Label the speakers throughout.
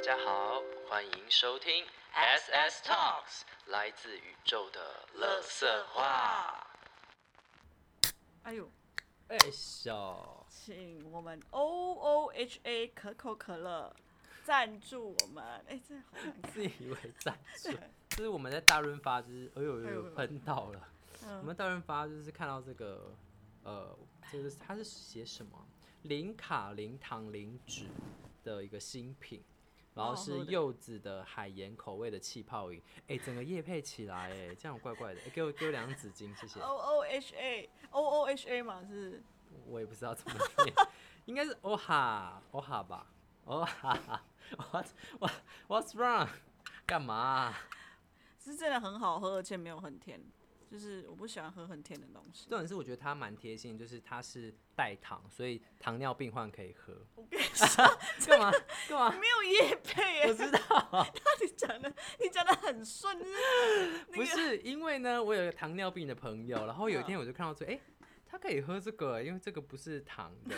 Speaker 1: 家好，欢迎收听 SS Talks，来自宇宙的乐色话。
Speaker 2: 哎呦，
Speaker 1: 哎小，
Speaker 2: 请我们 O O H A 可口可乐赞助我们。哎、这好难看。
Speaker 1: 自以为赞助
Speaker 2: 对，
Speaker 1: 就是我们在大润发，就是哎呦呦
Speaker 2: 哎呦
Speaker 1: 呦喷到了。我
Speaker 2: 嗯，
Speaker 1: 们大润发就是看到这个，呃，就是它是写什么零卡零糖零脂的一个新品，然后
Speaker 2: 哦蛮好喝
Speaker 1: 是
Speaker 2: 的
Speaker 1: 柚子的海盐口味的气泡饮，哎、整个夜配起来，哎，这样怪怪的，哎给我给我两张纸巾，谢谢
Speaker 2: O。O H A O O H A 嘛是，
Speaker 1: 我也不知道怎么念， 应该是哦哈哦哈吧，哦哈哈，what what what's wrong？干嘛啊、
Speaker 2: 是真的很好喝，而且没有很甜。就是我不喜欢喝很甜的东西
Speaker 1: 重。点是我觉得它蛮贴心，就是它是代糖，所以糖尿病患可以喝。
Speaker 2: 我跟你 说，
Speaker 1: 干嘛干嘛？
Speaker 2: 没有叶配耶、
Speaker 1: 我知道，
Speaker 2: 你讲的你讲的很顺，就是 那
Speaker 1: 不
Speaker 2: 个
Speaker 1: 是因为呢，我有个糖尿病的朋友，然后有一天我就看到说，哎、他可以喝这个，欸因为这个不是糖的，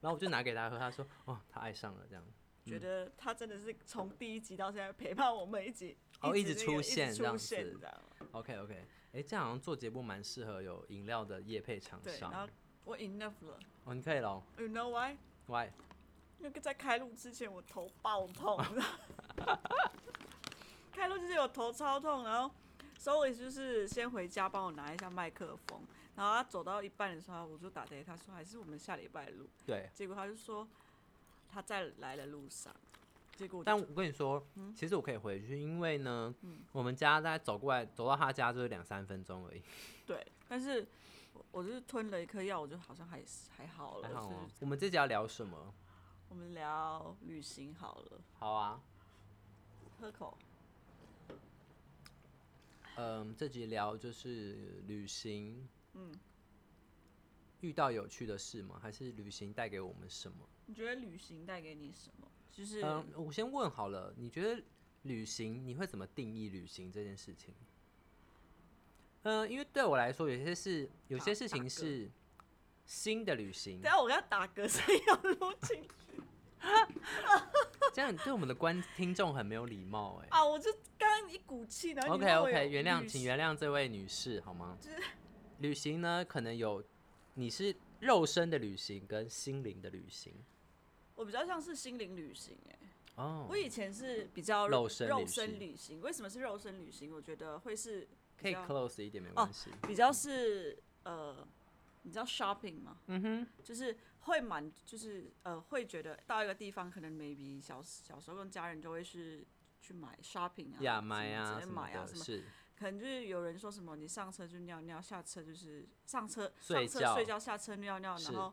Speaker 1: 然后我就拿给他喝，他说，哦，他爱上了这样。
Speaker 2: 觉得他真的是从第一集到现在陪伴我们一起，
Speaker 1: 哦
Speaker 2: 一
Speaker 1: 一直
Speaker 2: 那个
Speaker 1: 出
Speaker 2: 一直
Speaker 1: 现这样
Speaker 2: 出现
Speaker 1: 子
Speaker 2: 这样
Speaker 1: OK OK，哎、这样好像做节目蛮适合有饮料的业配厂
Speaker 2: 对，然
Speaker 1: 商
Speaker 2: 后。我 enough 了
Speaker 1: 哦，你可以了
Speaker 2: ，you know why？
Speaker 1: ，Why？
Speaker 2: 那个在开录之前我头爆痛， 你知道吗开录之前我头超痛，然后 Zoe 就是先回家帮我拿一下麦克风，然后他走到一半的时候，我就打给他说还是我们下礼拜录，
Speaker 1: 对，
Speaker 2: 结果他就说他在来的路上，结果我就
Speaker 1: 但我跟你说，
Speaker 2: 嗯
Speaker 1: 其实我可以回去，因为呢，我们家大概走过来走到他家就是两三分钟而已，
Speaker 2: 对，但是我我就是吞了一颗药，我就好像还是还好了，
Speaker 1: 还好哦吗
Speaker 2: 哦是？
Speaker 1: 我们这集要聊什么？
Speaker 2: 我们聊旅行好了，
Speaker 1: 好啊，
Speaker 2: 喝口
Speaker 1: 嗯，这集聊就是旅行，嗯，遇到有趣的事吗？还是旅行带给我们什么？
Speaker 2: 你觉得旅行带给你什么？就是、
Speaker 1: 嗯，我先问好了，你觉得旅行你会怎么定义旅行这件事情？嗯，因为对我来说，有些是有些
Speaker 2: 打
Speaker 1: 事
Speaker 2: 打
Speaker 1: 情
Speaker 2: 嗝
Speaker 1: 是新的旅行
Speaker 2: 等一，下我要打嗝，所以要录进去
Speaker 1: 这样对我们的观听众很没有礼貌哎、
Speaker 2: 啊！我就刚刚一股气，然后你
Speaker 1: OK
Speaker 2: 问我有
Speaker 1: OK，原谅，
Speaker 2: 旅
Speaker 1: 请
Speaker 2: 行
Speaker 1: 原谅这位女士好吗
Speaker 2: 就是？
Speaker 1: 旅行呢，可能有你是肉身的旅行跟心灵的旅行
Speaker 2: 我比较像是心灵旅行哎、
Speaker 1: 哦
Speaker 2: 我，以前是比较
Speaker 1: 肉身旅
Speaker 2: 肉
Speaker 1: 行
Speaker 2: 身旅行，为什么是肉身旅行？我觉得会是
Speaker 1: 可以
Speaker 2: 比较
Speaker 1: close 一点没
Speaker 2: 哦
Speaker 1: 关系。
Speaker 2: 比较是呃，你知道 shopping 吗？
Speaker 1: 嗯哼，
Speaker 2: 就是会满，就是呃，会觉得到一个地方，可能 maybe 小小时候跟家人就会是去买 shopping 啊，
Speaker 1: 亚
Speaker 2: 什么
Speaker 1: 麦啊
Speaker 2: 直接
Speaker 1: 什么
Speaker 2: 买啊
Speaker 1: 的，
Speaker 2: 什么，
Speaker 1: 是
Speaker 2: 可能就是有人说什么你上车就尿尿，下车就是上车
Speaker 1: 睡
Speaker 2: 上
Speaker 1: 觉
Speaker 2: 车睡觉，下车尿尿，
Speaker 1: 是
Speaker 2: 然后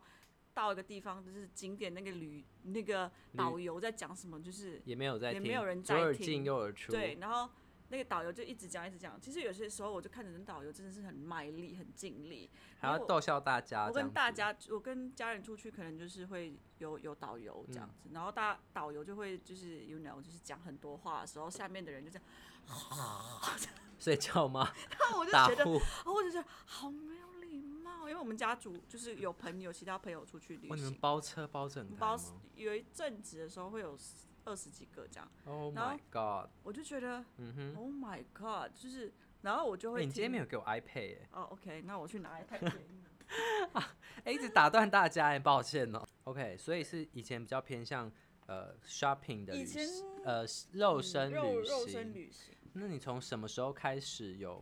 Speaker 2: 到一个地方就是景点那个旅那个
Speaker 1: 旅
Speaker 2: 导游在讲什么，就是
Speaker 1: 也没有在
Speaker 2: 也
Speaker 1: 听，
Speaker 2: 没有人
Speaker 1: 左
Speaker 2: 在
Speaker 1: 耳
Speaker 2: 听
Speaker 1: 进右耳出，
Speaker 2: 对，然后那个导游就一直讲一直讲，其实有些时候我就看着那导游真的是很卖力很尽力，
Speaker 1: 还要
Speaker 2: 我
Speaker 1: 逗笑大家。
Speaker 2: 我
Speaker 1: 这样
Speaker 2: 跟大
Speaker 1: 子
Speaker 2: 家，我跟家人出去，可能就是会有有导游这样
Speaker 1: 嗯
Speaker 2: 子，然后大导游就会就是 you know 就是讲很多话的时候，下面的人就这样，
Speaker 1: 睡觉吗？
Speaker 2: 然后我就
Speaker 1: 打
Speaker 2: 觉得，
Speaker 1: 呼？
Speaker 2: 然后我就觉得好没有礼貌，因为我们家族就是有朋友，其他朋友出去旅
Speaker 1: 哦哇，你们
Speaker 2: 行，
Speaker 1: 包车包整台
Speaker 2: 包
Speaker 1: 吗
Speaker 2: 有一阵子的时候会有二十几个这样，
Speaker 1: ？Oh
Speaker 2: 然
Speaker 1: my
Speaker 2: 后
Speaker 1: god！
Speaker 2: 我就觉得、
Speaker 1: 嗯哼，
Speaker 2: Oh my God，就是，然后我就
Speaker 1: 哎
Speaker 2: 会
Speaker 1: 你今天没
Speaker 2: 听
Speaker 1: 有给我 iPad 哎，
Speaker 2: 哦，OK，那我去 拿一台给你。
Speaker 1: 哎一直打断大家哎，抱歉哦。OK，所以是以前比较偏向呃 shopping 的
Speaker 2: 以
Speaker 1: 旅
Speaker 2: 前嗯
Speaker 1: 行，呃肉身
Speaker 2: 肉
Speaker 1: 旅
Speaker 2: 肉身
Speaker 1: 行。
Speaker 2: 旅行，
Speaker 1: 那你从什么时候开始有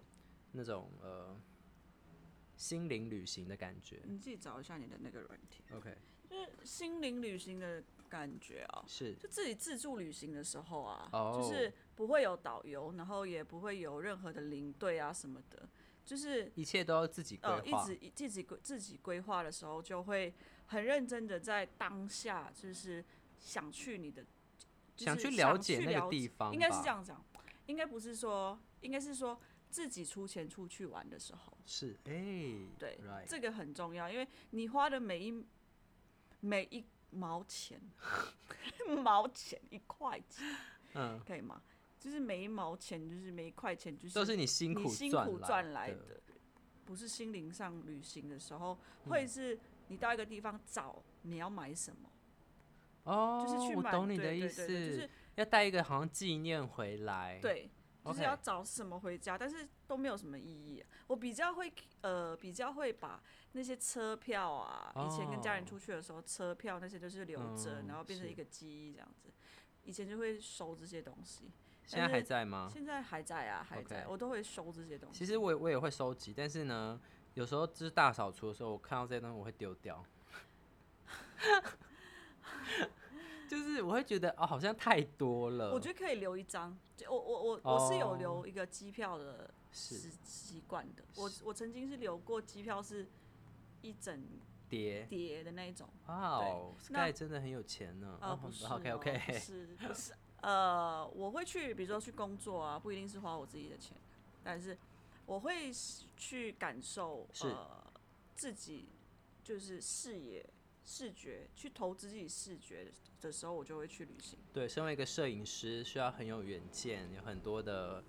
Speaker 1: 那种呃心灵旅行的感觉
Speaker 2: 你自己找一下你的那个软体。
Speaker 1: ？OK，
Speaker 2: 就是心灵旅行的感觉啊，
Speaker 1: 是
Speaker 2: 就自己自助旅行的时候啊
Speaker 1: 哦
Speaker 2: 就是不会有导游，然后也不会有任何的领队啊什么的，就是
Speaker 1: 一切都要自己规
Speaker 2: 呃一
Speaker 1: 划。
Speaker 2: 直一自己规自己规划的时候，就会很认真的在当下，就是想去你的，就是
Speaker 1: 想
Speaker 2: 想
Speaker 1: 去了
Speaker 2: 了
Speaker 1: 解那个地
Speaker 2: 解
Speaker 1: 方吧，
Speaker 2: 应该是这样讲，应该不是说，应该是说自己出钱出去玩的时候。
Speaker 1: 是，哎、
Speaker 2: 对
Speaker 1: right
Speaker 2: 这个很重要，因为你花的每一每一毛钱， 毛钱一块钱，
Speaker 1: 嗯，
Speaker 2: 可以吗？就是每一毛钱，就是每一块钱，就是
Speaker 1: 都是你辛
Speaker 2: 你
Speaker 1: 苦
Speaker 2: 辛
Speaker 1: 赚
Speaker 2: 苦赚来
Speaker 1: 的，
Speaker 2: 的，不是心灵上旅行的时候，
Speaker 1: 嗯
Speaker 2: 会是你到一个地方找你要买什么，
Speaker 1: 哦，
Speaker 2: 就是去
Speaker 1: 我
Speaker 2: 买，
Speaker 1: 懂你
Speaker 2: 对
Speaker 1: 的
Speaker 2: 对
Speaker 1: 意
Speaker 2: 对
Speaker 1: 思，
Speaker 2: 对就是
Speaker 1: 要带一个好像纪念回来。，
Speaker 2: 对，就是要
Speaker 1: OK
Speaker 2: 找什么回家，但是都没有什么意义啊、我比较会呃，比较会把那些车票啊，以前跟家人
Speaker 1: 哦
Speaker 2: 出去的时候，车票那些就是留着，
Speaker 1: 嗯
Speaker 2: 然后变成
Speaker 1: 是
Speaker 2: 一个记忆这样子。以前就会收这些东西，
Speaker 1: 现在还
Speaker 2: 是
Speaker 1: 在吗？
Speaker 2: 现在还在啊，还在
Speaker 1: OK
Speaker 2: 我都会收这些东西。
Speaker 1: 其实我也我也会收集，但是呢，有时候就是大扫除的时候，我看到这些东西我会丢掉， 就是我会觉得哦，好像太多了。
Speaker 2: 我觉得可以留一张，就我我我我是有
Speaker 1: 呃哦
Speaker 2: 留一个机票的
Speaker 1: 是
Speaker 2: 习习惯的。我我曾经是留过机票是一整
Speaker 1: 叠，
Speaker 2: 叠的那一种，
Speaker 1: 哇哦
Speaker 2: 那
Speaker 1: ，Sky 真的很有钱呢。
Speaker 2: 呃，不是哦、
Speaker 1: ，OK
Speaker 2: 不
Speaker 1: OK，
Speaker 2: 是不是，呃，我会去，比如说去工作啊，不一定是花我自己的钱，但是我会是去感受
Speaker 1: 是
Speaker 2: 呃自己就是视野、视觉，去投资自己视觉的时候，我就会去旅行。
Speaker 1: 对，身为一个摄影师，需要很有远见，有很多的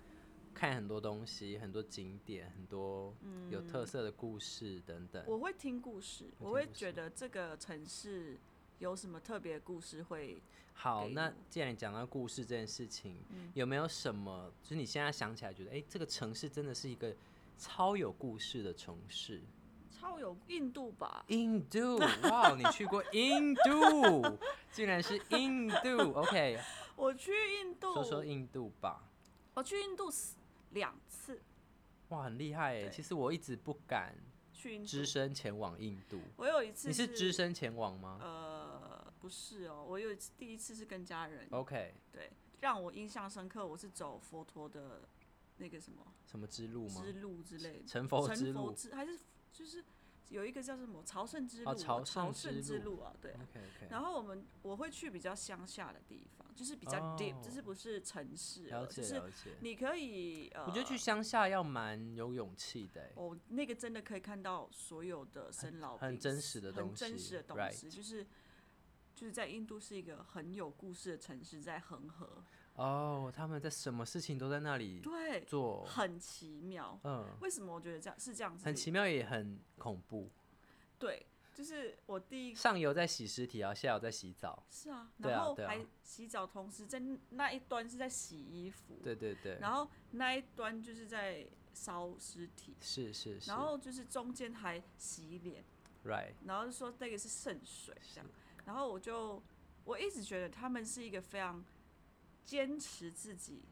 Speaker 1: 看很多东西，很多景点，很多有特色的故事等等。
Speaker 2: 嗯我会听故事，
Speaker 1: 会
Speaker 2: 我
Speaker 1: 听
Speaker 2: 会
Speaker 1: 故
Speaker 2: 觉
Speaker 1: 事
Speaker 2: 得这个城市有什么特别的故事会
Speaker 1: 好，
Speaker 2: 给嗯
Speaker 1: 那
Speaker 2: 我
Speaker 1: 既然你讲到故事这件事情，有没有什么就是你现在想起来觉得，哎、这个城市真的是一个超有故事的城市？
Speaker 2: 超有印度 吧？
Speaker 1: 印度，哇，你去过印度，竟然是印度，OK，
Speaker 2: 我去印度，
Speaker 1: 说说印度吧，
Speaker 2: 我去印度四两次，
Speaker 1: 哇，很厉害哎，
Speaker 2: 对
Speaker 1: 其实我一直不敢
Speaker 2: 去印度
Speaker 1: 只。身前往印嗯度，
Speaker 2: 我有一次
Speaker 1: 你是只身前往吗
Speaker 2: 呃，不是哦，我有一次第一次是跟家人，
Speaker 1: ？OK，
Speaker 2: 对，让我印象深刻，我是走佛陀的那个什么
Speaker 1: 什么之路吗？
Speaker 2: 之路之类的，
Speaker 1: 成佛之
Speaker 2: 成佛
Speaker 1: 路
Speaker 2: 之还是就是有一个叫什么朝圣之路啊，
Speaker 1: 哦朝圣之
Speaker 2: 圣之
Speaker 1: 路
Speaker 2: 路啊，对啊。
Speaker 1: ，OK OK，
Speaker 2: 然后我们我会去比较乡下的地方，就是比较 deep，、就是不是城市了，
Speaker 1: 哦了解
Speaker 2: 就是
Speaker 1: 了解，
Speaker 2: 你可以呃，
Speaker 1: 我觉得去乡下要蛮有勇气的哎。
Speaker 2: 哦，那个真的可以看到所有的生老
Speaker 1: 很
Speaker 2: 病
Speaker 1: 真
Speaker 2: 死
Speaker 1: 实的
Speaker 2: 很
Speaker 1: 东
Speaker 2: 真
Speaker 1: 西
Speaker 2: 实的东
Speaker 1: ，right
Speaker 2: 西，就是就是在印度是一个很有故事的城市，在恒河，
Speaker 1: 哦，他们在什么事情都在那里
Speaker 2: 对，
Speaker 1: 嗯做，
Speaker 2: 很奇妙。
Speaker 1: 嗯，
Speaker 2: 为什么我觉得这样是这样子？
Speaker 1: 很奇妙也很恐怖。
Speaker 2: 对，就是我第一
Speaker 1: 上游在洗尸体，然后下游在洗澡。
Speaker 2: 是啊，
Speaker 1: 对
Speaker 2: 然
Speaker 1: 啊
Speaker 2: 后
Speaker 1: 对啊
Speaker 2: 还洗澡，同时在那一端是在洗衣服，
Speaker 1: 对对对，
Speaker 2: 然后那一端就是在烧尸体，
Speaker 1: 是是是
Speaker 2: 然后就是中间还洗脸。
Speaker 1: ，right，
Speaker 2: 然后就说那个是圣水这样，然后我就我一直觉得他们是一个非常坚持自己，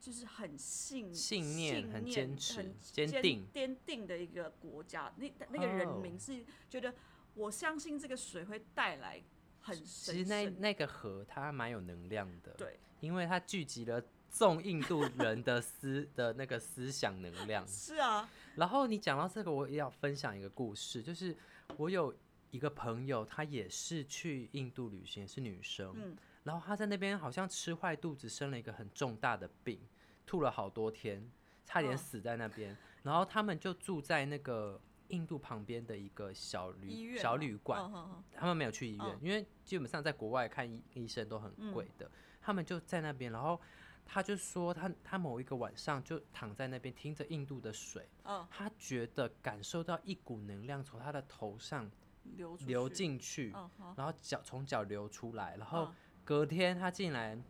Speaker 2: 就是很信
Speaker 1: 信念
Speaker 2: 念
Speaker 1: 很坚持
Speaker 2: 很
Speaker 1: 坚定哦
Speaker 2: 坚定的一个国家。那那个人民是觉得我相信这个水会带来很
Speaker 1: 其
Speaker 2: 神
Speaker 1: 实那
Speaker 2: 圣
Speaker 1: 那个河它蛮有能量的，，
Speaker 2: 对
Speaker 1: 因为它聚集了。众印度人的思 的那个思想能量。
Speaker 2: 是啊，
Speaker 1: 然后你讲到这个，我也要分享一个故事，就是我有一个朋友，她也是去印度旅行，是女生，
Speaker 2: 嗯，
Speaker 1: 然后他在那边好像吃坏肚子，生了一个很重大的病，吐了好多天，差点
Speaker 2: 嗯
Speaker 1: 死在那边。然后他们就住在那个印度旁边的一个小
Speaker 2: 医
Speaker 1: 旅
Speaker 2: 院
Speaker 1: 小
Speaker 2: 嘛
Speaker 1: 旅馆，
Speaker 2: 嗯嗯嗯
Speaker 1: 他们没有去医院，因为基本上在国外看医医生都很贵
Speaker 2: 嗯
Speaker 1: 的。他们就在那边，然后他就说他他某一个晚上就躺在那边听着印度的水，
Speaker 2: 嗯，
Speaker 1: 他觉得感受到一股能量从他的头上
Speaker 2: 流出
Speaker 1: 流
Speaker 2: 去，
Speaker 1: 进去，
Speaker 2: 嗯好，
Speaker 1: 然后脚从脚流出来，然后
Speaker 2: 嗯
Speaker 1: 隔天他竟然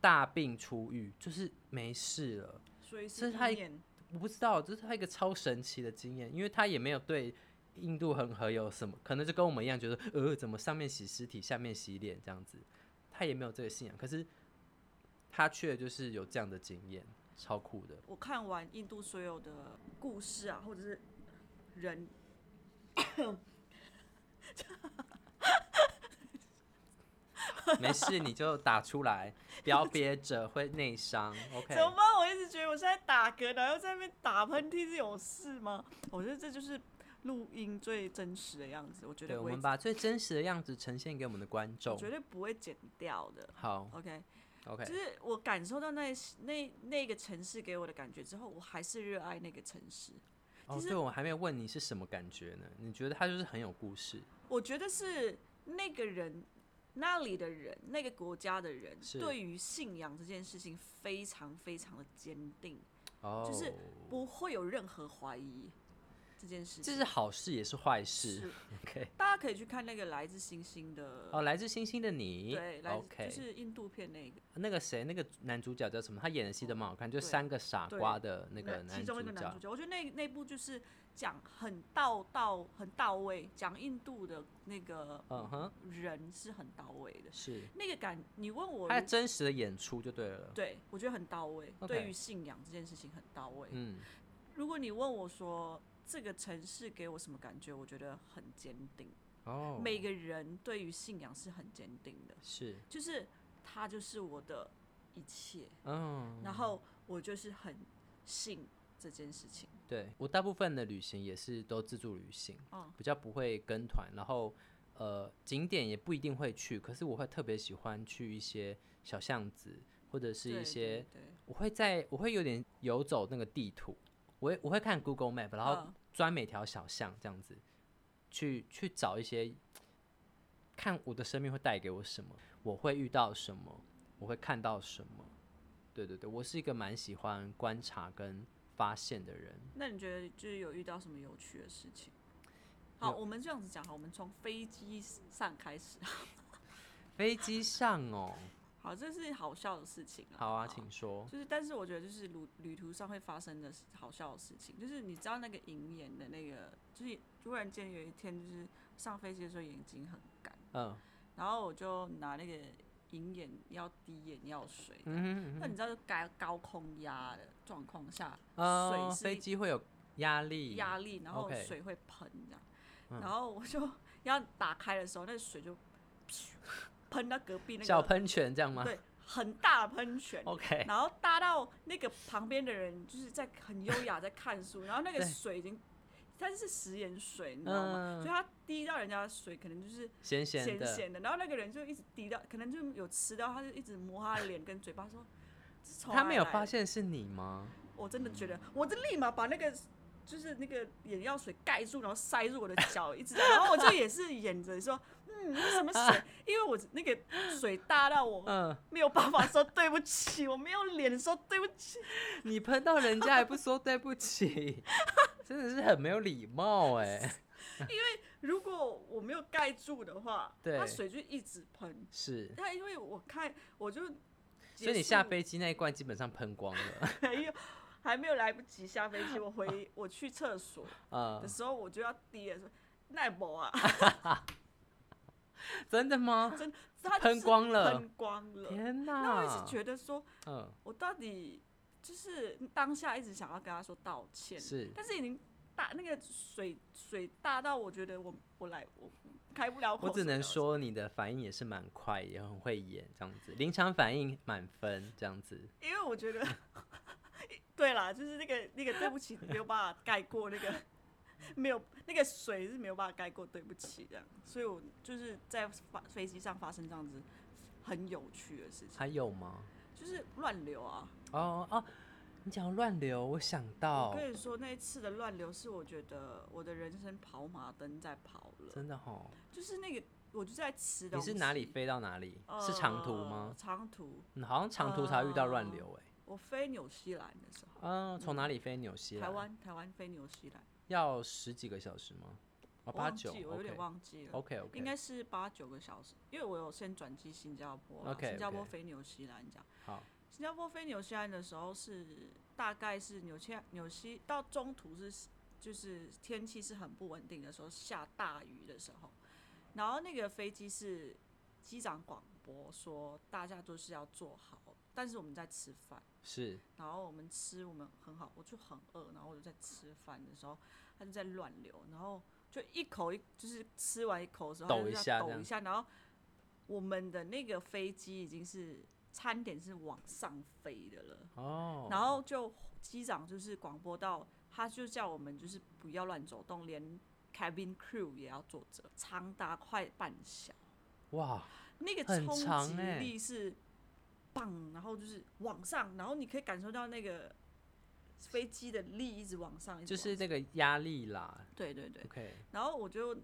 Speaker 1: 大病初愈，就是没事了。
Speaker 2: 所以
Speaker 1: 这是
Speaker 2: 是
Speaker 1: 他一
Speaker 2: 一年
Speaker 1: 我不知道，这是他一个超神奇的经验，因为他也没有对印度恒河有什么，可能就跟我们一样觉得，呃，怎么上面洗尸体，下面洗脸这样子，他也没有这个信仰，可是他却就是有这样的经验，超酷的。
Speaker 2: 我看完印度所有的故事啊，或者是人，
Speaker 1: 没事，你就打出来，不要憋着，会内伤。OK，
Speaker 2: 怎么办？我一直觉得我现在打嗝，然后又在那边打喷嚏是有事吗？我觉得这就是录音最真实的样子，我绝
Speaker 1: 对，
Speaker 2: 不
Speaker 1: 我
Speaker 2: 会
Speaker 1: 们，把最真实的样子呈现给我们的观
Speaker 2: 我
Speaker 1: 众。
Speaker 2: 绝对不会剪掉的。
Speaker 1: 好
Speaker 2: OK，
Speaker 1: ，OK，
Speaker 2: 就是我感受到那那那个城市给我的感觉之后，我还是热爱那个城市。
Speaker 1: 哦，
Speaker 2: 其
Speaker 1: 对，我还没有问你是什么感觉呢？你觉得他就是很有故事，
Speaker 2: 我觉得是那个人、那里的人、那个国家的人
Speaker 1: 是
Speaker 2: 对于信仰这件事情非常非常的坚定，
Speaker 1: 哦，
Speaker 2: 是不会有任何怀疑。这件事
Speaker 1: 这
Speaker 2: 情。
Speaker 1: 是好事也是坏事。
Speaker 2: 是
Speaker 1: OK，
Speaker 2: 大家可以去看那个《来自星星的》
Speaker 1: 哦，来自星星的你
Speaker 2: 对，来自
Speaker 1: ，OK，
Speaker 2: 就是印度片那个
Speaker 1: 那个谁，那个男主角叫什么？他演的戏都蛮好看，就
Speaker 2: 哦对
Speaker 1: 三个傻
Speaker 2: 对
Speaker 1: 瓜的那个
Speaker 2: 其
Speaker 1: 男
Speaker 2: 中
Speaker 1: 主
Speaker 2: 一个男
Speaker 1: 角
Speaker 2: 主。角，我觉得那那部就是讲很到到很到位，讲印度的那个
Speaker 1: 嗯哼，
Speaker 2: 人是很到位的，
Speaker 1: 是
Speaker 2: 那个感你问我
Speaker 1: 他
Speaker 2: 如，
Speaker 1: 真实的演出就对了。
Speaker 2: 对我觉得很到位
Speaker 1: OK
Speaker 2: 对于信仰这件事情很到位。
Speaker 1: 嗯，
Speaker 2: 如果你问我说这个城市给我什么感觉，我觉得很坚定，
Speaker 1: 哦，
Speaker 2: 每个人对于信仰是很坚定的，
Speaker 1: 是，
Speaker 2: 就是他就是我的一切，
Speaker 1: 嗯，
Speaker 2: 然后我就是很信这件事情。
Speaker 1: 对我大部分的旅行也是都自助旅行，
Speaker 2: 嗯
Speaker 1: 比较不会跟团，然后呃景点也不一定会去，可是我会特别喜欢去一些小巷子或者是
Speaker 2: 对
Speaker 1: 一些
Speaker 2: 对对
Speaker 1: 我会在我会有点游走那个地图，我会我会看 Google Map，然后
Speaker 2: 嗯
Speaker 1: 钻每条小巷这样子，去去找一些，看我的生命会带给我什么，我会遇到什么，我会看到什么。对对对，我是一个蛮喜欢观察跟发现的人。
Speaker 2: 那你觉得就是有遇到什么有趣的事情？好，我们这样子讲好，我们从飞机上开始。
Speaker 1: 飞机上哦，
Speaker 2: 好，这是好笑的事情啊。
Speaker 1: 好啊，请说。
Speaker 2: 就是，但是我觉得就是旅旅途上会发生的事好笑的事情，就是你知道那个银眼的那个，就是突然间有一天就是上飞机的时候眼睛很干，
Speaker 1: 嗯
Speaker 2: 然后我就拿那个银眼药滴眼药水，
Speaker 1: 嗯
Speaker 2: 那、你知道就高高空压的状况下，
Speaker 1: 呃，
Speaker 2: 水
Speaker 1: 飞
Speaker 2: 是
Speaker 1: 机会有压力，
Speaker 2: 压力，然后
Speaker 1: OK 嗯
Speaker 2: 水会喷这样。然后我就要打开的时候，那水就喷到隔壁那
Speaker 1: 小
Speaker 2: 个
Speaker 1: 喷泉这样吗
Speaker 2: 对很大的喷泉，
Speaker 1: ？OK，
Speaker 2: 然后搭到那个旁边的人就是在很优雅在看书，然后那个
Speaker 1: 对嗯
Speaker 2: 水已经它是食盐水，你知道吗？所以它滴到人家的水可能就是
Speaker 1: 咸咸
Speaker 2: 咸
Speaker 1: 的，
Speaker 2: 咸的，然后那个人就一直滴到，可能就有吃到，他就一直摸他的脸跟嘴巴说。这是从
Speaker 1: 他
Speaker 2: 哪
Speaker 1: 没
Speaker 2: 里
Speaker 1: 有
Speaker 2: 来
Speaker 1: 发
Speaker 2: 的，
Speaker 1: 现是你吗？
Speaker 2: 我真的觉得，我就立马把那个就是那个眼药水盖住，然后塞入我的脚，一直在，然后我就也是演着说，嗯，那什么
Speaker 1: 啊
Speaker 2: 水？因为我那个水大到我
Speaker 1: 嗯，
Speaker 2: 没有办法说对不起，我没有脸说对不起，
Speaker 1: 你喷到人家还不说对不起， 真的是很没有礼貌哎、
Speaker 2: 如果我没有盖住的话，
Speaker 1: 对
Speaker 2: 它水就一直喷。
Speaker 1: 是，
Speaker 2: 它因为我看我就结束，
Speaker 1: 所以你下飞机那一罐基本上喷光了，
Speaker 2: 没有，还没有来不及下飞机，我回我去厕所的
Speaker 1: 嗯，
Speaker 2: 时候我就要滴了，说奈博啊，
Speaker 1: 真的吗？
Speaker 2: 真的它就是
Speaker 1: 喷光了
Speaker 2: 喷光了。
Speaker 1: 天
Speaker 2: 那我一
Speaker 1: 哪
Speaker 2: 直！觉得说，
Speaker 1: 嗯，
Speaker 2: 我到底就是当下一直想要跟他说道歉，
Speaker 1: 是
Speaker 2: 但是已经大那个水水大到我觉得我我来我开不了口，
Speaker 1: 我只能，说你的反应也是蛮快，也很会演这样子，临场反应满分这样子。
Speaker 2: 因为我觉得， 对啦，就是那个那个对不起没有办法盖过那个。没有那个水是没有办法盖过，对不起，这样，所以我就是在发飞机上发生这样子很有趣的事情，
Speaker 1: 还有吗？
Speaker 2: 就是乱流啊，
Speaker 1: 哦哦，你讲乱流，我想到
Speaker 2: 我，跟你说，那一次的乱流是我觉得我的人生跑马灯在跑了，
Speaker 1: 真的吼，
Speaker 2: 就是那个我就在吃
Speaker 1: 你
Speaker 2: 东西。
Speaker 1: 是哪里？飞到哪里？是长途吗
Speaker 2: 呃？？长途，
Speaker 1: 嗯好像长途才会遇到乱流哎、
Speaker 2: 我飞纽西兰的时候，
Speaker 1: 嗯，从哪里飞纽西兰？
Speaker 2: 台湾台湾飞纽西兰，
Speaker 1: 要十几个小时吗？哦，
Speaker 2: 我
Speaker 1: 八
Speaker 2: 忘
Speaker 1: 九
Speaker 2: 记，我有点忘记了。
Speaker 1: OK OK，
Speaker 2: 应该是八九个小时，因为我有先转机新加坡啦
Speaker 1: OK，OK
Speaker 2: 新加坡飞纽西兰这样。
Speaker 1: 好，
Speaker 2: 新加坡飞纽西兰的时候是大概是纽西纽西到中途是就是天气是很不稳定的时候，下大雨的时候，然后那个飞机是机长广播说大家都是要坐好，但是我们在吃饭，
Speaker 1: 是
Speaker 2: 然后我们吃我们很好，我就很饿，然后我就在吃饭的时候，他就在乱流，然后就一口一就是吃完一口的时候，
Speaker 1: 抖
Speaker 2: 他就
Speaker 1: 一
Speaker 2: 这样
Speaker 1: 下这
Speaker 2: 抖
Speaker 1: 样
Speaker 2: 一下，然后我们的那个飞机已经是餐点是往上飞的了，
Speaker 1: 哦，
Speaker 2: 然后就机长就是广播到，他就叫我们就是不要乱走动，连 cabin crew 也要坐着，长达快半小时。
Speaker 1: 哇，
Speaker 2: 那个
Speaker 1: 很
Speaker 2: 冲
Speaker 1: 长
Speaker 2: 击
Speaker 1: 欸
Speaker 2: 力是棒，然后就是往上，然后你可以感受到那个飞机的力一直往上，一直
Speaker 1: 就
Speaker 2: 往
Speaker 1: 是
Speaker 2: 上
Speaker 1: 那个压力啦。
Speaker 2: 对对对。
Speaker 1: OK，
Speaker 2: 然后我就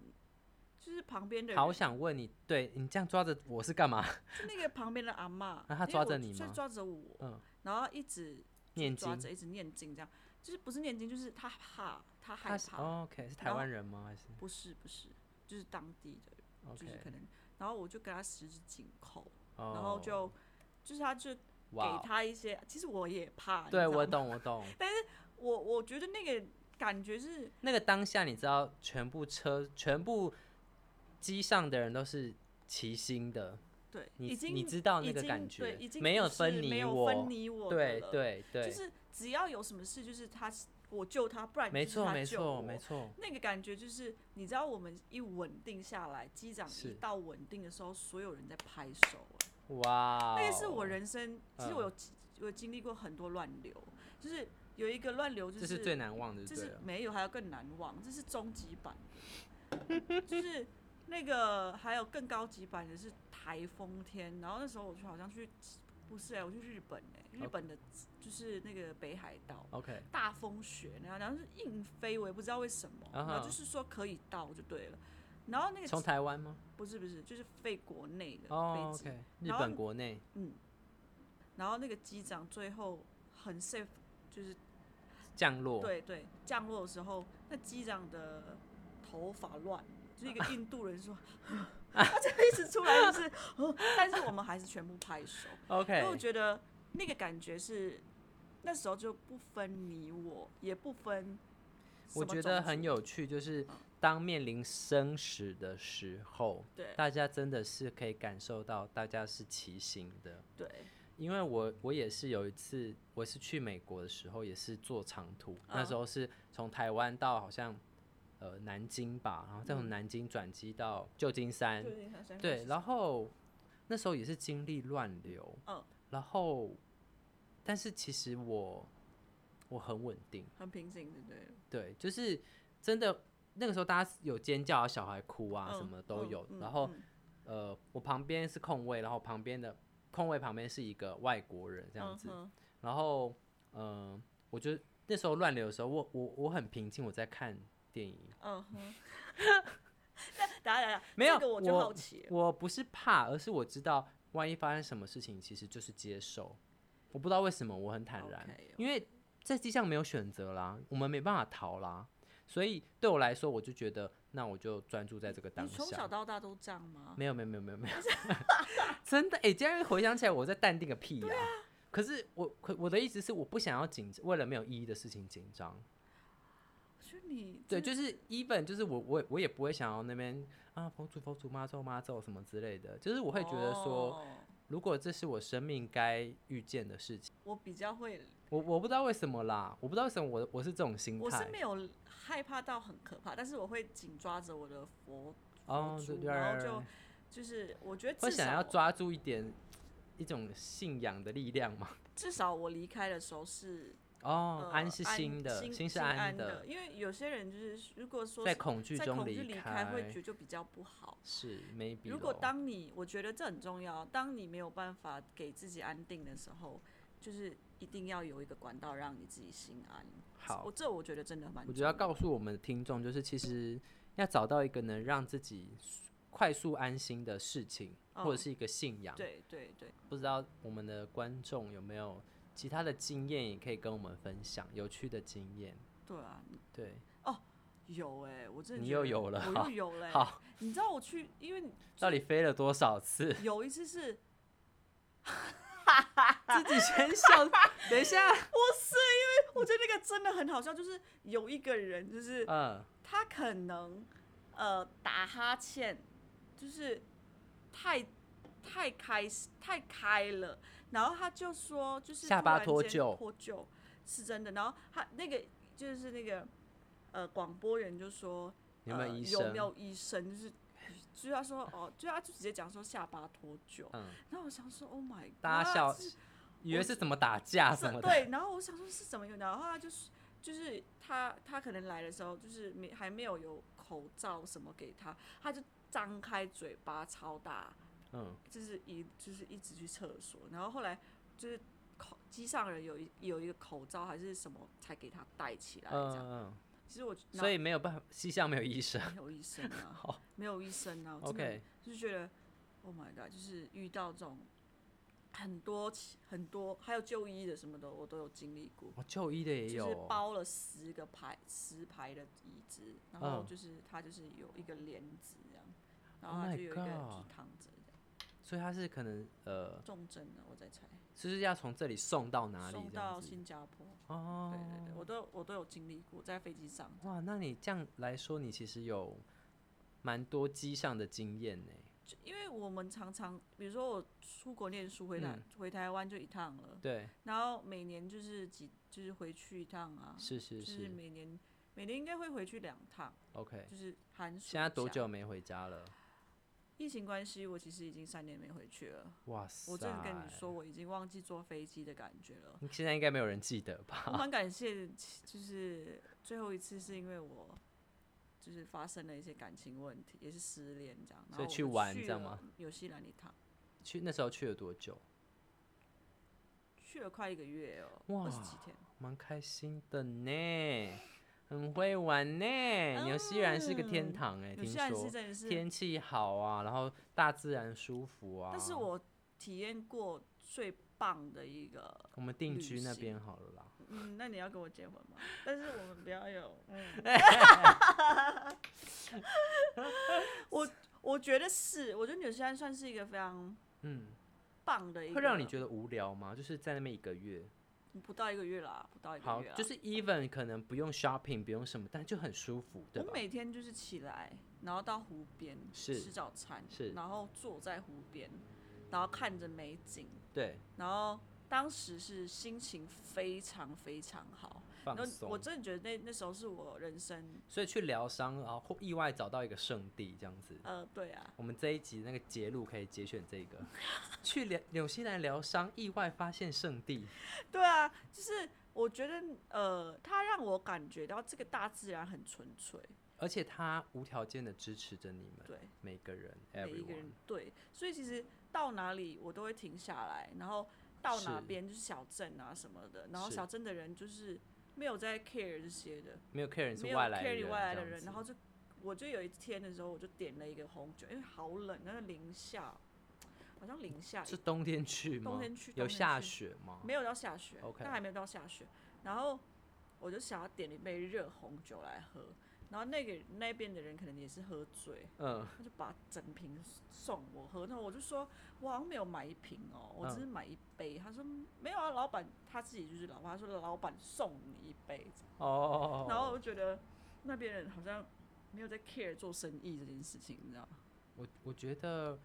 Speaker 2: 就是旁边的
Speaker 1: 好
Speaker 2: 人
Speaker 1: 想问你，对你这样抓着我是干嘛？
Speaker 2: 就那个旁边的阿妈，
Speaker 1: 那她抓着你
Speaker 2: 就
Speaker 1: 吗
Speaker 2: 抓着我，
Speaker 1: 嗯
Speaker 2: 然后一直
Speaker 1: 念
Speaker 2: 抓
Speaker 1: 经
Speaker 2: 着一直念经，这样就是不是念经，就是他怕，他害
Speaker 1: 他是
Speaker 2: 怕，
Speaker 1: 哦 OK 是台
Speaker 2: 然后
Speaker 1: 湾人吗？还是
Speaker 2: 不是不是，就是当地的人就是可
Speaker 1: OK？
Speaker 2: 能，然后我就给他十指紧扣，
Speaker 1: 哦
Speaker 2: 然后就就是他就
Speaker 1: 哇
Speaker 2: 给
Speaker 1: 哦，
Speaker 2: 他一些，其实我也怕，你
Speaker 1: 对
Speaker 2: 知道
Speaker 1: 我
Speaker 2: 吗
Speaker 1: 懂我懂。
Speaker 2: 我我觉得那个感觉是
Speaker 1: 那个当下你知道，全部车全部机上的人都是齐心的，
Speaker 2: 对，
Speaker 1: 你
Speaker 2: 已经
Speaker 1: 你知道那
Speaker 2: 已
Speaker 1: 个
Speaker 2: 经
Speaker 1: 感
Speaker 2: 对
Speaker 1: 觉
Speaker 2: 已，经
Speaker 1: 没
Speaker 2: 不
Speaker 1: 有
Speaker 2: 是
Speaker 1: 分
Speaker 2: 没
Speaker 1: 你
Speaker 2: 有
Speaker 1: 我
Speaker 2: 分，你我的
Speaker 1: 对
Speaker 2: 了
Speaker 1: 对
Speaker 2: 就
Speaker 1: 对，
Speaker 2: 是只要有什么事，就是他我救他，不然
Speaker 1: 没
Speaker 2: 就是
Speaker 1: 错
Speaker 2: 他
Speaker 1: 没
Speaker 2: 救
Speaker 1: 错
Speaker 2: 我。
Speaker 1: 没错，
Speaker 2: 那个感觉就是，你知道我们一稳定下来，机长一
Speaker 1: 是
Speaker 2: 到稳定的时候，所有人在拍手、哎
Speaker 1: 哇哦，
Speaker 2: 那个是我人生，其实
Speaker 1: 嗯
Speaker 2: 我有、我经历过很多乱流，就是有一个乱流就
Speaker 1: 这是最难忘的，
Speaker 2: 这
Speaker 1: 对啊
Speaker 2: 是
Speaker 1: 了，
Speaker 2: 没有，还有更难忘，这是终极版的， 就是那个还有更高级版的是台风天，然后那时候我去好像去不是哎、我去日本哎、日
Speaker 1: OK
Speaker 2: 本的就是那个北海道
Speaker 1: OK
Speaker 2: 大风雪，然后然后是硬飞，我也不知道为什么，
Speaker 1: 啊哈
Speaker 2: 然后就是说可以到就对了，然后那
Speaker 1: 从
Speaker 2: 个
Speaker 1: 台湾吗？
Speaker 2: 不是不是就是飞国内的
Speaker 1: 哦
Speaker 2: 飞机，
Speaker 1: OK 日
Speaker 2: 然后
Speaker 1: 本国内
Speaker 2: 然后那个机长最后很 safe，就是
Speaker 1: 降落，
Speaker 2: 对对，降落的时候，那机长的头发乱，就是一个印度 人说，他就一直出来就是，哦但是我们还是全部拍手，因为我
Speaker 1: OK
Speaker 2: 觉得那个感觉是那时候就不分你我，也不分什
Speaker 1: 我
Speaker 2: 么
Speaker 1: 觉
Speaker 2: 种族，
Speaker 1: 得很有趣，就是当面临生死的时候，
Speaker 2: 对
Speaker 1: 大家真的是可以感受到大家是齐心的。
Speaker 2: 对
Speaker 1: 因为我我也是有一次，我是去美国的时候，也是坐长途，
Speaker 2: 嗯
Speaker 1: 那时候是从台湾到好像呃南京吧，然后再从
Speaker 2: 嗯
Speaker 1: 南京转机到旧金山，
Speaker 2: 就有点像三
Speaker 1: 对，
Speaker 2: 后
Speaker 1: 然后那时候也是经历乱流，
Speaker 2: 嗯
Speaker 1: 然后但是其实我我很稳定，
Speaker 2: 很平静的，对
Speaker 1: 对，就是真的那个时候大家有尖叫啊，小孩哭啊，什
Speaker 2: 嗯
Speaker 1: 么的都
Speaker 2: 嗯
Speaker 1: 有，
Speaker 2: 嗯
Speaker 1: 然后
Speaker 2: 嗯
Speaker 1: 呃我旁边是空位，然后旁边的空位旁边是一个外国人这样
Speaker 2: 嗯
Speaker 1: 子。
Speaker 2: 哼
Speaker 1: 然后，嗯、我觉得那时候乱流的时候，我我我很平静，我在看电影，
Speaker 2: 嗯哼， 那等下等下，
Speaker 1: 没有
Speaker 2: 这个我就
Speaker 1: 我
Speaker 2: 好奇了，
Speaker 1: 我不是怕，而是我知道万一发生什么事情，其实就是接受。我不知道为什么我很坦然
Speaker 2: OK，OK
Speaker 1: 因为在机上没有选择啦，我们没办法逃啦，所以对我来说，我就觉得那我就专注在这个当
Speaker 2: 你从
Speaker 1: 下
Speaker 2: 小。到大都这样吗？
Speaker 1: 没有没有没有没有 没有， 真的哎、欸，这样回想起来，我在淡定个屁呀、
Speaker 2: 啊
Speaker 1: 可是我可我的意思是，我不想要紧，为了没有意义的事情紧张。
Speaker 2: 我觉得你
Speaker 1: 对，
Speaker 2: 真的
Speaker 1: 就是 even 就是我我也我也不会想要那边啊佛祖佛祖妈咒妈咒什么之类的，就是我会觉得说，
Speaker 2: 哦
Speaker 1: 如果这是我生命该遇见的事情，
Speaker 2: 我比较会，
Speaker 1: 我我不知道为什么啦，我不知道为什么我我是这种心
Speaker 2: 我是
Speaker 1: 态
Speaker 2: 没有害怕到很可怕，但是我会紧抓着我的佛，
Speaker 1: 哦，对
Speaker 2: 佛珠
Speaker 1: 对
Speaker 2: 然后
Speaker 1: 对
Speaker 2: 就
Speaker 1: 对
Speaker 2: 就是我觉得
Speaker 1: 会
Speaker 2: 至
Speaker 1: 想
Speaker 2: 少
Speaker 1: 要
Speaker 2: 我
Speaker 1: 抓住一点一种信仰的力量嘛。
Speaker 2: 至少我离开的时候是
Speaker 1: 哦
Speaker 2: 呃，
Speaker 1: 安是心的，
Speaker 2: 心
Speaker 1: 是
Speaker 2: 心
Speaker 1: 安
Speaker 2: 安，因为有些人就是如果说
Speaker 1: 在
Speaker 2: 是
Speaker 1: 恐惧
Speaker 2: 在
Speaker 1: 中
Speaker 2: 恐惧离
Speaker 1: 开
Speaker 2: 会觉得就比较不好。
Speaker 1: 是 maybe
Speaker 2: 如果
Speaker 1: 咯
Speaker 2: 当你我觉得这很重要，当你没有办法给自己安定的时候，就是一定要有一个管道让你自己心安。
Speaker 1: 好
Speaker 2: 我这我觉得真的蛮
Speaker 1: 我
Speaker 2: 重
Speaker 1: 觉得要
Speaker 2: 要的，
Speaker 1: 告诉我们的听众，就是其实要找到一个能让自己快速安心的事情，或者
Speaker 2: 嗯
Speaker 1: 是一个信仰。
Speaker 2: 对对对，
Speaker 1: 不知道我们的观众有没有其他的经验，也可以跟我们分享有趣的经验。
Speaker 2: 对啊，
Speaker 1: 对，
Speaker 2: 有哎、我真的
Speaker 1: 你
Speaker 2: 觉
Speaker 1: 又
Speaker 2: 得
Speaker 1: 有了
Speaker 2: 我
Speaker 1: 好
Speaker 2: 又有了欸、
Speaker 1: 好，
Speaker 2: 你知道我去，因 为你
Speaker 1: 到底飞了多少 次？
Speaker 2: 有一次是
Speaker 1: 自己先笑。等一下，
Speaker 2: 我觉得那个真的很好笑，就是有一个人，就是
Speaker 1: 嗯，
Speaker 2: 他可能呃打哈欠，就是太太开太开了，然后他就说就是
Speaker 1: 下
Speaker 2: 突
Speaker 1: 巴
Speaker 2: 然
Speaker 1: 脱
Speaker 2: 间
Speaker 1: 臼
Speaker 2: 脱臼是真的，然后他那个就是那个呃广播人就说
Speaker 1: 有没有
Speaker 2: 呃
Speaker 1: 医生？
Speaker 2: 有没有医生？就是就是他说哦，就他就直接讲说下巴脱臼，
Speaker 1: 嗯，
Speaker 2: 然后我想说 Oh my God，
Speaker 1: 大家笑
Speaker 2: 这是，
Speaker 1: 以为是怎么打架
Speaker 2: 是
Speaker 1: 什么的。
Speaker 2: 对，然后我想说是怎么有，然后他就是就是他他可能来的时候就是没还没有有口罩什么给他，他就张开嘴巴超大，
Speaker 1: 嗯，
Speaker 2: 就是一就是一直去厕所，然后后来就是口机上人有一有一个口罩还是什么才给他戴起来这
Speaker 1: 嗯
Speaker 2: 样。
Speaker 1: 嗯
Speaker 2: 其实我
Speaker 1: 嗯，所
Speaker 2: 以
Speaker 1: 以没有办法，西夏没有医生。
Speaker 2: 没有医生 啊 ，没有医生啊我真的
Speaker 1: OK，
Speaker 2: 就是觉得 Oh my God，就是遇到这种很多很多，还有就医的什么的，我都有经历过。
Speaker 1: 我就医的也
Speaker 2: 就是
Speaker 1: 有，哦
Speaker 2: 包了十个排十排的椅子，然后
Speaker 1: 嗯
Speaker 2: 就是它就是有一个帘子这样，然
Speaker 1: Oh
Speaker 2: 后它
Speaker 1: my
Speaker 2: 就有一个人就
Speaker 1: God
Speaker 2: 躺着这样，
Speaker 1: 所以他是可能呃，
Speaker 2: 重症的我在猜，
Speaker 1: 就是要从这里送到哪里
Speaker 2: 送
Speaker 1: 这样
Speaker 2: 到
Speaker 1: 子。
Speaker 2: 新加坡，对
Speaker 1: 哦，
Speaker 2: 对对，我都有我都有经历过，在飞机上，
Speaker 1: 哇，那你这样来说，你其实有蛮多机上的经验呢。
Speaker 2: 就因为我们常常比如说我出国念书回来、
Speaker 1: 嗯
Speaker 2: 回台湾就一趟了，
Speaker 1: 对，
Speaker 2: 然后每年就是几就是回去一趟啊，
Speaker 1: 是是
Speaker 2: 就是
Speaker 1: 是
Speaker 2: 每年每年应该会回去两趟，
Speaker 1: ，OK。
Speaker 2: 就是寒暑
Speaker 1: 现在多
Speaker 2: 假？
Speaker 1: 久没回家了？
Speaker 2: 疫情关系，我其实已经三年没回去了。
Speaker 1: 哇塞！
Speaker 2: 我真的跟你说，我已经忘记坐飞机的感觉了。
Speaker 1: 你现在应该没有人记得吧？
Speaker 2: 我蛮感谢，其就是最后一次是因为我就是发生了一些感情问题，也是失恋这样，然
Speaker 1: 所
Speaker 2: 后
Speaker 1: 以
Speaker 2: 我
Speaker 1: 去
Speaker 2: 就
Speaker 1: 玩
Speaker 2: 去
Speaker 1: 这样
Speaker 2: 了
Speaker 1: 吗？
Speaker 2: 纽西兰一趟，
Speaker 1: 去那时候去了多久？
Speaker 2: 去了快一个月哦，
Speaker 1: 哇
Speaker 2: 二十几天。
Speaker 1: 蛮开心的呢，很会玩呢。纽西兰是个天堂哎，
Speaker 2: 纽
Speaker 1: 听
Speaker 2: 嗯西兰是
Speaker 1: 说
Speaker 2: 真的是，
Speaker 1: 天气好啊，然后大自然舒服啊。
Speaker 2: 但是我体验过最棒的一个。
Speaker 1: 我们定
Speaker 2: 旅
Speaker 1: 居那
Speaker 2: 行
Speaker 1: 边好了啦。
Speaker 2: 嗯，那你要跟我结婚 吗？但是我们不要有， 嗯，我我觉得是，我觉得纽西兰算是一个非常
Speaker 1: 嗯，
Speaker 2: 棒的一个，
Speaker 1: 会让你觉得无聊吗？就是在那边一个月，
Speaker 2: 不到一个月啦，不到哦一个
Speaker 1: 好
Speaker 2: 月啦，，啊
Speaker 1: 就是 even 可能不用 shopping，不用什么，但就很舒服，对
Speaker 2: 我
Speaker 1: 吧？
Speaker 2: 每天就是起来，然后到湖边
Speaker 1: 是
Speaker 2: 吃早餐，
Speaker 1: 是
Speaker 2: 然后坐在湖边，然后看着美景，
Speaker 1: 对，
Speaker 2: 然后当时是心情非常非常好，然
Speaker 1: 放
Speaker 2: 后我
Speaker 1: 松。
Speaker 2: 真的觉得那那时候是我人生，
Speaker 1: 所以去疗伤，然后或意外找到一个圣地这样子。
Speaker 2: 呃，对啊，
Speaker 1: 我们这一集那个节录可以节选 这个，去疗纽西兰疗伤，意外发现圣地。
Speaker 2: 对啊，就是我觉得呃，它让我感觉到这个大自然很纯粹，
Speaker 1: 而且他无条件的支持着你们
Speaker 2: 对，
Speaker 1: 每个人
Speaker 2: 每一个人
Speaker 1: ，everyone。
Speaker 2: 对，所以其实到哪里我都会停下来，然后到哪
Speaker 1: 是
Speaker 2: 边就是小镇啊什么的，然后
Speaker 1: 是
Speaker 2: 小镇的人就是没有在 care 这些的，
Speaker 1: 没有 care 你是
Speaker 2: 没有
Speaker 1: 外来
Speaker 2: care 你
Speaker 1: 人，
Speaker 2: 外来
Speaker 1: 这
Speaker 2: 的
Speaker 1: 样
Speaker 2: 人，
Speaker 1: 子
Speaker 2: 然后就我就有一天的时候，我就点了一个红酒，因为好冷，那个零下，好像零下
Speaker 1: 是冬天去吗？
Speaker 2: 冬天去
Speaker 1: 有
Speaker 2: 冬天
Speaker 1: 下
Speaker 2: 去
Speaker 1: 雪吗？
Speaker 2: 没有到下雪
Speaker 1: OK
Speaker 2: 但还没有到下雪。然后我就想要点一杯热红酒来喝，然后那个那边的人可能也是喝醉，
Speaker 1: 嗯，
Speaker 2: 他就把整瓶送我喝。那我就说，我好像没有买一瓶
Speaker 1: 嗯
Speaker 2: 哦，我只是买一杯。他说没有啊，老板他自己就是老板，他说老板送你一杯。
Speaker 1: 哦，
Speaker 2: 然后我就觉得那边人好像没有在 care 做生意这件事情，你知道吗？
Speaker 1: 我我觉得，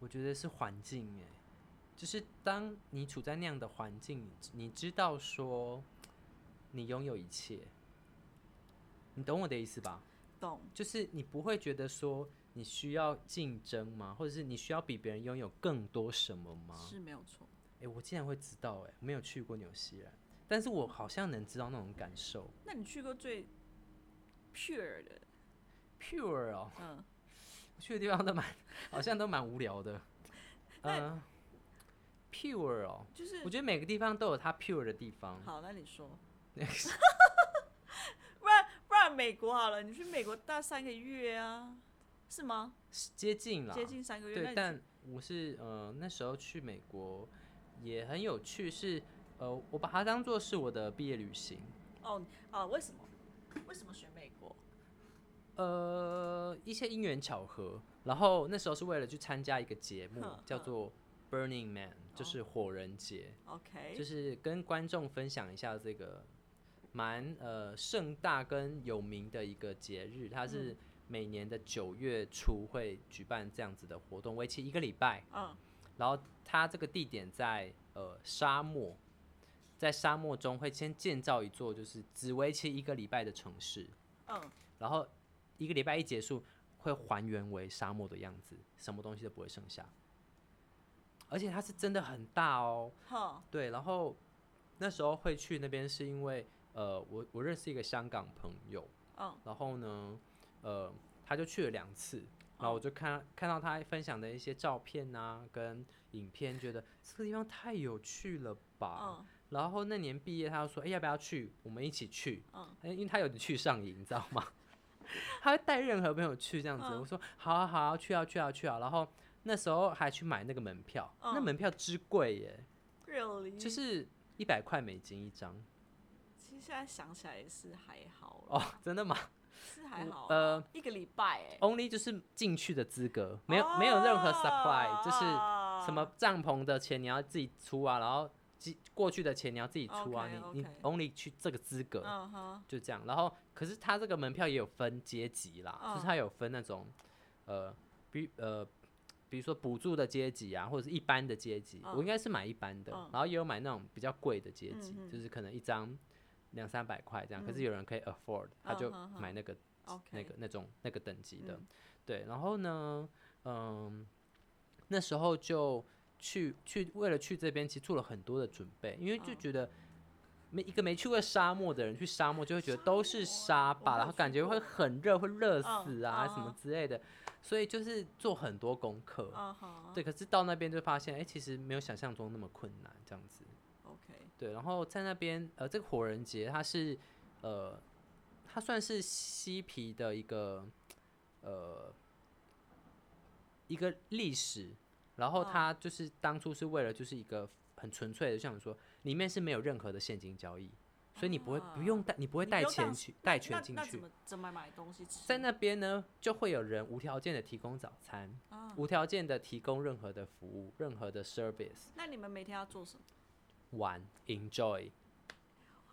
Speaker 1: 我觉得是环境哎，就是当你处在那样的环境，你知道说你拥有一切，你懂我的意思吧？
Speaker 2: 懂，
Speaker 1: 就是你不会觉得说你需要竞争吗？或者是你需要比别人拥有更多什么吗？
Speaker 2: 是没有错。
Speaker 1: 哎、我竟然会知道哎，没有去过纽西兰，但是我好像能知道那种感受。
Speaker 2: 那你去过最 pure 的，
Speaker 1: Pure 哦，
Speaker 2: 嗯。
Speaker 1: 去的地方都蛮， 好像都蛮无聊的。
Speaker 2: 那
Speaker 1: 嗯、p u r e 哦，
Speaker 2: 就是
Speaker 1: 我觉得每个地方都有它 pure 的地方。
Speaker 2: 好，那你说。 不然不然美国好了，你去美国待三个月啊，是吗？
Speaker 1: 是接近啦，
Speaker 2: 接近三个月，那
Speaker 1: 对，
Speaker 2: 你
Speaker 1: 但我是呃那时候去美国也很有趣，是呃我把它当做是我的毕业旅行。
Speaker 2: 哦啊，为什么为什么选美国？
Speaker 1: 呃，一些因缘巧合，然后那时候是为了去参加一个节目
Speaker 2: 哼，
Speaker 1: 叫
Speaker 2: 哼
Speaker 1: 做 Burning Man，就是火人节。
Speaker 2: OK，
Speaker 1: 就是跟观众分享一下这个蛮呃盛大跟有名的一个节日，它
Speaker 2: 嗯
Speaker 1: 是每年的九月初会举办这样子的活动，为期一个礼拜。
Speaker 2: 嗯，
Speaker 1: 然后它这个地点在呃沙漠，在沙漠中会先建造一座就是只为期一个礼拜的城市，
Speaker 2: 嗯，
Speaker 1: 然后一个礼拜一结束会还原为沙漠的样子，什么东西都不会剩下。而且它是真的很大哦，
Speaker 2: 哼，
Speaker 1: 对，然后那时候会去那边是因为呃，我我认识一个香港朋友，
Speaker 2: 嗯，
Speaker 1: 然后呢，呃，他就去了两次，然后我就看、看到他分享的一些照片啊，跟影片，觉得这个地方太有趣了吧。
Speaker 2: 嗯，
Speaker 1: 然后那年毕业，他就说，哎、要不要去？我们一起去。哎
Speaker 2: 嗯，
Speaker 1: 因为他有点去上瘾，你知 道吗？他会带任何朋友去这样子，我说好啊好啊，去啊去啊去啊，然后那时候还去买那个门票，那门票之贵耶，
Speaker 2: ，really，
Speaker 1: 就是一百块美金一张
Speaker 2: 其实现在想起来也是还好啦，
Speaker 1: 哦，真的吗
Speaker 2: 是还好，
Speaker 1: 呃，
Speaker 2: 一个礼拜哦哎，
Speaker 1: ？Only 就是进去的资格，没有没有任何 supply，就是
Speaker 2: 是
Speaker 1: 什么帐篷的钱你要自己出啊，然后机过去的钱你要自己出啊，你你
Speaker 2: OK，OK
Speaker 1: Only 去这个资格，
Speaker 2: 嗯哼，
Speaker 1: 就这样。然后，可是它这个门票也有分阶级啦，
Speaker 2: 嗯
Speaker 1: 就是它有分那种，呃，比呃，比如说补助的阶级啊，或者是一般的阶级。我应该是买一般的，
Speaker 2: 嗯
Speaker 1: 然后也有买那种比较贵的阶级，
Speaker 2: 嗯嗯
Speaker 1: 就是可能一张两三百块这样。可是有人可以 afford，他
Speaker 2: 嗯
Speaker 1: 就
Speaker 2: 哼哼
Speaker 1: 买那个
Speaker 2: OK，
Speaker 1: 呃那个那种那个等级的。
Speaker 2: 嗯
Speaker 1: 对，然后呢，嗯，那时候就去去为了去这边，其实做了很多的准备，因为就
Speaker 2: 嗯
Speaker 1: 觉得没一个没去过沙漠的人去沙漠，就会觉得
Speaker 2: 沙
Speaker 1: 都是
Speaker 2: 漠
Speaker 1: 沙
Speaker 2: 我
Speaker 1: 吧，
Speaker 2: 没
Speaker 1: 然
Speaker 2: 有
Speaker 1: 后感
Speaker 2: 去
Speaker 1: 觉会
Speaker 2: 过
Speaker 1: 很热，会热
Speaker 2: 嗯
Speaker 1: 死啊什
Speaker 2: 嗯
Speaker 1: 么之类的，所以就是做很多功课。
Speaker 2: 嗯哼，
Speaker 1: 对，可是到那边就发现，哎、其实没有想象中那么困难，这样子。
Speaker 2: ，OK，
Speaker 1: 对，然后在那边，呃，这个火人节它是，呃，它算是嬉皮的一个，呃，一个历史。然后
Speaker 2: 哦
Speaker 1: 它就是当初是为了就是一个很纯粹的，像你说，里面是没有任何的现金交易，所以你不会不用带，你不会
Speaker 2: 哦你
Speaker 1: 带
Speaker 2: 不用
Speaker 1: 钱
Speaker 2: 当
Speaker 1: 去带
Speaker 2: 那
Speaker 1: 钱进
Speaker 2: 那那
Speaker 1: 去
Speaker 2: 怎。么怎么买东西吃？
Speaker 1: 在那边呢，就会有人无条件的提供早餐，
Speaker 2: 啊，
Speaker 1: 无条件的提供任何的服务，任何的 service，
Speaker 2: 那你们每天要做什么？
Speaker 1: 玩 enjoy。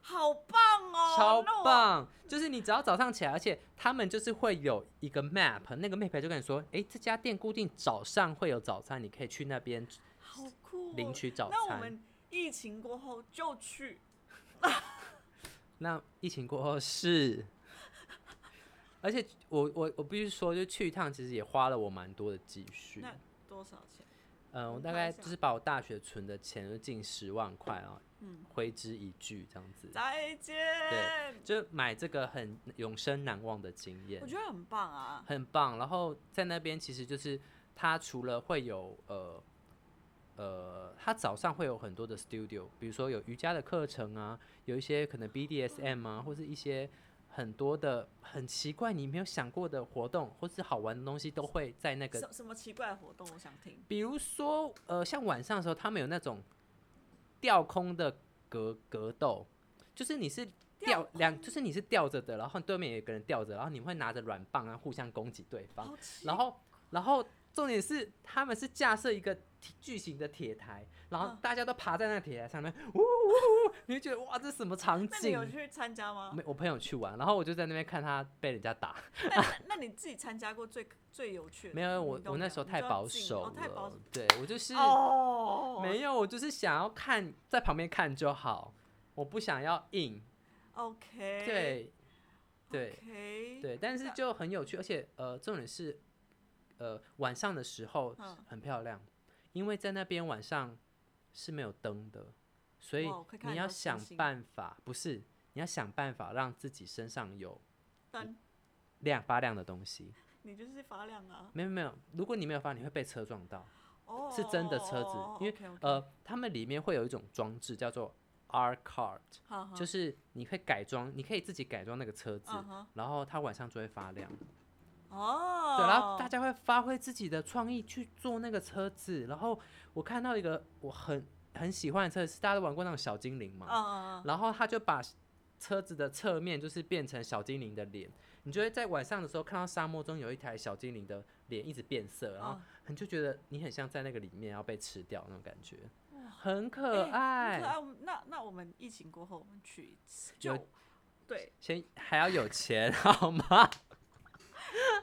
Speaker 2: 好棒哦，
Speaker 1: 超
Speaker 2: 那我！
Speaker 1: 棒！就是你只要早上起来，而且他们就是会有一个 map，那个 map 就跟你说，诶，这家店固定早上会有早餐，你可以去那边
Speaker 2: 好酷、哦，
Speaker 1: 领取早
Speaker 2: 那我
Speaker 1: 餐。
Speaker 2: 们疫情过后就去，
Speaker 1: 那疫情过后是，而且我我我必须说，就去一趟其实也花了我蛮多的积蓄。
Speaker 2: 那多少钱？
Speaker 1: 嗯，我
Speaker 2: 你
Speaker 1: 大
Speaker 2: 看
Speaker 1: 概
Speaker 2: 一下
Speaker 1: 就是把我大学存的钱就近十万块啊，
Speaker 2: 嗯
Speaker 1: 挥之一炬这样子，
Speaker 2: 再见。
Speaker 1: 就买这个很永生难忘的经验
Speaker 2: 我。觉得很棒啊，
Speaker 1: 很棒。然后在那边其实就是它除了会有呃呃，它早上会有很多的 studio，比如说有瑜伽的课程啊，有一些可能 BDSM 啊，或是一些很多的很奇怪你没有想过的活动，或是好玩的东西都会在那个。
Speaker 2: 什什么奇怪的活动？我想听。
Speaker 1: 比如说呃，像晚上的时候，他们有那种吊空的格格斗，就是你是。吊两就是你是吊着的，然后对面有一个人吊着，然后你会拿着软棒啊互相攻击对方，
Speaker 2: 好奇
Speaker 1: 然后，然后重点是他们是架设一个铁巨型的铁台，然后
Speaker 2: 嗯
Speaker 1: 大家都爬在那铁台上面，呜呜呜，你就觉得哇，这什么场
Speaker 2: 那你
Speaker 1: 景
Speaker 2: 有？去参加吗？
Speaker 1: 没，我朋友去玩，然后我就在那边看他被人家打。
Speaker 2: 那那那你自己参加过最最有趣的？
Speaker 1: 没有，我
Speaker 2: 运动
Speaker 1: 我那
Speaker 2: 量
Speaker 1: 时候
Speaker 2: 你
Speaker 1: 太
Speaker 2: 就要
Speaker 1: 保
Speaker 2: 自己
Speaker 1: 守
Speaker 2: 哦太保守
Speaker 1: 了，对我就是
Speaker 2: 哦，
Speaker 1: 没有，我就是想要看，在旁边看就好，我不想要硬。
Speaker 2: OK，
Speaker 1: 对，对。
Speaker 2: ，OK，
Speaker 1: 对，但是
Speaker 2: 那
Speaker 1: 就很有趣，而且呃，重点是，呃，晚上的时候
Speaker 2: 嗯
Speaker 1: 很漂亮，因为在那边晚上是没有灯的，所以
Speaker 2: 哇我可以看
Speaker 1: 你
Speaker 2: 得
Speaker 1: 要
Speaker 2: 到星
Speaker 1: 想
Speaker 2: 星
Speaker 1: 办法，不是你要想办法让自己身上有
Speaker 2: 但
Speaker 1: 亮发亮的东西。
Speaker 2: 你就是发亮啊，
Speaker 1: 没有没有，如果你没有发，你会被车撞到。
Speaker 2: 哦，
Speaker 1: 是真的车子因为呃，他们里面会有一种装置叫做 R card，
Speaker 2: 呃
Speaker 1: 就是是你可以改装，你可以自己改装那个车子，
Speaker 2: 嗯
Speaker 1: 然后它晚上就会发亮。
Speaker 2: 哦，
Speaker 1: 对，然后大家会发挥自己的创意去做那个车子。然后我看到一个我很很喜欢的车子，大家都玩过那种小精灵嘛，
Speaker 2: 嗯嗯
Speaker 1: 然后他就把车子的侧面就是变成小精灵的脸，你就会在晚上的时候看到沙漠中有一台小精灵的脸一直变色，然后
Speaker 2: 嗯
Speaker 1: 你就觉得你很像在那个里面要被吃掉那种感觉，
Speaker 2: 嗯，哇
Speaker 1: 很可
Speaker 2: 哎
Speaker 1: 爱。
Speaker 2: 很可爱。我们那那我们疫情过后，我们去一次
Speaker 1: 有
Speaker 2: 就对，
Speaker 1: 先还要有钱好吗？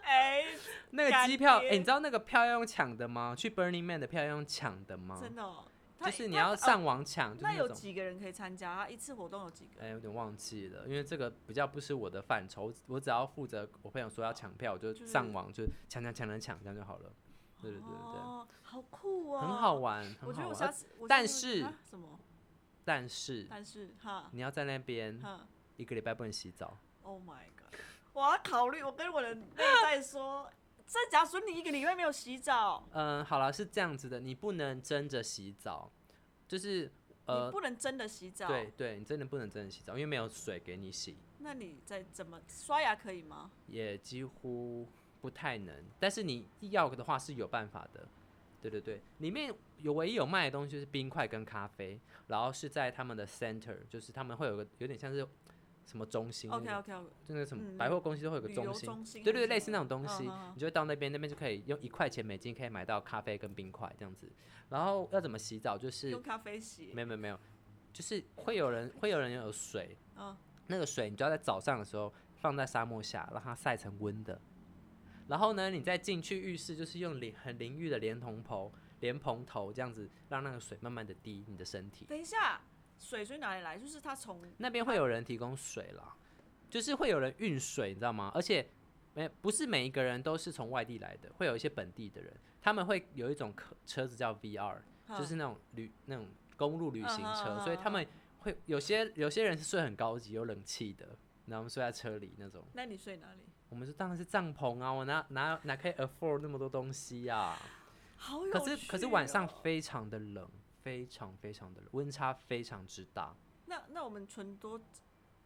Speaker 2: 哎，
Speaker 1: 那个
Speaker 2: 干
Speaker 1: 机 票，哎、
Speaker 2: 爹
Speaker 1: 你知道那个票要用抢的吗？去 Burning Man 的票要用抢的吗？
Speaker 2: 真的哦，
Speaker 1: 嗯就
Speaker 2: 他
Speaker 1: 是你
Speaker 2: 他
Speaker 1: 要
Speaker 2: 呃
Speaker 1: 上网抢，就是
Speaker 2: 那有
Speaker 1: 种
Speaker 2: 几个人可以参加？他一次活动有几个？
Speaker 1: 哎、有点忘记了，因为这个比较不是我的范畴，我只要负责我朋友说要抢票，我就
Speaker 2: 就是
Speaker 1: 上网就抢抢抢抢抢，这样就好了。对对对对
Speaker 2: 哦，好酷
Speaker 1: 对，
Speaker 2: 哦，
Speaker 1: 很好。玩，很
Speaker 2: 我觉
Speaker 1: 好
Speaker 2: 得
Speaker 1: 玩。
Speaker 2: 我下
Speaker 1: 呃
Speaker 2: 次，我下
Speaker 1: 但
Speaker 2: 次会
Speaker 1: 是嗯
Speaker 2: 啊什么？
Speaker 1: 但是
Speaker 2: 但是哈
Speaker 1: 你要在那边
Speaker 2: 哈
Speaker 1: 一个礼拜不能洗澡，
Speaker 2: ，Oh my god！我要考虑，我跟我的内在说，这假如你一个礼拜没有洗澡，
Speaker 1: 嗯，好了，是这样子的，你不能蒸着洗澡，就是
Speaker 2: 你
Speaker 1: 呃，
Speaker 2: 不能真的洗澡，
Speaker 1: 对对，你真的不能蒸着洗澡，因为没有水给你洗，
Speaker 2: 那你再怎么刷牙可以吗？
Speaker 1: 也几乎不太能。但是你要的话是有办法的，对对对，里面有唯一有卖的东西就是冰块跟咖啡，然后是在他们的 center，就是他们会有个有点像是什么中心那
Speaker 2: OK
Speaker 1: 种，
Speaker 2: OK，
Speaker 1: 就那什么
Speaker 2: 哦嗯
Speaker 1: 百货公司都会有个
Speaker 2: 旅游
Speaker 1: 中心，
Speaker 2: 中心
Speaker 1: 对
Speaker 2: 还
Speaker 1: 对
Speaker 2: 是
Speaker 1: 对，类似
Speaker 2: 什
Speaker 1: 那
Speaker 2: 么
Speaker 1: 种东西，
Speaker 2: 嗯嗯嗯
Speaker 1: 你就会到那边，那边就可以用一块钱美金可以买到咖啡跟冰块这样子。然后要怎么洗澡，就是
Speaker 2: 用咖啡洗，
Speaker 1: 没有没有没有，就是会有人会有人有水，
Speaker 2: 嗯，
Speaker 1: 那个水你就要在早上的时候放在沙漠下，让它晒成温的。然后呢，你再进去浴室，就是用淋很淋浴的莲蓬头、莲蓬头这样子，让那个水慢慢的滴你的身体。
Speaker 2: 等一下，水水哪里来？就是它从
Speaker 1: 那边会有人提供水啦，就是会有人运水，你知道吗？而且没不是每一个人都是从外地来的，会有一些本地的人，他们会有一种客车子叫 VR，就
Speaker 2: 嗯
Speaker 1: 是那种旅那种公路旅行
Speaker 2: 嗯
Speaker 1: 车，
Speaker 2: 嗯嗯
Speaker 1: 所以
Speaker 2: 嗯
Speaker 1: 他们会有些有些人是睡很高级，有冷气的，然后我们睡在车里那种。
Speaker 2: 那你睡哪里？
Speaker 1: 我们是当然是帐篷啊，我哪哪哪可以 afford 那么多东西呀、啊？
Speaker 2: 好有
Speaker 1: 可是可是
Speaker 2: 趣
Speaker 1: 晚上
Speaker 2: 哦
Speaker 1: 非常的冷，非常非常的冷，温差非常之大。
Speaker 2: 那那我们存多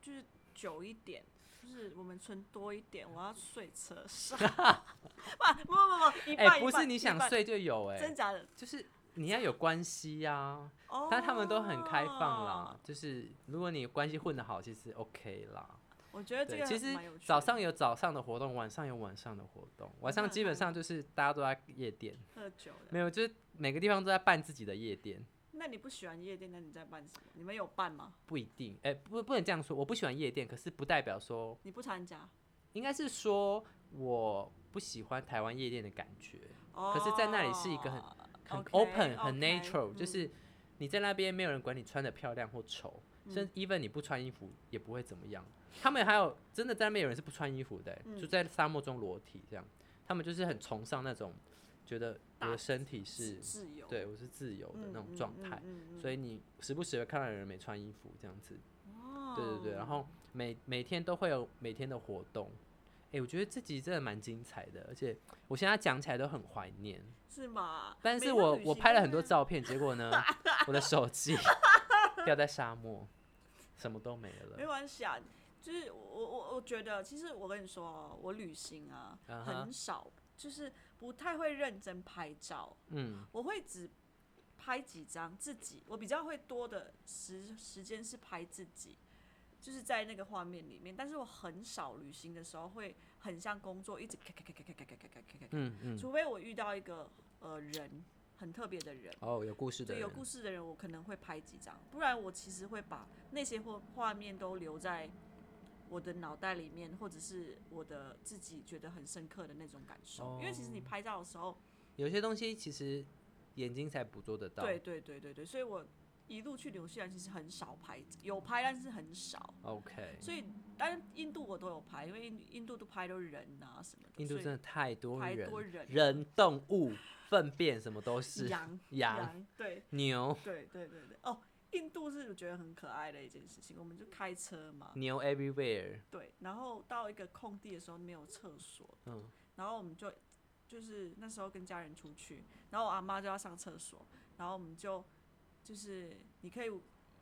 Speaker 2: 就是久一点，就是我们存多一点，我要睡车 上。哇，不不不不，一
Speaker 1: 哎、
Speaker 2: 半、
Speaker 1: 不
Speaker 2: 一半
Speaker 1: 是你想，
Speaker 2: 一
Speaker 1: 睡就有哎、
Speaker 2: 半真假的？
Speaker 1: 就是你要有关系呀、
Speaker 2: 哦，
Speaker 1: 但他们都很开放啦，。就是如果你关系混得好，其实 OK 啦。
Speaker 2: 我觉得这
Speaker 1: 对，
Speaker 2: 个
Speaker 1: 其
Speaker 2: 还
Speaker 1: 实
Speaker 2: 蛮有趣的嗯
Speaker 1: 早上有早上的活动，晚上有晚上的活动，晚上基本上就是大家都在夜店，
Speaker 2: 喝酒的，
Speaker 1: 没有，就是每个地方都在办自己的夜店。
Speaker 2: 那你不喜欢夜店，那你在办什么？你们有办吗？
Speaker 1: 不一定，哎、不不能这样说，我不喜欢夜店，可是不代表说，
Speaker 2: 你不参加？
Speaker 1: 应该是说我不喜欢台湾夜店的感觉，
Speaker 2: 哦，
Speaker 1: 是在那里是一个很很
Speaker 2: OK，
Speaker 1: open，很
Speaker 2: OK，
Speaker 1: natural，就
Speaker 2: 嗯
Speaker 1: 是你在那边没有人管你穿的漂亮或丑，
Speaker 2: 嗯
Speaker 1: 甚至 even 你不穿衣服也不会怎么样。他们还有真的在那边有人是不穿衣服的、欸
Speaker 2: 嗯
Speaker 1: 就在沙漠中裸体这样，他们就是很崇尚那种觉得我的身体是
Speaker 2: 自由
Speaker 1: 对我是自由的那种状态，
Speaker 2: 嗯嗯嗯嗯
Speaker 1: 所以你时不时会看到有人没穿衣服这样子。
Speaker 2: 嗯
Speaker 1: 对对
Speaker 2: 哦
Speaker 1: 对，然后每每天都会有每天的活动。哎、我觉得这集真的蛮精彩的，而且我现在讲起来都很怀念。
Speaker 2: 是吗？
Speaker 1: 但
Speaker 2: 每
Speaker 1: 是
Speaker 2: 趟
Speaker 1: 我
Speaker 2: 旅
Speaker 1: 我
Speaker 2: 行
Speaker 1: 拍
Speaker 2: 都
Speaker 1: 了很
Speaker 2: 这
Speaker 1: 多
Speaker 2: 样
Speaker 1: 照片，结果呢，我的手 机掉在沙漠，什么都没了。
Speaker 2: 没关系啊，就是我我我觉得，其实我跟你说哦，我旅行啊、
Speaker 1: 嗯哼
Speaker 2: 很少，就是不太会认真拍照，
Speaker 1: 嗯，
Speaker 2: 我会只拍几张自己，我比较会多的时时间是拍自己。就是在那个画面里面，但是我很少旅行的时候会很像工作，一直咔咔咔咔咔咔咔咔咔咔咔，
Speaker 1: 嗯嗯，
Speaker 2: 除非我遇到一个呃人很特别的人，
Speaker 1: 哦，有故事的
Speaker 2: 对
Speaker 1: 人
Speaker 2: 有，故事的人，我可能会拍几张，不然我其实会把那些画画面都留在我的脑袋里面，或者是我的自己觉得很深刻的那种感受。因为其
Speaker 1: 哦
Speaker 2: 实你拍照的时候，
Speaker 1: 有些东西其实眼睛才捕捉得到。
Speaker 2: 对对对对对，所以我一路去纽西兰其实很少拍，有拍但是很少。
Speaker 1: ，OK，
Speaker 2: 所以，但是印度我都有拍，因为印印度都拍都人啊什么的，
Speaker 1: 印度真的太多
Speaker 2: 太
Speaker 1: 人，
Speaker 2: 多人
Speaker 1: 人、动物、粪便什么都
Speaker 2: 所以
Speaker 1: 是，
Speaker 2: 羊
Speaker 1: 羊、
Speaker 2: 对，
Speaker 1: 牛、
Speaker 2: 对对对对，哦，印度是我觉得很可爱的一件事情。我们就开车嘛，
Speaker 1: 牛 everywhere。
Speaker 2: 对，然后到一个空地的时候没有厕所，
Speaker 1: 嗯，
Speaker 2: 然后我们就就是那时候跟家人出去，然后我阿妈就要上厕所，然后我们就就是你可以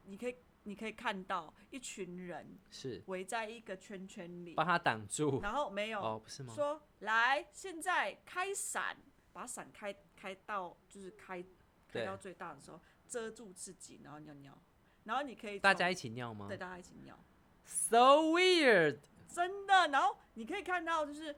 Speaker 2: 你可以你可以看到一群人
Speaker 1: 是
Speaker 2: 围在一个圈圈里，
Speaker 1: 帮他挡住。
Speaker 2: 然后没有、
Speaker 1: 哦，不是吗？
Speaker 2: 说来现在开伞，把伞开开到就是开开
Speaker 1: 对
Speaker 2: 到最大的时候遮住自己，然后尿尿，然后你可以
Speaker 1: 大
Speaker 2: 从
Speaker 1: 家一起尿吗
Speaker 2: 对大家一起尿，
Speaker 1: ？So weird。
Speaker 2: 真的。然后你可以看到，就是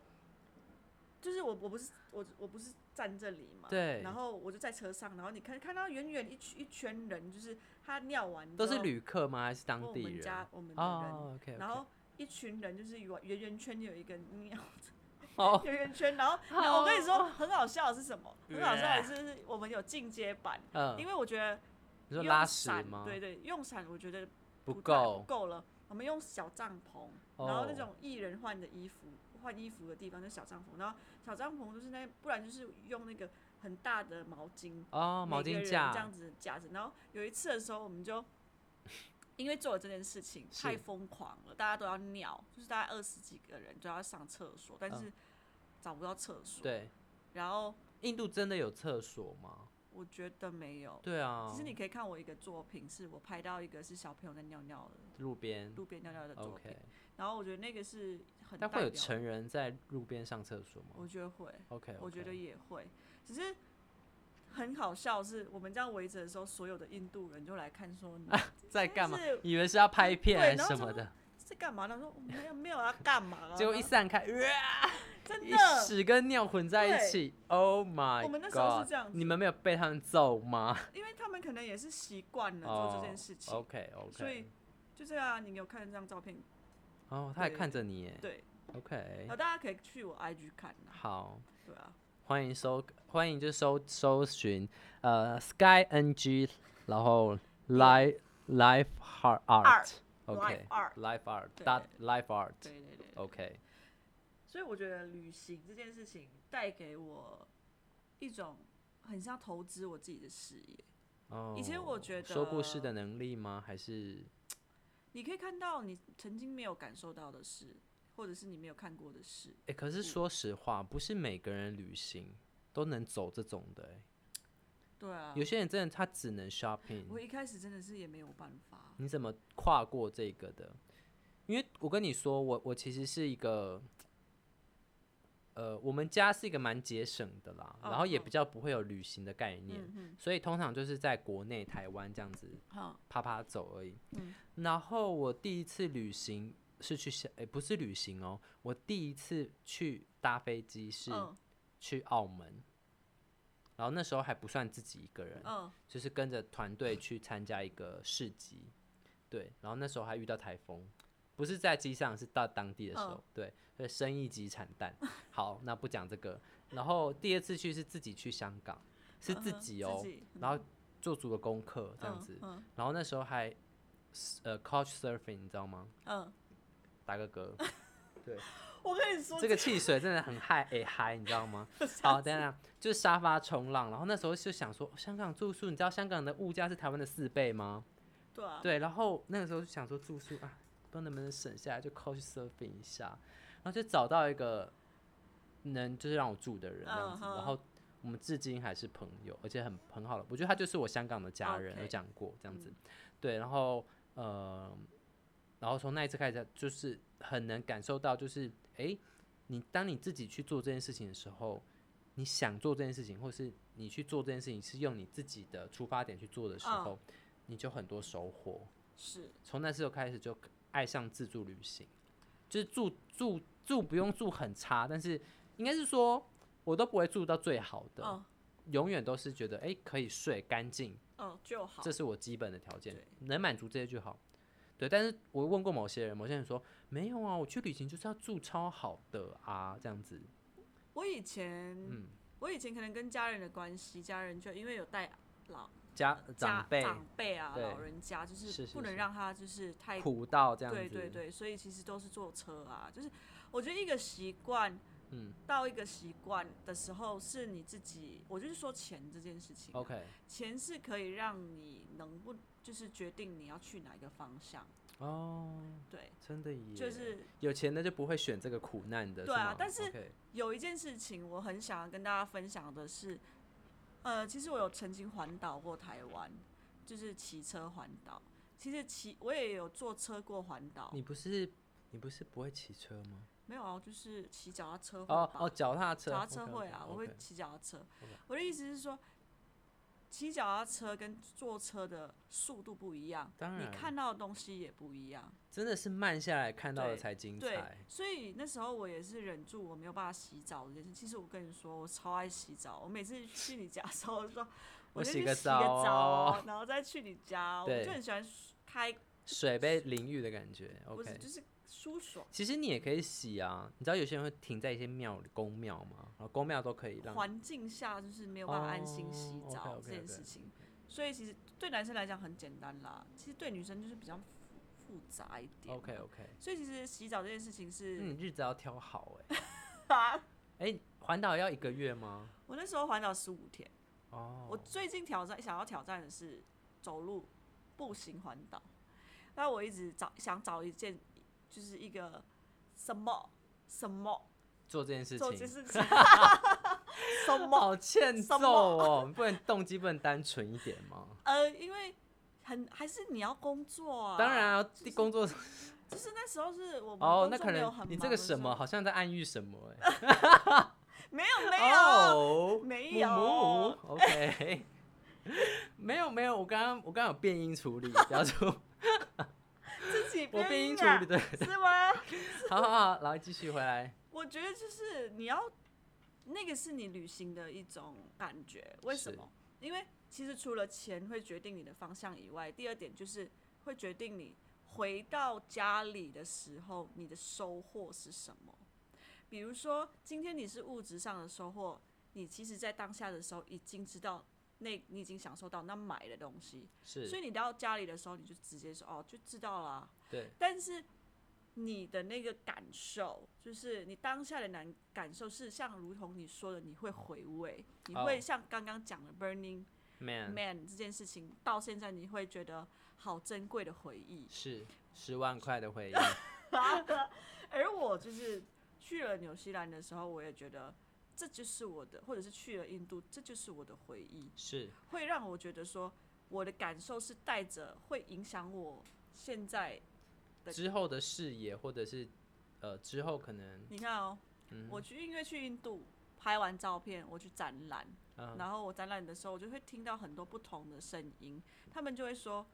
Speaker 2: 就是我我不是我我不是站这里嘛，
Speaker 1: 对
Speaker 2: 然后我就在车上，然后你可以看到远远一圈一圈人，就是他尿完之
Speaker 1: 都是
Speaker 2: 后
Speaker 1: 旅客吗？还是
Speaker 2: 或
Speaker 1: 当
Speaker 2: 我
Speaker 1: 地
Speaker 2: 们
Speaker 1: 人
Speaker 2: 家？我们的人，
Speaker 1: 哦，OK，
Speaker 2: 然后。一群人就是圆圆圆圈有一个尿
Speaker 1: 哦，
Speaker 2: 圆圆圈，然 后然后我跟你说很好笑的是什么？很好笑的是我们有进阶版，因
Speaker 1: 嗯，
Speaker 2: 为我觉得
Speaker 1: 你说
Speaker 2: 用
Speaker 1: 拉屎
Speaker 2: 伞
Speaker 1: 吗？
Speaker 2: 对对，用伞我觉得
Speaker 1: 不
Speaker 2: 太
Speaker 1: 够
Speaker 2: 不，够了，我们用小帐篷，然后那
Speaker 1: 哦
Speaker 2: 种艺人换的衣服换衣服的地方就是小帐篷，然后小帐篷就是那不然就是用那个很大的毛巾，
Speaker 1: 哦，毛
Speaker 2: 每个
Speaker 1: 巾
Speaker 2: 人这
Speaker 1: 架
Speaker 2: 样，子夹着，然后有一次的时候我们就。 因为做了这件事情
Speaker 1: 是
Speaker 2: 太疯狂了，大家都要尿，就是大概二十几个人都要上厕所，但
Speaker 1: 嗯
Speaker 2: 是找不到厕所。
Speaker 1: 对，
Speaker 2: 然后
Speaker 1: 印度真的有厕所吗？
Speaker 2: 我觉得没有。
Speaker 1: 对啊
Speaker 2: 其实，你可以看我一个作品，是我拍到一个是小朋友在尿尿的
Speaker 1: 路边
Speaker 2: 路边尿尿的作品
Speaker 1: 嗯，OK，
Speaker 2: 然后我觉得那个是很代
Speaker 1: 但会有
Speaker 2: 表
Speaker 1: 成人在路边上厕所吗
Speaker 2: 我觉得会
Speaker 1: ？OK，
Speaker 2: 我觉得也会，只是很好笑，是我们这样围着的时候，所有的印度人就来看说你
Speaker 1: 啊
Speaker 2: 哎
Speaker 1: 在干嘛
Speaker 2: 是？
Speaker 1: 以为是要拍片
Speaker 2: 对
Speaker 1: 还是
Speaker 2: 然后
Speaker 1: 什
Speaker 2: 想
Speaker 1: 么
Speaker 2: 说
Speaker 1: 的，
Speaker 2: 在干嘛呢？说我没有没有要干嘛啊？
Speaker 1: 结果一
Speaker 2: 然后
Speaker 1: 散开，哇
Speaker 2: 真
Speaker 1: 一
Speaker 2: 的，
Speaker 1: 屎跟尿混在一
Speaker 2: 对
Speaker 1: 起，Oh my
Speaker 2: 我们那时候是
Speaker 1: God！
Speaker 2: 这样子
Speaker 1: 你们没有被他们揍吗？
Speaker 2: 因为他们可能也是习惯了做
Speaker 1: 哦
Speaker 2: 这件事情，
Speaker 1: ，OK
Speaker 2: 所以
Speaker 1: OK，
Speaker 2: 就这样。你有看这张照片？
Speaker 1: 哦，他还
Speaker 2: 对
Speaker 1: 看着你耶
Speaker 2: 对，
Speaker 1: ，OK，
Speaker 2: 然后呃大家可以去我 IG 看啊，
Speaker 1: 好。
Speaker 2: 对啊，
Speaker 1: 欢迎搜，欢迎就搜搜寻呃 Sky NG，然后 Life Life Heart
Speaker 2: Art，
Speaker 1: Art，OK
Speaker 2: Life Art
Speaker 1: Life Art
Speaker 2: 对
Speaker 1: dot Life Art
Speaker 2: 对对对。
Speaker 1: OK，
Speaker 2: 所以我觉得旅行这件事情带给我一种很像投资我自己的事业。
Speaker 1: 哦，
Speaker 2: 以前我觉
Speaker 1: 说故事的
Speaker 2: 得
Speaker 1: 能力吗？还是
Speaker 2: 你可以看到你曾经没有感受到的事，或者是你没有看过的事。
Speaker 1: 哎，可是说实话，不是每个人旅行都能走这种的诶，
Speaker 2: 对啊，
Speaker 1: 有些人真的他只能 shopping，
Speaker 2: 我一开始真的是也没有办法。
Speaker 1: 你怎么跨过这个的？因为我跟你说，我我其实是一个，呃，我们家是一个蛮节省的啦，
Speaker 2: 哦嗯
Speaker 1: 然后也
Speaker 2: 哦
Speaker 1: 比较不会有旅行的概念，所以通常就是在国内台湾这样子
Speaker 2: 好，嗯
Speaker 1: 啪啪走而已。然后我第一次旅行是去香，诶、不是旅行哦，我第一次去搭飞机是
Speaker 2: 嗯
Speaker 1: 去澳门，然后那时候还不算自己一个人，
Speaker 2: 嗯，
Speaker 1: 就是跟着团队去参加一个市集，对，然后那时候还遇到台风，不是在机上，是到当地的时候，
Speaker 2: 嗯
Speaker 1: 对，所以生意极惨淡。 好，那不讲这个。然后第二次去是自己去香港，是自
Speaker 2: 嗯哼
Speaker 1: 己哦，
Speaker 2: 自己
Speaker 1: 然后做足了功课这样子，
Speaker 2: 嗯
Speaker 1: 然后那时候还呃 couch surfing，你知道吗？
Speaker 2: 嗯，
Speaker 1: 打个嗝， 对，
Speaker 2: 我跟你说，
Speaker 1: 这个汽水真的很嗨诶嗨，你知道 吗？好，等一下，就是沙发冲浪，然后那时候就想说，香港住宿，你知道香港的物价是台湾的四倍吗？
Speaker 2: 对啊，
Speaker 1: 对，然后那个时候就想说住宿啊，不知道能不能省下来，就 couch surfing 一下，然后就找到一个能就是让我住的人这样子，
Speaker 2: 嗯
Speaker 1: 然后我们至今还是朋友，而且很很好的，我觉得他就是我香港的家人，有
Speaker 2: OK 嗯
Speaker 1: 讲过这样子，对，然后呃，然后从那一次开始，就是很能感受到，就是诶，你当你自己去做这件事情的时候。你想做这件事情，或是你去做这件事情，是用你自己的出发点去做的时
Speaker 2: 嗯
Speaker 1: 候，你就很多收获。
Speaker 2: 是
Speaker 1: 从那时候开始就爱上自助旅行，就是住住住不用住很差，但是应该是说我都不会住到最好的，
Speaker 2: 嗯
Speaker 1: 永远都是觉得诶可以睡干净，
Speaker 2: 嗯就好
Speaker 1: 这。是我基本的条件
Speaker 2: 对，
Speaker 1: 能满足这些就好。对，但是我问过某些人，某些人说没有啊，我去旅行就是要住超好的啊，这样子。
Speaker 2: 我以前，
Speaker 1: 嗯
Speaker 2: 我以前可能跟家人的关系，家人就因为有带老
Speaker 1: 家
Speaker 2: 家
Speaker 1: 呃长辈
Speaker 2: 长辈啊，
Speaker 1: 对
Speaker 2: 老人家就是
Speaker 1: 是
Speaker 2: 不能
Speaker 1: 是
Speaker 2: 让他就是太
Speaker 1: 苦到这样子，
Speaker 2: 对对对，所以其实都是坐车啊，就是我觉得一个习惯，嗯，到一个习惯的时候，是你自己，我就是说钱这件事情啊、
Speaker 1: o k
Speaker 2: 钱是可以让你能不就是决定你要去哪一个方向，
Speaker 1: 哦，
Speaker 2: 对，
Speaker 1: 真的耶，
Speaker 2: 就是
Speaker 1: 有钱的就不会选这个苦难的，
Speaker 2: 对啊
Speaker 1: 吗
Speaker 2: 但是
Speaker 1: OK
Speaker 2: 有一件事情我很想要跟大家分享的是，呃，其实我有曾经环岛过台湾，就是骑车环岛，其实骑我也有坐车过环岛，
Speaker 1: 你不是你不是不会骑车吗？
Speaker 2: 没有啊，就是骑脚踏车环
Speaker 1: 哦
Speaker 2: 岛。
Speaker 1: 哦，脚踏车，
Speaker 2: 脚踏车会啊
Speaker 1: OK，OK，OK
Speaker 2: 我会骑脚踏车。我的意思是说，骑脚踏车跟坐车的速度不一样，
Speaker 1: 当
Speaker 2: 你
Speaker 1: 然
Speaker 2: 看到的东西也不一样。
Speaker 1: 真的是慢下来看到的
Speaker 2: 对
Speaker 1: 才精
Speaker 2: 对
Speaker 1: 彩，，
Speaker 2: 所以那时候我也是忍住我没有办法洗澡这件事。其实我跟你说，我超爱洗澡，我每次去你家的时候，我 就说
Speaker 1: 我
Speaker 2: 先
Speaker 1: 洗
Speaker 2: 去
Speaker 1: 个
Speaker 2: 洗个
Speaker 1: 澡
Speaker 2: 澡
Speaker 1: 哦
Speaker 2: 哦，然后再去你家，我
Speaker 1: 对
Speaker 2: 就很喜欢舒开，
Speaker 1: 水被淋浴的感觉。
Speaker 2: 不是
Speaker 1: OK，
Speaker 2: 就是舒爽
Speaker 1: 其实你也可以洗啊，你知道有些人会停在一些庙里、宫庙嘛，然后宫庙都可以让
Speaker 2: 环境下，就是没有办法安心洗
Speaker 1: 哦
Speaker 2: 澡
Speaker 1: ，OK，OK，OK
Speaker 2: 这件事情。所以其实对男生来讲很简单啦，其实对女生就是比较复复杂一点。
Speaker 1: OK 嗯 OK，
Speaker 2: 所以其实洗澡这件事情是，
Speaker 1: 那你日子要挑好哎、 哎、环岛要一个月吗？
Speaker 2: 我那时候环岛十五天，
Speaker 1: 哦，
Speaker 2: 我最近挑战想要挑战的是走路步行环岛。那我一直找想找一件，就是一个什么什么
Speaker 1: 做这件事
Speaker 2: 做这
Speaker 1: 情
Speaker 2: 件。事 情，什么
Speaker 1: 好欠揍
Speaker 2: 什么
Speaker 1: 哦！你不能动机不能单纯一点 吗？
Speaker 2: 呃，因为很还是你要工作啊，
Speaker 1: 当然啊，工作
Speaker 2: 就是那时候是我们
Speaker 1: 哦，
Speaker 2: 工
Speaker 1: 那
Speaker 2: 作
Speaker 1: 可
Speaker 2: 没有
Speaker 1: 能
Speaker 2: 很
Speaker 1: 你
Speaker 2: 忙
Speaker 1: 这
Speaker 2: 的
Speaker 1: 个
Speaker 2: 时
Speaker 1: 什么
Speaker 2: 候
Speaker 1: 好像在暗喻什么哎、
Speaker 2: 没有 没有、
Speaker 1: 哦，
Speaker 2: 没
Speaker 1: 木
Speaker 2: 有
Speaker 1: 木嗯 OK，没有没有，我刚刚我刚刚有变音处理，然 后
Speaker 2: 自己
Speaker 1: 我变音
Speaker 2: 音
Speaker 1: 处
Speaker 2: 啊
Speaker 1: 理，对，
Speaker 2: 是吗？
Speaker 1: 好好好，来继续回来，
Speaker 2: 我觉得就是你要那个是你旅行的一种感觉，为什
Speaker 1: 是
Speaker 2: 么？因为其实除了钱会决定你的方向以外，第二点就是会决定你回到家里的时候你的收获是什么。比如说，今天你是物质上的收获，你其实在当下的时候已经知道那你已经享受到那买的东西，所
Speaker 1: 是
Speaker 2: 以你到家里的时候你就直接说哦就知道了啊、
Speaker 1: 对，
Speaker 2: 但是你的那个感受，就是你当下的难感受，是像如同你说的，你会回味，你
Speaker 1: 哦
Speaker 2: 会像刚刚讲的 Burning
Speaker 1: man
Speaker 2: Man 这件事情，到现在你会觉得好珍贵的回忆。
Speaker 1: 是十万块的回忆，
Speaker 2: 而我就是去了纽西兰的时候，我也觉得这就是我的，或者是去了印度，这就是我的回忆。
Speaker 1: 是
Speaker 2: 会让我觉得说，我的感受是带着会影响我现在。对
Speaker 1: 之后的视野或者是呃之后可能
Speaker 2: 你看哦，我去因为去印度拍完照片，我去展览，
Speaker 1: 嗯
Speaker 2: 然后我展览的时候，我就会听到很多不同的声音，他们就会说，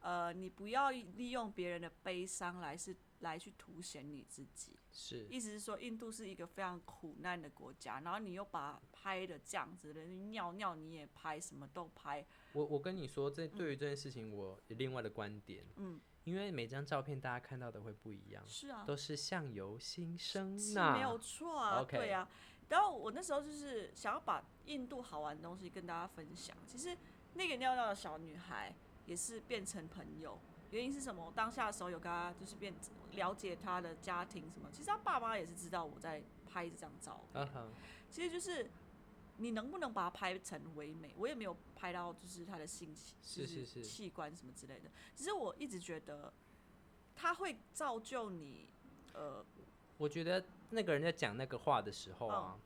Speaker 2: 呃，你不要利用别人的悲伤来是来去凸显你自己，
Speaker 1: 是
Speaker 2: 意思是说印度是一个非常苦难的国家，然后你又把拍的这样子的，你尿尿你也拍，什么都拍，
Speaker 1: 我我跟你说，这对于这件事情我有另外的观点，嗯，因为每张照片大家看到的会不一样，
Speaker 2: 是啊，
Speaker 1: 都是相由心生
Speaker 2: 是
Speaker 1: 呐、
Speaker 2: 没有错啊
Speaker 1: OK
Speaker 2: 对啊。然后我那时候就是想要把印度好玩的东西跟大家分享。其实那个尿尿的小女孩也是变成朋友，原因是什么？我当下的时候有跟她就是变了解她的家庭什么。其实她爸妈也是知道我在拍这张照片
Speaker 1: 嗯哼，
Speaker 2: 其实就是你能不能把它拍成唯美，我也没有拍到就是他的性器，
Speaker 1: 是
Speaker 2: 就是
Speaker 1: 是
Speaker 2: 器官什么之类的。只是我一直觉得它会造就你，呃，
Speaker 1: 我觉得那个人在讲那个话的时候啊，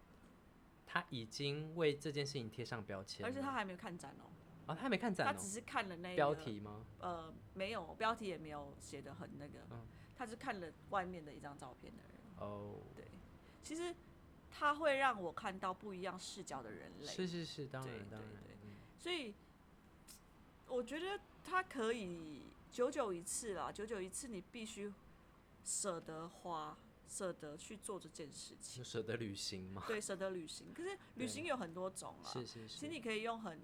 Speaker 1: 他已经为这件事情贴上标签了，
Speaker 2: 而且他还没有看展哦、
Speaker 1: 啊、他还没看
Speaker 2: 他
Speaker 1: 展哦、
Speaker 2: 只是看了那个
Speaker 1: 标，题吗？
Speaker 2: 呃，没有标题也没有写的很那个，
Speaker 1: 嗯
Speaker 2: 他是看了外面的一张照片的人。
Speaker 1: 哦，
Speaker 2: 其实他会让我看到不一样视角的人类，
Speaker 1: 是是是，当
Speaker 2: 对
Speaker 1: 然当
Speaker 2: 对
Speaker 1: 然，
Speaker 2: 对
Speaker 1: 嗯
Speaker 2: 所以我觉得他可以九九一次啦，九九一次你必须舍得花，舍得去做这件事情
Speaker 1: 就，舍得旅行嘛，
Speaker 2: 对，舍得旅行。可是旅行有很多种啊 啦，
Speaker 1: 是是
Speaker 2: 其实
Speaker 1: 是，
Speaker 2: 你可以用很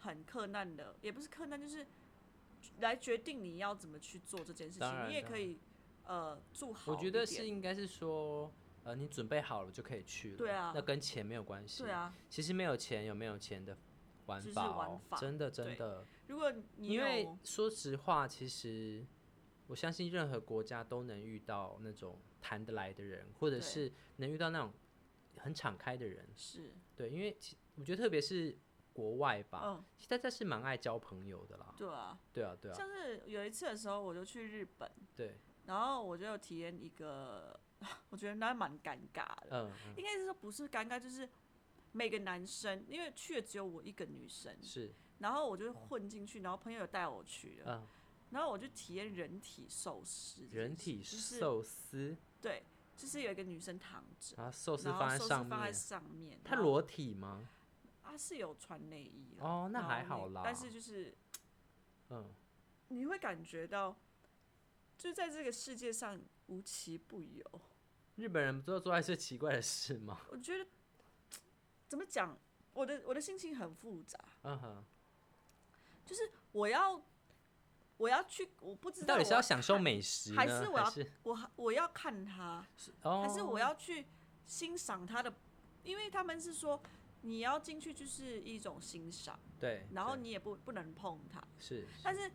Speaker 2: 很困难的，也不是困难，就是来决定你要怎么去做这件事
Speaker 1: 当
Speaker 2: 情。
Speaker 1: 然
Speaker 2: 你也
Speaker 1: 当
Speaker 2: 可以呃住好
Speaker 1: 我
Speaker 2: 一点，
Speaker 1: 觉得是应该是说。呃，你准备好了就可以去了，
Speaker 2: 对啊
Speaker 1: 那跟钱没有关系，
Speaker 2: 对啊。
Speaker 1: 其实没有钱有没有钱的玩
Speaker 2: 就是
Speaker 1: 法,、哦
Speaker 2: 玩法
Speaker 1: 真的真
Speaker 2: 对
Speaker 1: 的。
Speaker 2: 如果你
Speaker 1: 因为
Speaker 2: 有
Speaker 1: 说实话，其实我相信任何国家都能遇到那种谈得来的人，或者
Speaker 2: 对
Speaker 1: 是能遇到那种很敞开的人。
Speaker 2: 是
Speaker 1: 对，因为其我觉得特别是国外吧，
Speaker 2: 嗯
Speaker 1: 其实大家是蛮爱交朋友的啦。
Speaker 2: 对啊，
Speaker 1: 对啊，对啊，
Speaker 2: 像是有一次的时候，我就去日本，
Speaker 1: 对，
Speaker 2: 然后我就有体验一个， 我觉得那蛮尴尬的，
Speaker 1: 嗯，嗯
Speaker 2: 应该是说不是尴尬，就是每个男生，因为去的只有我一个女生，
Speaker 1: 是，
Speaker 2: 然后我就混进去，然后朋友有带我去的，
Speaker 1: 嗯，
Speaker 2: 然后我就体验人体寿司这件事，
Speaker 1: 人体
Speaker 2: 就是
Speaker 1: 寿司，
Speaker 2: 对，就是有一个女生躺着，
Speaker 1: 然后寿司
Speaker 2: 然后
Speaker 1: 放在
Speaker 2: 寿司
Speaker 1: 上
Speaker 2: 放在
Speaker 1: 面，
Speaker 2: 上面，
Speaker 1: 它
Speaker 2: 然后
Speaker 1: 裸体吗？
Speaker 2: 啊是有穿内衣啦
Speaker 1: 哦那
Speaker 2: 然后
Speaker 1: 还好啦
Speaker 2: 但是就是
Speaker 1: 嗯，
Speaker 2: 你会感觉到，就在这个世界上无奇不有。
Speaker 1: 日本人不都做一些奇怪的事 吗？
Speaker 2: 我觉得怎么讲，我的我的心情很复杂，
Speaker 1: 嗯哼，
Speaker 2: 就是我要我要去，我不知
Speaker 1: 你
Speaker 2: 道
Speaker 1: 到底是要
Speaker 2: 我
Speaker 1: 享受美食呢，
Speaker 2: 还是我要
Speaker 1: 还是
Speaker 2: 我我要看他，
Speaker 1: 哦，
Speaker 2: 还是我要去欣赏他的，因为他们是说你要进去就是一种欣赏，
Speaker 1: 对，
Speaker 2: 然后
Speaker 1: 对
Speaker 2: 你也不不能碰他，
Speaker 1: 是
Speaker 2: 但是。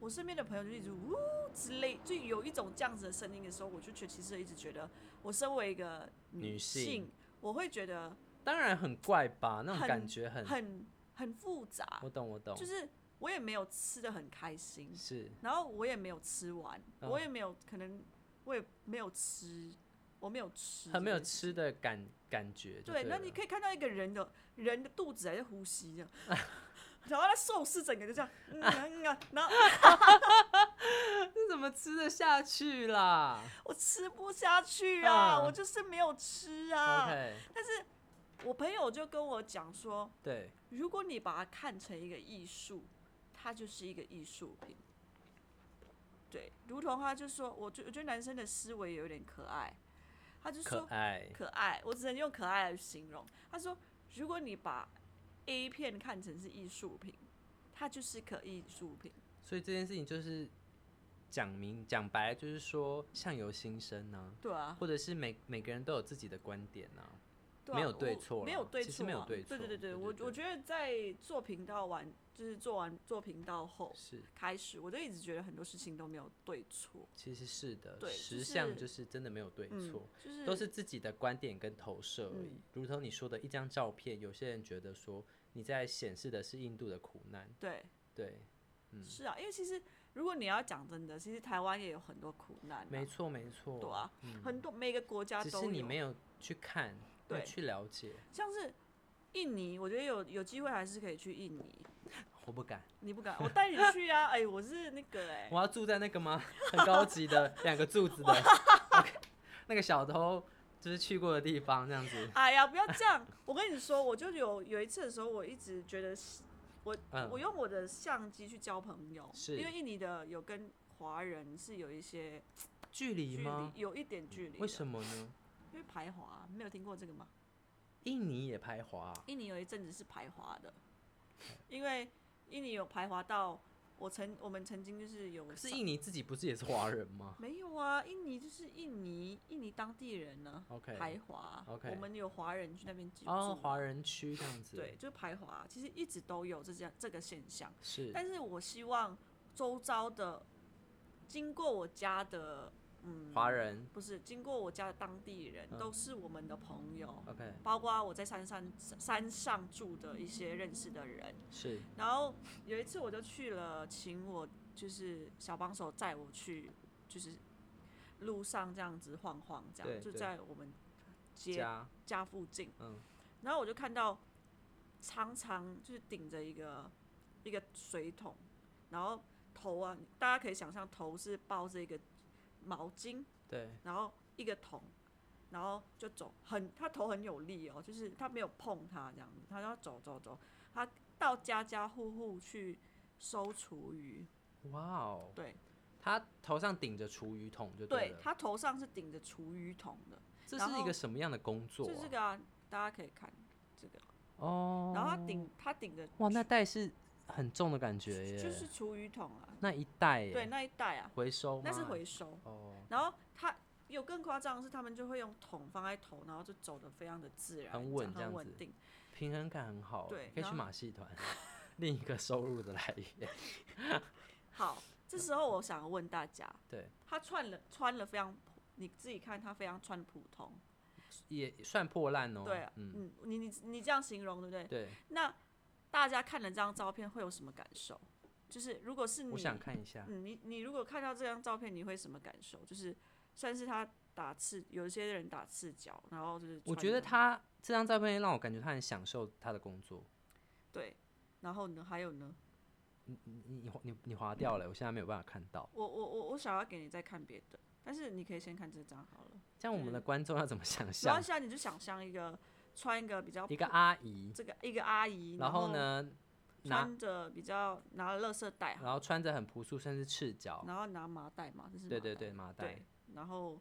Speaker 2: 我身边的朋友就一直呜之类，就有一种这样子的声音的时候，我就觉得其实一直觉得，我身为一个
Speaker 1: 女性
Speaker 2: 性我会觉得
Speaker 1: 当然很怪吧，那种
Speaker 2: 很
Speaker 1: 感觉很，
Speaker 2: 很很复杂。
Speaker 1: 我懂我懂，
Speaker 2: 就是我也没有吃的很开心，
Speaker 1: 是
Speaker 2: 然后我也没有吃完，
Speaker 1: 嗯
Speaker 2: 我也没有可能我也没有吃，我没有吃，
Speaker 1: 很没有。吃的感感觉就
Speaker 2: 对，那
Speaker 1: 了
Speaker 2: 你可以看到一个人的人的肚子还在呼吸这样， 然后他寿司整个就这样，嗯啊嗯啊，然后
Speaker 1: 这怎么吃得下去啦
Speaker 2: 我吃不下去啊，
Speaker 1: 嗯
Speaker 2: 我就是没有吃啊。
Speaker 1: ？OK，
Speaker 2: 但是我朋友就跟我讲说，
Speaker 1: 对，
Speaker 2: 如果你把它看成一个艺术，它就是一个艺术品。对，如同他就说，我觉我觉得男生的思维有点可爱，他就
Speaker 1: 可
Speaker 2: 说
Speaker 1: 爱，
Speaker 2: 可爱，我只能用可爱来形容。他说，如果你把 A 片看成是艺术品，它就是可艺术品。
Speaker 1: 所以这件事情就是讲明讲白，就是说相由心生呢、
Speaker 2: 对啊，
Speaker 1: 或者是每每个人都有自己的观点呢、
Speaker 2: 对啊
Speaker 1: 没有
Speaker 2: 我
Speaker 1: 对错啦
Speaker 2: 没有对
Speaker 1: 其实
Speaker 2: 错嘛，啊
Speaker 1: 没有对错
Speaker 2: 对对
Speaker 1: 对对
Speaker 2: 我
Speaker 1: 对
Speaker 2: 我觉得在做频道完，就是做完做频道后
Speaker 1: 是，
Speaker 2: 开始，我就一直觉得很多事情都没有对错，
Speaker 1: 其实是的，
Speaker 2: 对
Speaker 1: 实
Speaker 2: 就
Speaker 1: 相
Speaker 2: 是
Speaker 1: 就是真的没有对
Speaker 2: 嗯
Speaker 1: 错，，
Speaker 2: 就是嗯
Speaker 1: 都是自己的观点跟投射而已。如同你说的，一张照片，有些人觉得说你在显示的是印度的苦难，
Speaker 2: 对，
Speaker 1: 对，嗯
Speaker 2: 是啊，因为其实如果你要讲真的，其实台湾也有很多苦难、啊，
Speaker 1: 没错没错，嗯
Speaker 2: 对啊，很多每个国家
Speaker 1: 只
Speaker 2: 都
Speaker 1: 是
Speaker 2: 有，
Speaker 1: 你没有去看，没有
Speaker 2: 对
Speaker 1: 去了 解，
Speaker 2: 像是印尼，我觉得有有机会还是可以去印尼，
Speaker 1: 我不敢。
Speaker 2: 你不敢，我带你去啊，哎、我是那 个哎、
Speaker 1: 我要住在那个 吗？很高级的两个柱子的 OK，那个小偷就是去过的地方，这样子。
Speaker 2: 哎呀，不要这样！我跟你说，我就有有一次的时候，我一直觉得是我、
Speaker 1: 嗯
Speaker 2: 我用我的相机去交朋友，
Speaker 1: 是
Speaker 2: 因为印尼的有跟华人是有一些
Speaker 1: 距
Speaker 2: 距
Speaker 1: 离
Speaker 2: 离啊
Speaker 1: 吗，？
Speaker 2: 有一点距离。
Speaker 1: 为什
Speaker 2: 么？
Speaker 1: 么呢？
Speaker 2: 因为排华，啊没有听过这个吗？
Speaker 1: 印尼也排华啊、
Speaker 2: 印尼有一阵子是排华的，因为印尼有排华到我曾我们曾经就是有
Speaker 1: 可是
Speaker 2: 上
Speaker 1: 印尼自己不是也是华人吗
Speaker 2: 没有啊？印尼就是印尼印尼当地人呢、
Speaker 1: ？OK，
Speaker 2: 排华。
Speaker 1: OK
Speaker 2: 我们有华人去那边居住。
Speaker 1: 哦，华人区这样子，
Speaker 2: 对，，就是排华，其实一直都有这这样这个现象。
Speaker 1: 是
Speaker 2: 但是我希望周遭的，经过我家的，嗯，
Speaker 1: 华人。
Speaker 2: 不是经过我家的当地人，
Speaker 1: 嗯
Speaker 2: 都是我们的朋友，
Speaker 1: OK，
Speaker 2: 包括我在山上山上住的一些认识的人。
Speaker 1: 是
Speaker 2: 然后有一次我就去了，请我就是小帮手载我去，就是路上这样子晃晃，这
Speaker 1: 对
Speaker 2: 样就
Speaker 1: 对
Speaker 2: 在我们街
Speaker 1: 家，
Speaker 2: 家附近。
Speaker 1: 嗯，
Speaker 2: 然后我就看到常常就是顶着一个一个水桶，然后头啊，大家可以想象头是包着一个毛巾，
Speaker 1: 对，
Speaker 2: 然后一个桶，然后就走，很他头很有力哦，就是他没有碰它这样子，他要走走走，他到家家户户去收厨余，
Speaker 1: 哇哦，
Speaker 2: 对
Speaker 1: 他头上顶着厨余桶就
Speaker 2: 对
Speaker 1: 了，，
Speaker 2: 他头上是顶着厨余桶的，
Speaker 1: 这
Speaker 2: 然
Speaker 1: 是一
Speaker 2: 后
Speaker 1: 个什么样的工作
Speaker 2: 就
Speaker 1: 啊
Speaker 2: 这个啊，大家可以看这个，
Speaker 1: 哦，
Speaker 2: 然后他顶他顶着
Speaker 1: 哇，那袋是很重的感觉耶，
Speaker 2: 就是厨余桶啊，
Speaker 1: 那一袋耶，
Speaker 2: 对那一带啊。
Speaker 1: 回收吗？
Speaker 2: 那是回收。
Speaker 1: 哦，
Speaker 2: 然后他有更夸张的是，他们就会用桶放在头，然后就走的非常的自然，
Speaker 1: 很稳这样
Speaker 2: 很
Speaker 1: 子
Speaker 2: 稳定。
Speaker 1: 平衡感很好，
Speaker 2: 对
Speaker 1: 可以
Speaker 2: 然
Speaker 1: 去
Speaker 2: 后
Speaker 1: 马戏团， 另一个收入的来 源。
Speaker 2: 好，这时候我想问大家，
Speaker 1: 对，
Speaker 2: 他穿了穿了非常普，你自己看他非常穿普通，
Speaker 1: 也算破烂哦。
Speaker 2: 对啊，
Speaker 1: 嗯，
Speaker 2: 嗯，你你你这样形容对不对？
Speaker 1: 对，
Speaker 2: 那大家看了这张照片会有什么感受？就是如果是你，
Speaker 1: 我想看一下，
Speaker 2: 嗯，你你如果看到这张照片，你会什么感受？就是算是他打赤，有一些人打赤脚，然后就是
Speaker 1: 我
Speaker 2: 穿
Speaker 1: 觉得
Speaker 2: 着
Speaker 1: 他这张照片让我感觉他很享受他的工作。
Speaker 2: 对，然后呢还有呢？
Speaker 1: 你你你你划掉了，我现在没有办法看到。
Speaker 2: 我我我我想要给你再看别的，但是你可以先看这张好了。
Speaker 1: 这样我们的观众要怎么想
Speaker 2: 然后
Speaker 1: 象
Speaker 2: 现在你就想象一个穿一个比较
Speaker 1: 一个阿姨，
Speaker 2: 这个一个阿姨，
Speaker 1: 然后
Speaker 2: 后？
Speaker 1: 呢拿，
Speaker 2: 穿着比较拿了垃圾袋，
Speaker 1: 然后穿着很朴素，甚至赤脚。
Speaker 2: 然后拿麻袋嘛，这是
Speaker 1: 对
Speaker 2: 麻
Speaker 1: 对
Speaker 2: 袋
Speaker 1: 对，麻袋
Speaker 2: 对，然后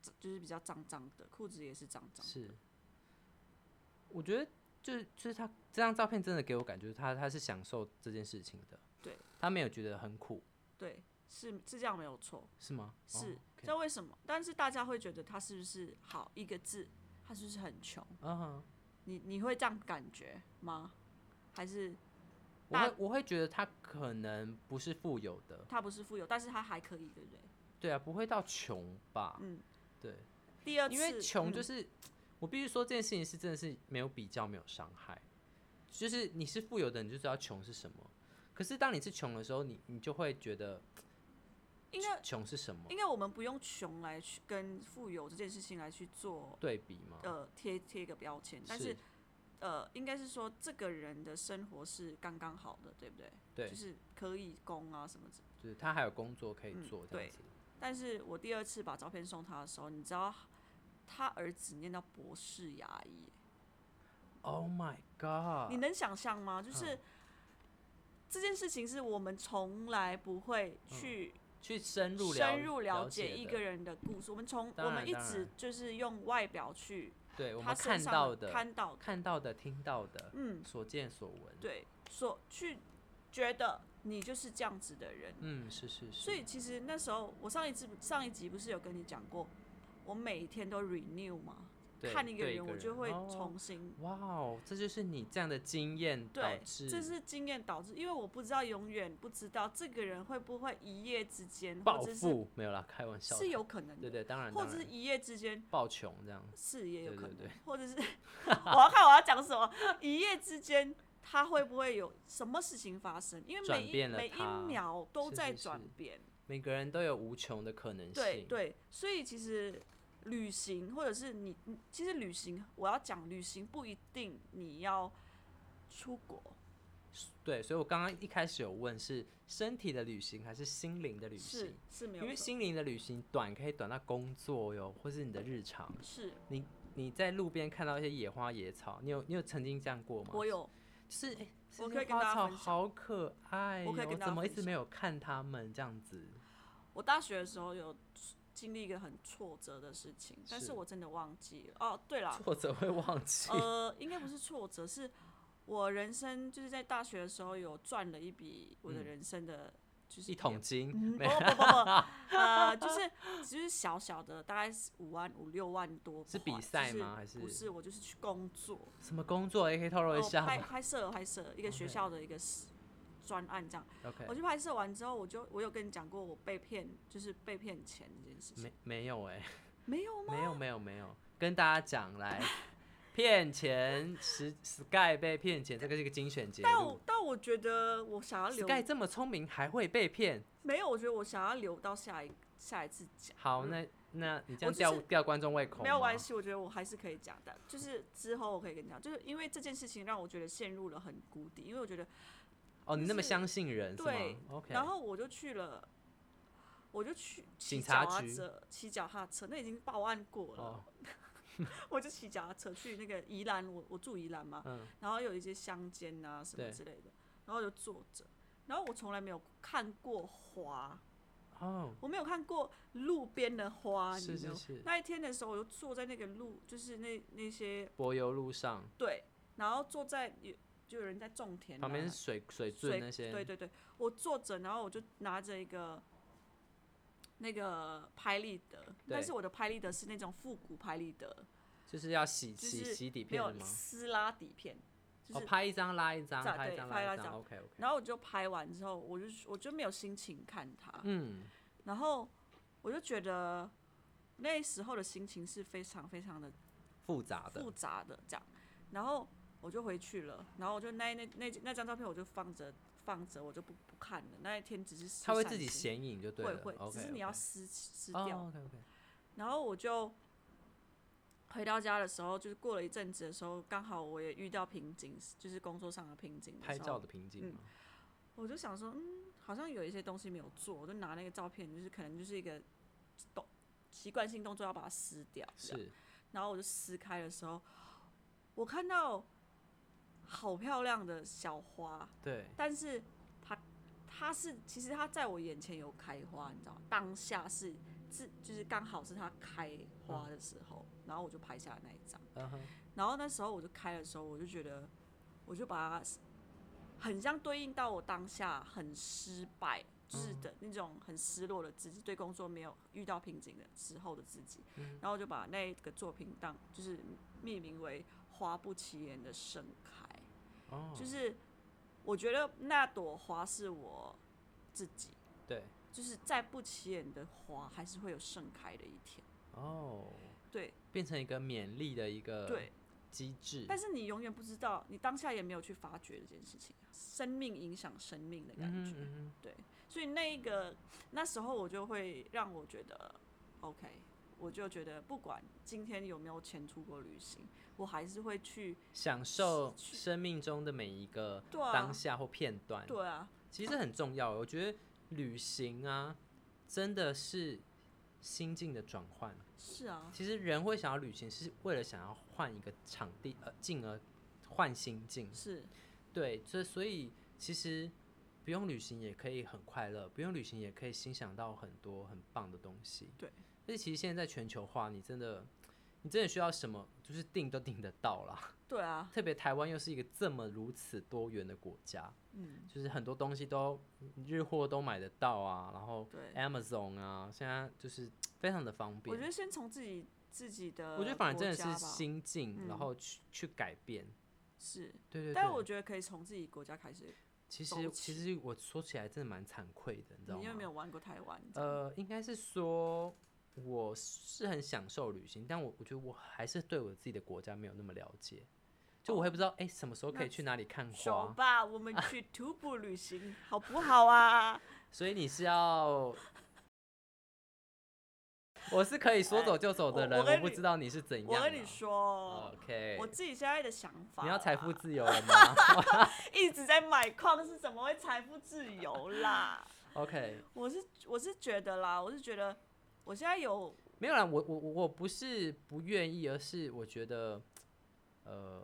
Speaker 2: 这就是比较脏脏的，裤子也是脏脏的，
Speaker 1: 是。我觉得就是就是他这张照片真的给我感觉他他是享受这件事情的，
Speaker 2: 对，
Speaker 1: 他没有觉得很苦，
Speaker 2: 对，是是这样没有错，
Speaker 1: 是吗？哦
Speaker 2: 是，知
Speaker 1: OK
Speaker 2: 道为什么？但是大家会觉得他是不是好一个字，他是不是很穷？
Speaker 1: 嗯哼，
Speaker 2: 你你会这样感觉吗？还是
Speaker 1: 我
Speaker 2: 那
Speaker 1: 会我会觉得他可能不是富有的，
Speaker 2: 他不是富有，但是他还可以，对不对？
Speaker 1: 对啊，不会到穷吧？
Speaker 2: 嗯，
Speaker 1: 对，
Speaker 2: 第二次，
Speaker 1: 因为穷
Speaker 2: 嗯
Speaker 1: 就是、我必须说这件事情是真的是没有比较没有伤害，就是你是富有的，你就知道穷是什么。可是当你是穷的时候，你你就会觉得
Speaker 2: 应该
Speaker 1: 穷是什么
Speaker 2: 应该我们不用穷来去跟富有这件事情来去做
Speaker 1: 对比吗？
Speaker 2: 呃贴贴一个标签，但是呃应该是说这个人的生活是刚刚好的，对不对？
Speaker 1: 对
Speaker 2: 就，是可以供啊什么之。
Speaker 1: 就是他还有工作可以
Speaker 2: 嗯
Speaker 1: 做这样
Speaker 2: 对
Speaker 1: 子。
Speaker 2: 但是我第二次把照片送他的时候，你知道他儿子念到博士牙医，
Speaker 1: Oh my
Speaker 2: 你
Speaker 1: god！
Speaker 2: 能想象吗？
Speaker 1: 嗯
Speaker 2: 就是、这件事情是我们从来不会去
Speaker 1: 去嗯深入了
Speaker 2: 深入了解
Speaker 1: 的
Speaker 2: 一个人的故事，我们从
Speaker 1: 当
Speaker 2: 我
Speaker 1: 然
Speaker 2: 们一
Speaker 1: 当
Speaker 2: 直
Speaker 1: 然
Speaker 2: 就是用外表去
Speaker 1: 对我
Speaker 2: 他
Speaker 1: 们
Speaker 2: 身
Speaker 1: 看
Speaker 2: 上
Speaker 1: 到
Speaker 2: 的
Speaker 1: 的、
Speaker 2: 看到，
Speaker 1: 看到的、听到的、
Speaker 2: 嗯，
Speaker 1: 所见所闻。
Speaker 2: 对，所去觉得你就是这样子的人。
Speaker 1: 嗯，是是是。
Speaker 2: 所以其实那时候我上一次上一集不是有跟你讲过，我每天都 renew 嘛，
Speaker 1: 对
Speaker 2: 看一个
Speaker 1: 对
Speaker 2: 人我就会
Speaker 1: 哦
Speaker 2: 重新。
Speaker 1: 哇哦，这就是你这样的经验导
Speaker 2: 对，
Speaker 1: 致，
Speaker 2: 这是经验导致，因为我不知道，永远不知道这个人会不会一夜之间，
Speaker 1: 暴
Speaker 2: 或者是
Speaker 1: 富没有啦，开玩笑的，
Speaker 2: 是有可能
Speaker 1: 对
Speaker 2: 的，
Speaker 1: 对，当然，
Speaker 2: 或
Speaker 1: 当
Speaker 2: 者是
Speaker 1: 然
Speaker 2: 一夜之间
Speaker 1: 暴穷这样，
Speaker 2: 是也有
Speaker 1: 对
Speaker 2: 可
Speaker 1: 对
Speaker 2: 能
Speaker 1: 对，
Speaker 2: 或 者是我要看我要讲什么，一夜之间他会不会有什么事情发生？因为
Speaker 1: 转
Speaker 2: 每一
Speaker 1: 变了
Speaker 2: 每一
Speaker 1: 他
Speaker 2: 秒都
Speaker 1: 是
Speaker 2: 在
Speaker 1: 是是
Speaker 2: 转变，
Speaker 1: 每个人都有无穷的可能性。
Speaker 2: 对对，所以其实旅行或者是你，你其实旅行我要讲旅行不一定你要出国，
Speaker 1: 对所以我刚刚一开始有问是身体的旅行还是心灵的旅
Speaker 2: 是
Speaker 1: 行，
Speaker 2: 是没有
Speaker 1: 因为
Speaker 2: 错
Speaker 1: 心灵的旅行短可以短到工作哟，或是你的日常。
Speaker 2: 是
Speaker 1: 你在路边看到一些野花野草，你有你有曾经这样过吗？
Speaker 2: 我有
Speaker 1: 就是哎，这
Speaker 2: 我可
Speaker 1: 些
Speaker 2: 以跟
Speaker 1: 花
Speaker 2: 大家
Speaker 1: 草
Speaker 2: 分享
Speaker 1: 好可爱哟，
Speaker 2: 我可以跟大家
Speaker 1: 怎么一
Speaker 2: 分
Speaker 1: 直没有看它们这样 子？
Speaker 2: 我大学的时候有经历一个很挫折的事情，但是
Speaker 1: 是
Speaker 2: 我真的忘记了。哦，对了，
Speaker 1: 作者会忘记。
Speaker 2: 呃，应该不是挫折，是我人生就是在大学的时候有赚了一笔我的
Speaker 1: 嗯
Speaker 2: 人生的，就 是
Speaker 1: 一
Speaker 2: 也
Speaker 1: 桶金，
Speaker 2: 嗯
Speaker 1: 没
Speaker 2: 不不不不，呃，就是只是小小的，大概是五万五六万多块。
Speaker 1: 是比
Speaker 2: 就
Speaker 1: 赛吗还
Speaker 2: 是
Speaker 1: 是
Speaker 2: 不是？我就是去工作，
Speaker 1: 什么工作也可以透露一
Speaker 2: 哦，
Speaker 1: 下
Speaker 2: 拍
Speaker 1: 吗
Speaker 2: 拍摄拍摄一个学
Speaker 1: OK
Speaker 2: 校的一个 s- 专案这样。
Speaker 1: ？OK，
Speaker 2: 我去拍摄完之后，我就我有跟你讲过我被骗，就是被骗钱这件事情。
Speaker 1: 没没有哎、
Speaker 2: 没有啊吗？
Speaker 1: 没有没有没有，跟大家讲来，骗钱时 Sky 被骗钱，这个是一个精选节
Speaker 2: 但
Speaker 1: 目
Speaker 2: 我。但我觉得我想要留，
Speaker 1: Sky 这么聪明还会被骗，
Speaker 2: 没有，我觉得我想要留到下一下一次讲，
Speaker 1: 好，那那你这
Speaker 2: 嗯
Speaker 1: 样
Speaker 2: 我就
Speaker 1: 吊
Speaker 2: 是
Speaker 1: 吊观众胃口
Speaker 2: 没有
Speaker 1: 吗
Speaker 2: 关系，我觉得我还是可以讲的。就是之后我可以跟你讲，就是因为这件事情让我觉得陷入了很谷底，因为我觉得，
Speaker 1: 哦，你那么
Speaker 2: 是
Speaker 1: 相信人是吗
Speaker 2: 对
Speaker 1: ？OK，
Speaker 2: 然后我就去了，我就去骑
Speaker 1: 警
Speaker 2: 脚
Speaker 1: 察
Speaker 2: 踏
Speaker 1: 局
Speaker 2: 车，骑脚踏车，那已经报案过了，
Speaker 1: 哦，
Speaker 2: 我就骑脚踏车去那个宜兰，我我住宜兰嘛，
Speaker 1: 嗯
Speaker 2: 然后有一些乡间啊什么
Speaker 1: 对
Speaker 2: 之类的，然后就坐着，然后我从来没有看过花，
Speaker 1: 哦，
Speaker 2: 我没有看过路边的花，你
Speaker 1: 是
Speaker 2: 有没有
Speaker 1: 是是，
Speaker 2: 那一天的时候，我就坐在那个路，就是那那些
Speaker 1: 柏油路上
Speaker 2: 对，然后坐在有就有人在种田啊、
Speaker 1: 旁边是水水
Speaker 2: 水
Speaker 1: 圳那些，
Speaker 2: 对对对，我坐着，然后我就拿着一个那个拍立得，但
Speaker 1: 对
Speaker 2: 是我的拍立得是那种复古拍立得，
Speaker 1: 就是要洗
Speaker 2: 就
Speaker 1: 洗
Speaker 2: 是
Speaker 1: 洗底
Speaker 2: 没
Speaker 1: 片的
Speaker 2: 有
Speaker 1: 吗？
Speaker 2: 撕拉底片，就
Speaker 1: 哦，
Speaker 2: 是。
Speaker 1: 拍一张拉一张，
Speaker 2: 在
Speaker 1: 拍
Speaker 2: 对
Speaker 1: 一张
Speaker 2: 拍
Speaker 1: 拉
Speaker 2: 拉
Speaker 1: 一
Speaker 2: 一张
Speaker 1: 张，OK OK。
Speaker 2: 然后我就拍完之后，我就我就没有心情看它，
Speaker 1: 嗯，
Speaker 2: 然后我就觉得那时候的心情是非常非常的
Speaker 1: 复杂的
Speaker 2: 复，杂的这样，然后我就回去了，然后我就那那那那张照片我就放着放着，我就不不看了。那一天只是
Speaker 1: 它会
Speaker 2: 散
Speaker 1: 自己
Speaker 2: 心
Speaker 1: 显影就对
Speaker 2: 会
Speaker 1: 了，
Speaker 2: 会
Speaker 1: o k
Speaker 2: 只是你要撕撕掉。
Speaker 1: 哦，OK OK，
Speaker 2: 然后我就回到家的时候，就是过了一阵子的时候，刚好我也遇到瓶颈，就是工作上的瓶颈的
Speaker 1: 拍
Speaker 2: 时
Speaker 1: 照
Speaker 2: 候，
Speaker 1: 的瓶颈
Speaker 2: 嗯
Speaker 1: 嘛，
Speaker 2: 我就想说，嗯，好像有一些东西没有做，我就拿那个照片，就是可能就是一个动习惯性动作要把它撕掉，这样
Speaker 1: 是
Speaker 2: 然后我就撕开的时候，我看到好漂亮的小花，
Speaker 1: 对，
Speaker 2: 但是它它是其实它在我眼前有开花，你知道吗，当下是是就是刚好是它开花的时候，然后我就拍下那一张，
Speaker 1: 嗯哼，
Speaker 2: 然后那时候我就开的时候，我就觉得我就把它很像对应到我当下很失败。就是
Speaker 1: 嗯
Speaker 2: 的那种很失落的自己，对工作没有遇到瓶颈的时候的自己，
Speaker 1: 嗯
Speaker 2: 然后就把那个作品当就是命名为“花不起眼的盛开”，
Speaker 1: 哦，
Speaker 2: 就是我觉得那朵花是我自己，
Speaker 1: 对，
Speaker 2: 就是再不起眼的花还是会有盛开的一天。
Speaker 1: 哦，
Speaker 2: 对
Speaker 1: 变成一个勉励的一个
Speaker 2: 对，
Speaker 1: 机制，
Speaker 2: 但是你永远不知道，你当下也没有去发觉这件事情，啊生命影响生命的感
Speaker 1: 嗯
Speaker 2: 觉。
Speaker 1: 哼嗯
Speaker 2: 所以那一个那时候我就会让我觉得 OK，我就觉得不管今天有没有钱出国旅行，我还是会去
Speaker 1: 哼，享受
Speaker 2: 去
Speaker 1: 生命中的每一个
Speaker 2: 对啊
Speaker 1: 当下或片段，
Speaker 2: 对啊，
Speaker 1: 其实很重要。我觉得旅行啊，真的是心境的转换。
Speaker 2: 是啊，
Speaker 1: 其实人会想要旅行，是为了想要换一个场地，呃，进而换心境。
Speaker 2: 是
Speaker 1: 对，这所以其实不用旅行也可以很快乐，不用旅行也可以欣赏到很多很棒的东西。
Speaker 2: 对，
Speaker 1: 所以其实现在在全球化，你真的你真的需要什么，就是订都订得到啦。
Speaker 2: 对啊，
Speaker 1: 特别台湾又是一个这么如此多元的国家，
Speaker 2: 嗯，
Speaker 1: 就是很多东西都日货都买得到啊，然后
Speaker 2: 对，
Speaker 1: Amazon 啊，现在就是非常的方便。
Speaker 2: 我觉得先从自己自己的，
Speaker 1: 我觉得反而真的是
Speaker 2: 心
Speaker 1: 心境，然
Speaker 2: 嗯
Speaker 1: 后去去改变。
Speaker 2: 是，
Speaker 1: 对对对，
Speaker 2: 但我觉得可以从自己国家开始。
Speaker 1: 其
Speaker 2: 走
Speaker 1: 实其实我说起来真的蛮惭愧的，你知道
Speaker 2: 你有没
Speaker 1: 吗？
Speaker 2: 有玩过台湾？
Speaker 1: 呃，应该是说我是很享受旅行，但我我觉得我还是对我自己的国家没有那么了解，就
Speaker 2: 哦
Speaker 1: 我会不知道哎、诶什么时候可以去哪里看花，
Speaker 2: 走吧，我们去徒步旅行，好不 好啊？
Speaker 1: 所以你是 要。我是可以说走就走的
Speaker 2: 哎
Speaker 1: 人，
Speaker 2: 我我跟
Speaker 1: 不
Speaker 2: 你
Speaker 1: 知道你是怎样的。
Speaker 2: 我跟你说，
Speaker 1: ，OK，
Speaker 2: 我啊自己现在的想法，
Speaker 1: 你要财富自由了 吗
Speaker 2: 一直在买矿，是怎么会财富自由 啦？
Speaker 1: ？OK，
Speaker 2: 我是我是觉得啦，我是觉得我现在有
Speaker 1: 没有啦，我我我不是不愿意，而是我觉得，呃，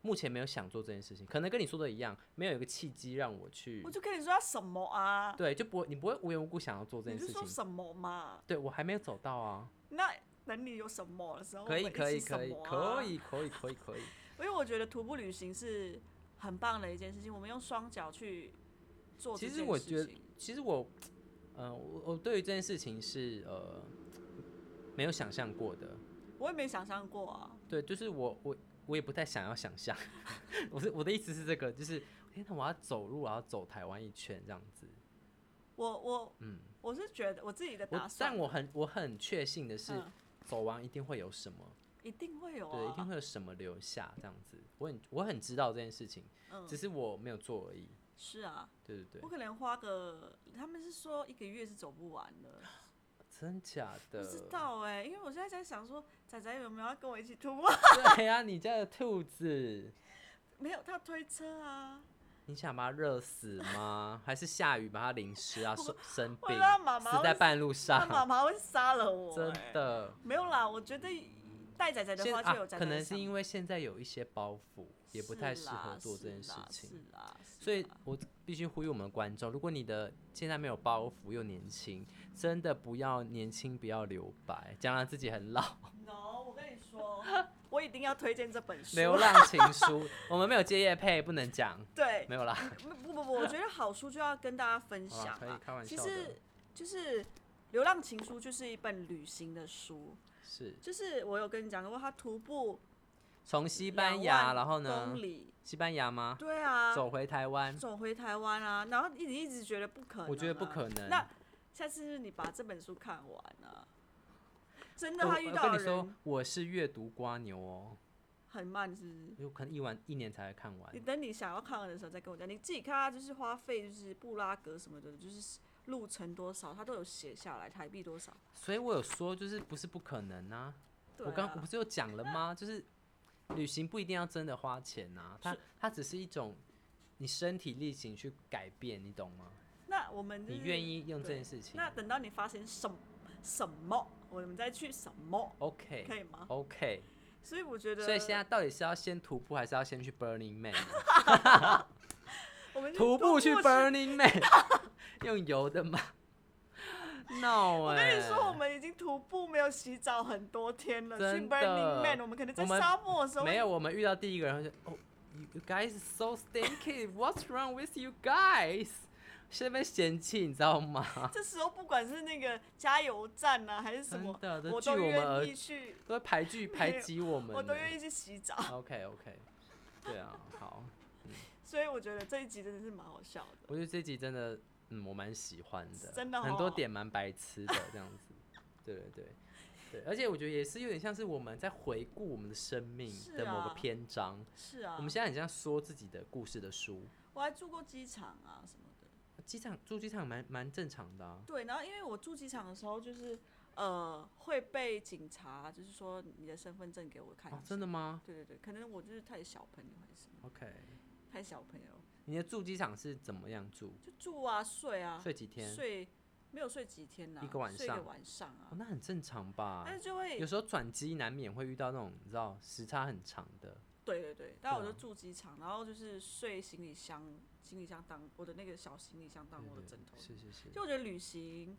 Speaker 1: 目前没有想做这件事情，可能跟你说的一样，没有一个契机让我去
Speaker 2: 我，就跟你说要什么啊？
Speaker 1: 对，就不会你不会无缘无故想要做这
Speaker 2: 你
Speaker 1: 件
Speaker 2: 就
Speaker 1: 事
Speaker 2: 说
Speaker 1: 情，
Speaker 2: 什么嘛？
Speaker 1: 对我还没有走到啊，
Speaker 2: 那等你有什么的时候，
Speaker 1: 可以
Speaker 2: 我们
Speaker 1: 可
Speaker 2: 一
Speaker 1: 以
Speaker 2: 起什
Speaker 1: 可以
Speaker 2: 么啊
Speaker 1: 可以可以可以可以，
Speaker 2: 因为我觉得徒步旅行是很棒的一件事情，我们用双脚去做
Speaker 1: 其
Speaker 2: 这件事情。
Speaker 1: 实我觉得其实我，呃，我我对于这件事情是呃没有想象过的，
Speaker 2: 我也没想象过啊，
Speaker 1: 对，就是我我我也不太想要想象， 我是我的意思是这个，就是天哪，我要走路，我要走台湾一圈这样子。
Speaker 2: 我我
Speaker 1: 嗯，
Speaker 2: 我是觉得我自己的打
Speaker 1: 我
Speaker 2: 啊算
Speaker 1: 但，我很我很确信的是，
Speaker 2: 嗯
Speaker 1: 走完一定会有什么，
Speaker 2: 一定会有
Speaker 1: 对，一定
Speaker 2: 啊，
Speaker 1: 会有什么留下这样子。我很我很知道这件事情，
Speaker 2: 嗯
Speaker 1: 只，是我没有做而已。
Speaker 2: 是啊，
Speaker 1: 对对对
Speaker 2: 我，可能花个，他们是说一个月是走不完的，
Speaker 1: 真假
Speaker 2: 不
Speaker 1: 的？
Speaker 2: 知道哎、因为我现在在想说，仔仔有没有要跟我一起徒步？
Speaker 1: 对呀、你家的兔子，
Speaker 2: 没有，他推车啊，
Speaker 1: 你想把它热死吗？还是下雨把它淋湿啊，生生
Speaker 2: 我
Speaker 1: 病，
Speaker 2: 让妈妈
Speaker 1: 死在半路
Speaker 2: 他妈
Speaker 1: 上？
Speaker 2: 妈会杀了我、
Speaker 1: 真
Speaker 2: 欸，
Speaker 1: 的。
Speaker 2: 没有啦，我觉得带仔仔的
Speaker 1: 现
Speaker 2: 话
Speaker 1: 啊
Speaker 2: 就有，仔
Speaker 1: 可
Speaker 2: 仔的想法、
Speaker 1: 能是因为现在有一些包袱，也不太适合做这件事
Speaker 2: 是
Speaker 1: 情。
Speaker 2: 啦，是啦是
Speaker 1: 所以
Speaker 2: 啦
Speaker 1: 我必须呼吁我们的观众，如果你的现在没有包袱又年轻，真的不要年轻不要留白，讲到自己很 老。
Speaker 2: no，我跟 你说，我一定要推荐这本书。
Speaker 1: 流浪情书，我们没有接业配，不能讲，
Speaker 2: 对，
Speaker 1: 没有啦。
Speaker 2: 不不不，我觉得好书就要跟大家分享
Speaker 1: 啊可以
Speaker 2: 啊。
Speaker 1: 开玩
Speaker 2: 其
Speaker 1: 笑的
Speaker 2: 实就是《流浪情书》就是一本旅行的书，
Speaker 1: 是
Speaker 2: 就是我有跟你讲过，他徒步
Speaker 1: 从西班
Speaker 2: 两
Speaker 1: 牙，
Speaker 2: 万
Speaker 1: 然后呢
Speaker 2: 公？里，
Speaker 1: 西班牙吗？
Speaker 2: 对啊，
Speaker 1: 走回台湾，
Speaker 2: 走回台湾啊，然后一直一直觉得不可能、啊
Speaker 1: 我觉得不可。能。
Speaker 2: 那下次你把这本书看完啊，真的，
Speaker 1: 我
Speaker 2: 他遇
Speaker 1: 我
Speaker 2: 到
Speaker 1: 跟
Speaker 2: 的
Speaker 1: 你说
Speaker 2: 人，
Speaker 1: 我是阅读瓜牛哦，
Speaker 2: 很慢，是不是？
Speaker 1: 有可能一晚一年才会看完
Speaker 2: 你。等你想要看完的时候再跟我讲，你自己看他就是花费，就是布拉格什么的，就是路程多少，他都有写下来，台币多少。
Speaker 1: 所以我有说，就是不是不可能啊。
Speaker 2: 对
Speaker 1: 我刚我
Speaker 2: 啊
Speaker 1: 不是有讲了吗？就是旅行不一定要真的花钱啊，它它只是一种你身体力行去改变，你懂吗？
Speaker 2: 那我们、就是、
Speaker 1: 你愿？意用这
Speaker 2: 嗯对
Speaker 1: 件事情
Speaker 2: 那等到你发现什什么，我们再去什么，
Speaker 1: ？OK
Speaker 2: 可以吗？
Speaker 1: OK，
Speaker 2: 所以我觉得，
Speaker 1: 所以现在到底是要先徒步还是要先去 Burning Man？呢
Speaker 2: 我们就
Speaker 1: 徒步去
Speaker 2: 是
Speaker 1: Burning Man，用游的吗？No
Speaker 2: 我
Speaker 1: 哎、
Speaker 2: 跟你说，我们已经徒步没有洗澡很多天了。去
Speaker 1: 真的
Speaker 2: Burning Man，我们可能在
Speaker 1: 我们
Speaker 2: 沙漠的时候
Speaker 1: 没有，我们遇到第一个人就哦，you you guys so stinky, what's wrong with you guys？是被嫌弃，你知道吗？
Speaker 2: 这时候不管是那个加油站啊，还是什么，
Speaker 1: 真的都
Speaker 2: 我
Speaker 1: 拒
Speaker 2: 都
Speaker 1: 我们而
Speaker 2: 愿意去，
Speaker 1: 都会排拒排挤我们呢。
Speaker 2: 我都愿意去洗澡。
Speaker 1: OK OK，对啊，好，
Speaker 2: 所以我觉得这一集真的是蛮好笑的。
Speaker 1: 我觉得这集真的，嗯，我蛮喜欢的，
Speaker 2: 真的
Speaker 1: 很多
Speaker 2: 哦
Speaker 1: 点蛮白痴的这样 子。对对对对，而且我觉得也是有点像是我们在回顾我们的生命
Speaker 2: 是
Speaker 1: 的某个
Speaker 2: 啊
Speaker 1: 篇章。
Speaker 2: 是啊
Speaker 1: 我，们现在很像说自己的故事的书。
Speaker 2: 我还住过机场啊什么的。
Speaker 1: 机场住机场蛮蛮正常的、啊，
Speaker 2: 对，然后因为我住机场的时候，就是呃会被警察就是说你的身份证给我看一
Speaker 1: 哦
Speaker 2: 下。，
Speaker 1: 真的吗
Speaker 2: 对对对，可能我就是太小朋友还是什么，
Speaker 1: ？OK，
Speaker 2: 太小朋友
Speaker 1: 你的住机场是怎么样住？
Speaker 2: 就住啊睡啊
Speaker 1: 睡几天？
Speaker 2: 睡没有睡几天呐、
Speaker 1: 一个晚
Speaker 2: 睡一个
Speaker 1: 上啊
Speaker 2: 晚上啊
Speaker 1: 哦，，那很正常吧
Speaker 2: 哎但？是就会
Speaker 1: 有时候转机难免会遇到那种你知道时差很长的，
Speaker 2: 对对对，但我就
Speaker 1: 对啊
Speaker 2: 住机场，然后就是睡行李箱，行李箱当我的那个小行李箱当我的枕头。
Speaker 1: 是是是。
Speaker 2: 就我觉得旅行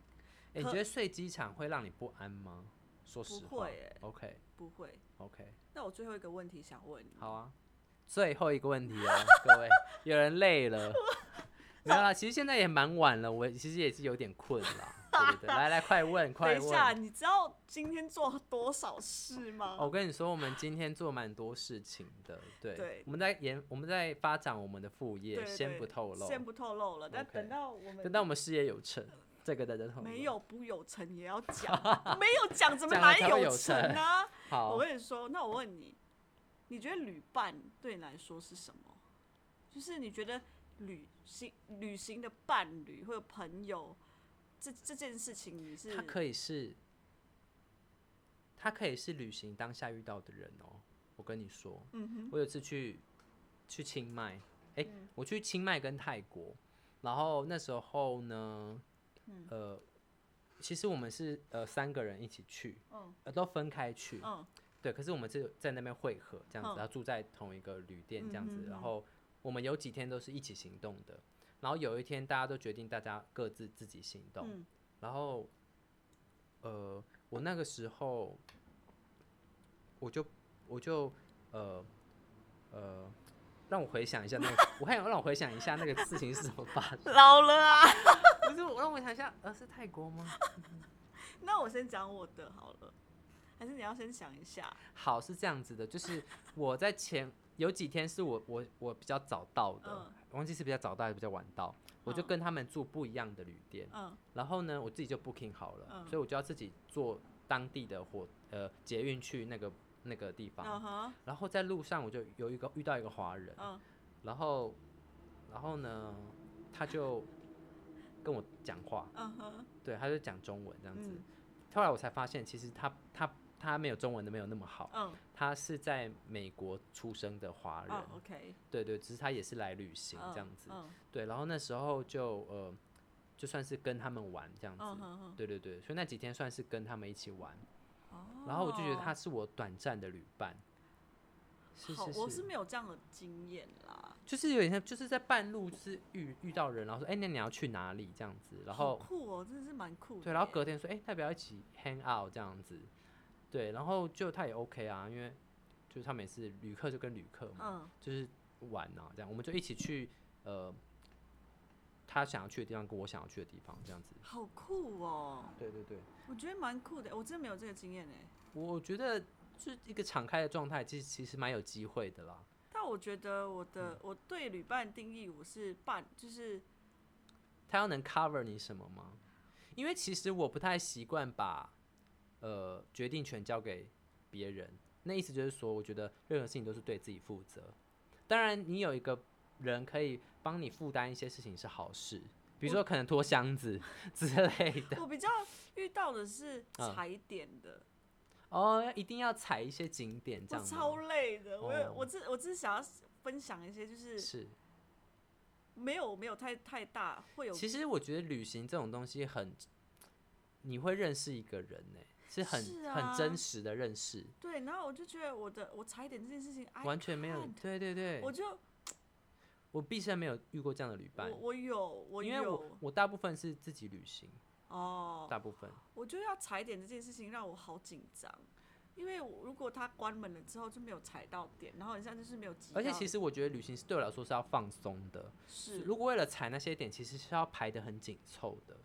Speaker 1: 哎、你
Speaker 2: 可
Speaker 1: 觉得睡机场会让你不安吗？说
Speaker 2: 不
Speaker 1: 实话
Speaker 2: 会欸
Speaker 1: OK
Speaker 2: 不会。
Speaker 1: OK，
Speaker 2: 那我最后一个问题想问你，
Speaker 1: 好啊。最后一个问题哦，各位，有人累 了。没有啦，其实现在也蛮晚了，我其实也是有点困啦。对对对，来来，快问快
Speaker 2: 等
Speaker 1: 问。
Speaker 2: 一下，你知道今天做了多少事吗？
Speaker 1: 哦我跟你说，我们今天做蛮多事情的，对，
Speaker 2: 对
Speaker 1: 我们在研，我们在发展我们的副业，
Speaker 2: 对，
Speaker 1: 先
Speaker 2: 对
Speaker 1: 不透露，
Speaker 2: 先不透露了。但
Speaker 1: OK
Speaker 2: 等到我们
Speaker 1: 等到我们事业有成，这个大家同意
Speaker 2: 没有不有成也要 讲，没有讲怎么
Speaker 1: 讲了
Speaker 2: 来
Speaker 1: 才会有
Speaker 2: 成
Speaker 1: 成
Speaker 2: 呢、我
Speaker 1: 好，
Speaker 2: 跟你说，那我问你，你觉得旅伴对你来说是什么？就是你觉得旅行旅行的伴侣或者朋友，这这件事情你是
Speaker 1: 它可以是，它可以是旅行当下遇到的人哦。我跟你说，
Speaker 2: 嗯哼
Speaker 1: 我有一次去去清迈，哎、
Speaker 2: 嗯
Speaker 1: 我去清迈跟泰国，然后那时候呢，
Speaker 2: 嗯
Speaker 1: 呃，其实我们是呃三个人一起去，
Speaker 2: 嗯
Speaker 1: 呃都分开去，
Speaker 2: 嗯
Speaker 1: 对，可是我们是在那边会合这样子，
Speaker 2: 嗯
Speaker 1: 然后住在同一个旅店这样子
Speaker 2: 嗯，哼
Speaker 1: 然
Speaker 2: 哼
Speaker 1: 后我们有几天都是一起行动的，然后有一天大家都决定大家各自自己行动，
Speaker 2: 嗯，
Speaker 1: 然后，呃，我那个时候我就我就呃呃，让我回想一下那 个，我还想让我回想一下那个事情是怎么发生
Speaker 2: 老了啊。
Speaker 1: 不是我让我想一下，呃，是泰国吗？
Speaker 2: 那我先讲我的好了，还是你要先想一下？
Speaker 1: 好，是这样子的，就是我在前有几天是我我我比较早到的，
Speaker 2: 嗯
Speaker 1: 忘记是比较早到还是比较晚到，我就跟他们住不一样的旅店，
Speaker 2: 嗯
Speaker 1: 然后呢，我自己就 booking 好了，
Speaker 2: 嗯
Speaker 1: 所以我就要自己坐当地的火呃捷运去那个那个地方，
Speaker 2: 嗯哼
Speaker 1: 然后在路上我就有一个遇到一个华人，
Speaker 2: 嗯
Speaker 1: 然后然后呢他就跟我讲话，
Speaker 2: 嗯哼
Speaker 1: 对，他就讲中文这样子，
Speaker 2: 嗯
Speaker 1: 后来我才发现其实他他他没有中文的没有那么好。
Speaker 2: 嗯
Speaker 1: 他是在美国出生的华人，
Speaker 2: 哦 OK
Speaker 1: 对对，只是他也是来旅行
Speaker 2: 嗯
Speaker 1: 这样子，
Speaker 2: 嗯
Speaker 1: 对。然后那时候就呃，就算是跟他们玩这样子，
Speaker 2: 嗯哼哼
Speaker 1: 对对对，所以那几天算是跟他们一起玩。
Speaker 2: 哦
Speaker 1: 然后我就觉得他是我短暂的旅伴，是
Speaker 2: 好
Speaker 1: 是，
Speaker 2: 我
Speaker 1: 是，
Speaker 2: 是没有这样的经验啦，
Speaker 1: 就是有点像，就是在半路就是遇遇到人，然后说，哎、那你要去哪里这样子，然
Speaker 2: 好
Speaker 1: 后
Speaker 2: 酷哦，真的是蛮酷的耶。
Speaker 1: 对，然后隔天说，哎、要不要一起 hang out 这样子？对，然后就他也 OK 啊，因为就是他每次旅客就跟旅客嘛，
Speaker 2: 嗯
Speaker 1: 就是玩啊，这样我们就一起去呃，他想要去的地方跟我想要去的地方，这样子。
Speaker 2: 好酷哦。
Speaker 1: 对对对，
Speaker 2: 我觉得蛮酷的，我真的没有这个经验哎。
Speaker 1: 我觉得就是一个敞开的状态，其实其实蛮有机会的啦。
Speaker 2: 但我觉得我
Speaker 1: 嗯
Speaker 2: 的、我对旅伴定义，我是伴， 就是
Speaker 1: 他要能 cover 你什么吗？因为其实我不太习惯把呃决定权交给别人，那意思就是说，我觉得任何事情都是对自己负责。当然，你有一个人可以帮你负担一些事情是好事，比如说可能拖箱 子之类的。
Speaker 2: 我比较遇到的是
Speaker 1: 嗯
Speaker 2: 踩点的，
Speaker 1: 哦，一定要踩一些景点这
Speaker 2: 我
Speaker 1: 样吗
Speaker 2: 超累的。我有
Speaker 1: 哦
Speaker 2: 我只我只是想要分享一些，就是
Speaker 1: 是。
Speaker 2: 没有没有太太大会有
Speaker 1: 其实我觉得旅行这种东西很，你会认识一个人呢、是很
Speaker 2: 是啊
Speaker 1: 很真实的认识，
Speaker 2: 对，然后我就觉得我的我踩点这件事情，哎，
Speaker 1: 完全没有。对对对，
Speaker 2: 我
Speaker 1: 我
Speaker 2: 就
Speaker 1: 毕生没有遇过这样的旅伴
Speaker 2: 我，我有我
Speaker 1: 因为
Speaker 2: 有
Speaker 1: 我我大部分是自己旅行，
Speaker 2: 哦，
Speaker 1: 大部分
Speaker 2: 我就要踩点这件事情让我好紧张，因为我如果他关门了之后就没有踩到点，然后很像就是没有集到。
Speaker 1: 而且其实我觉得旅行是对我来说是要放松的。
Speaker 2: 是
Speaker 1: 如果为了踩那些点，其实是要排得很紧凑的。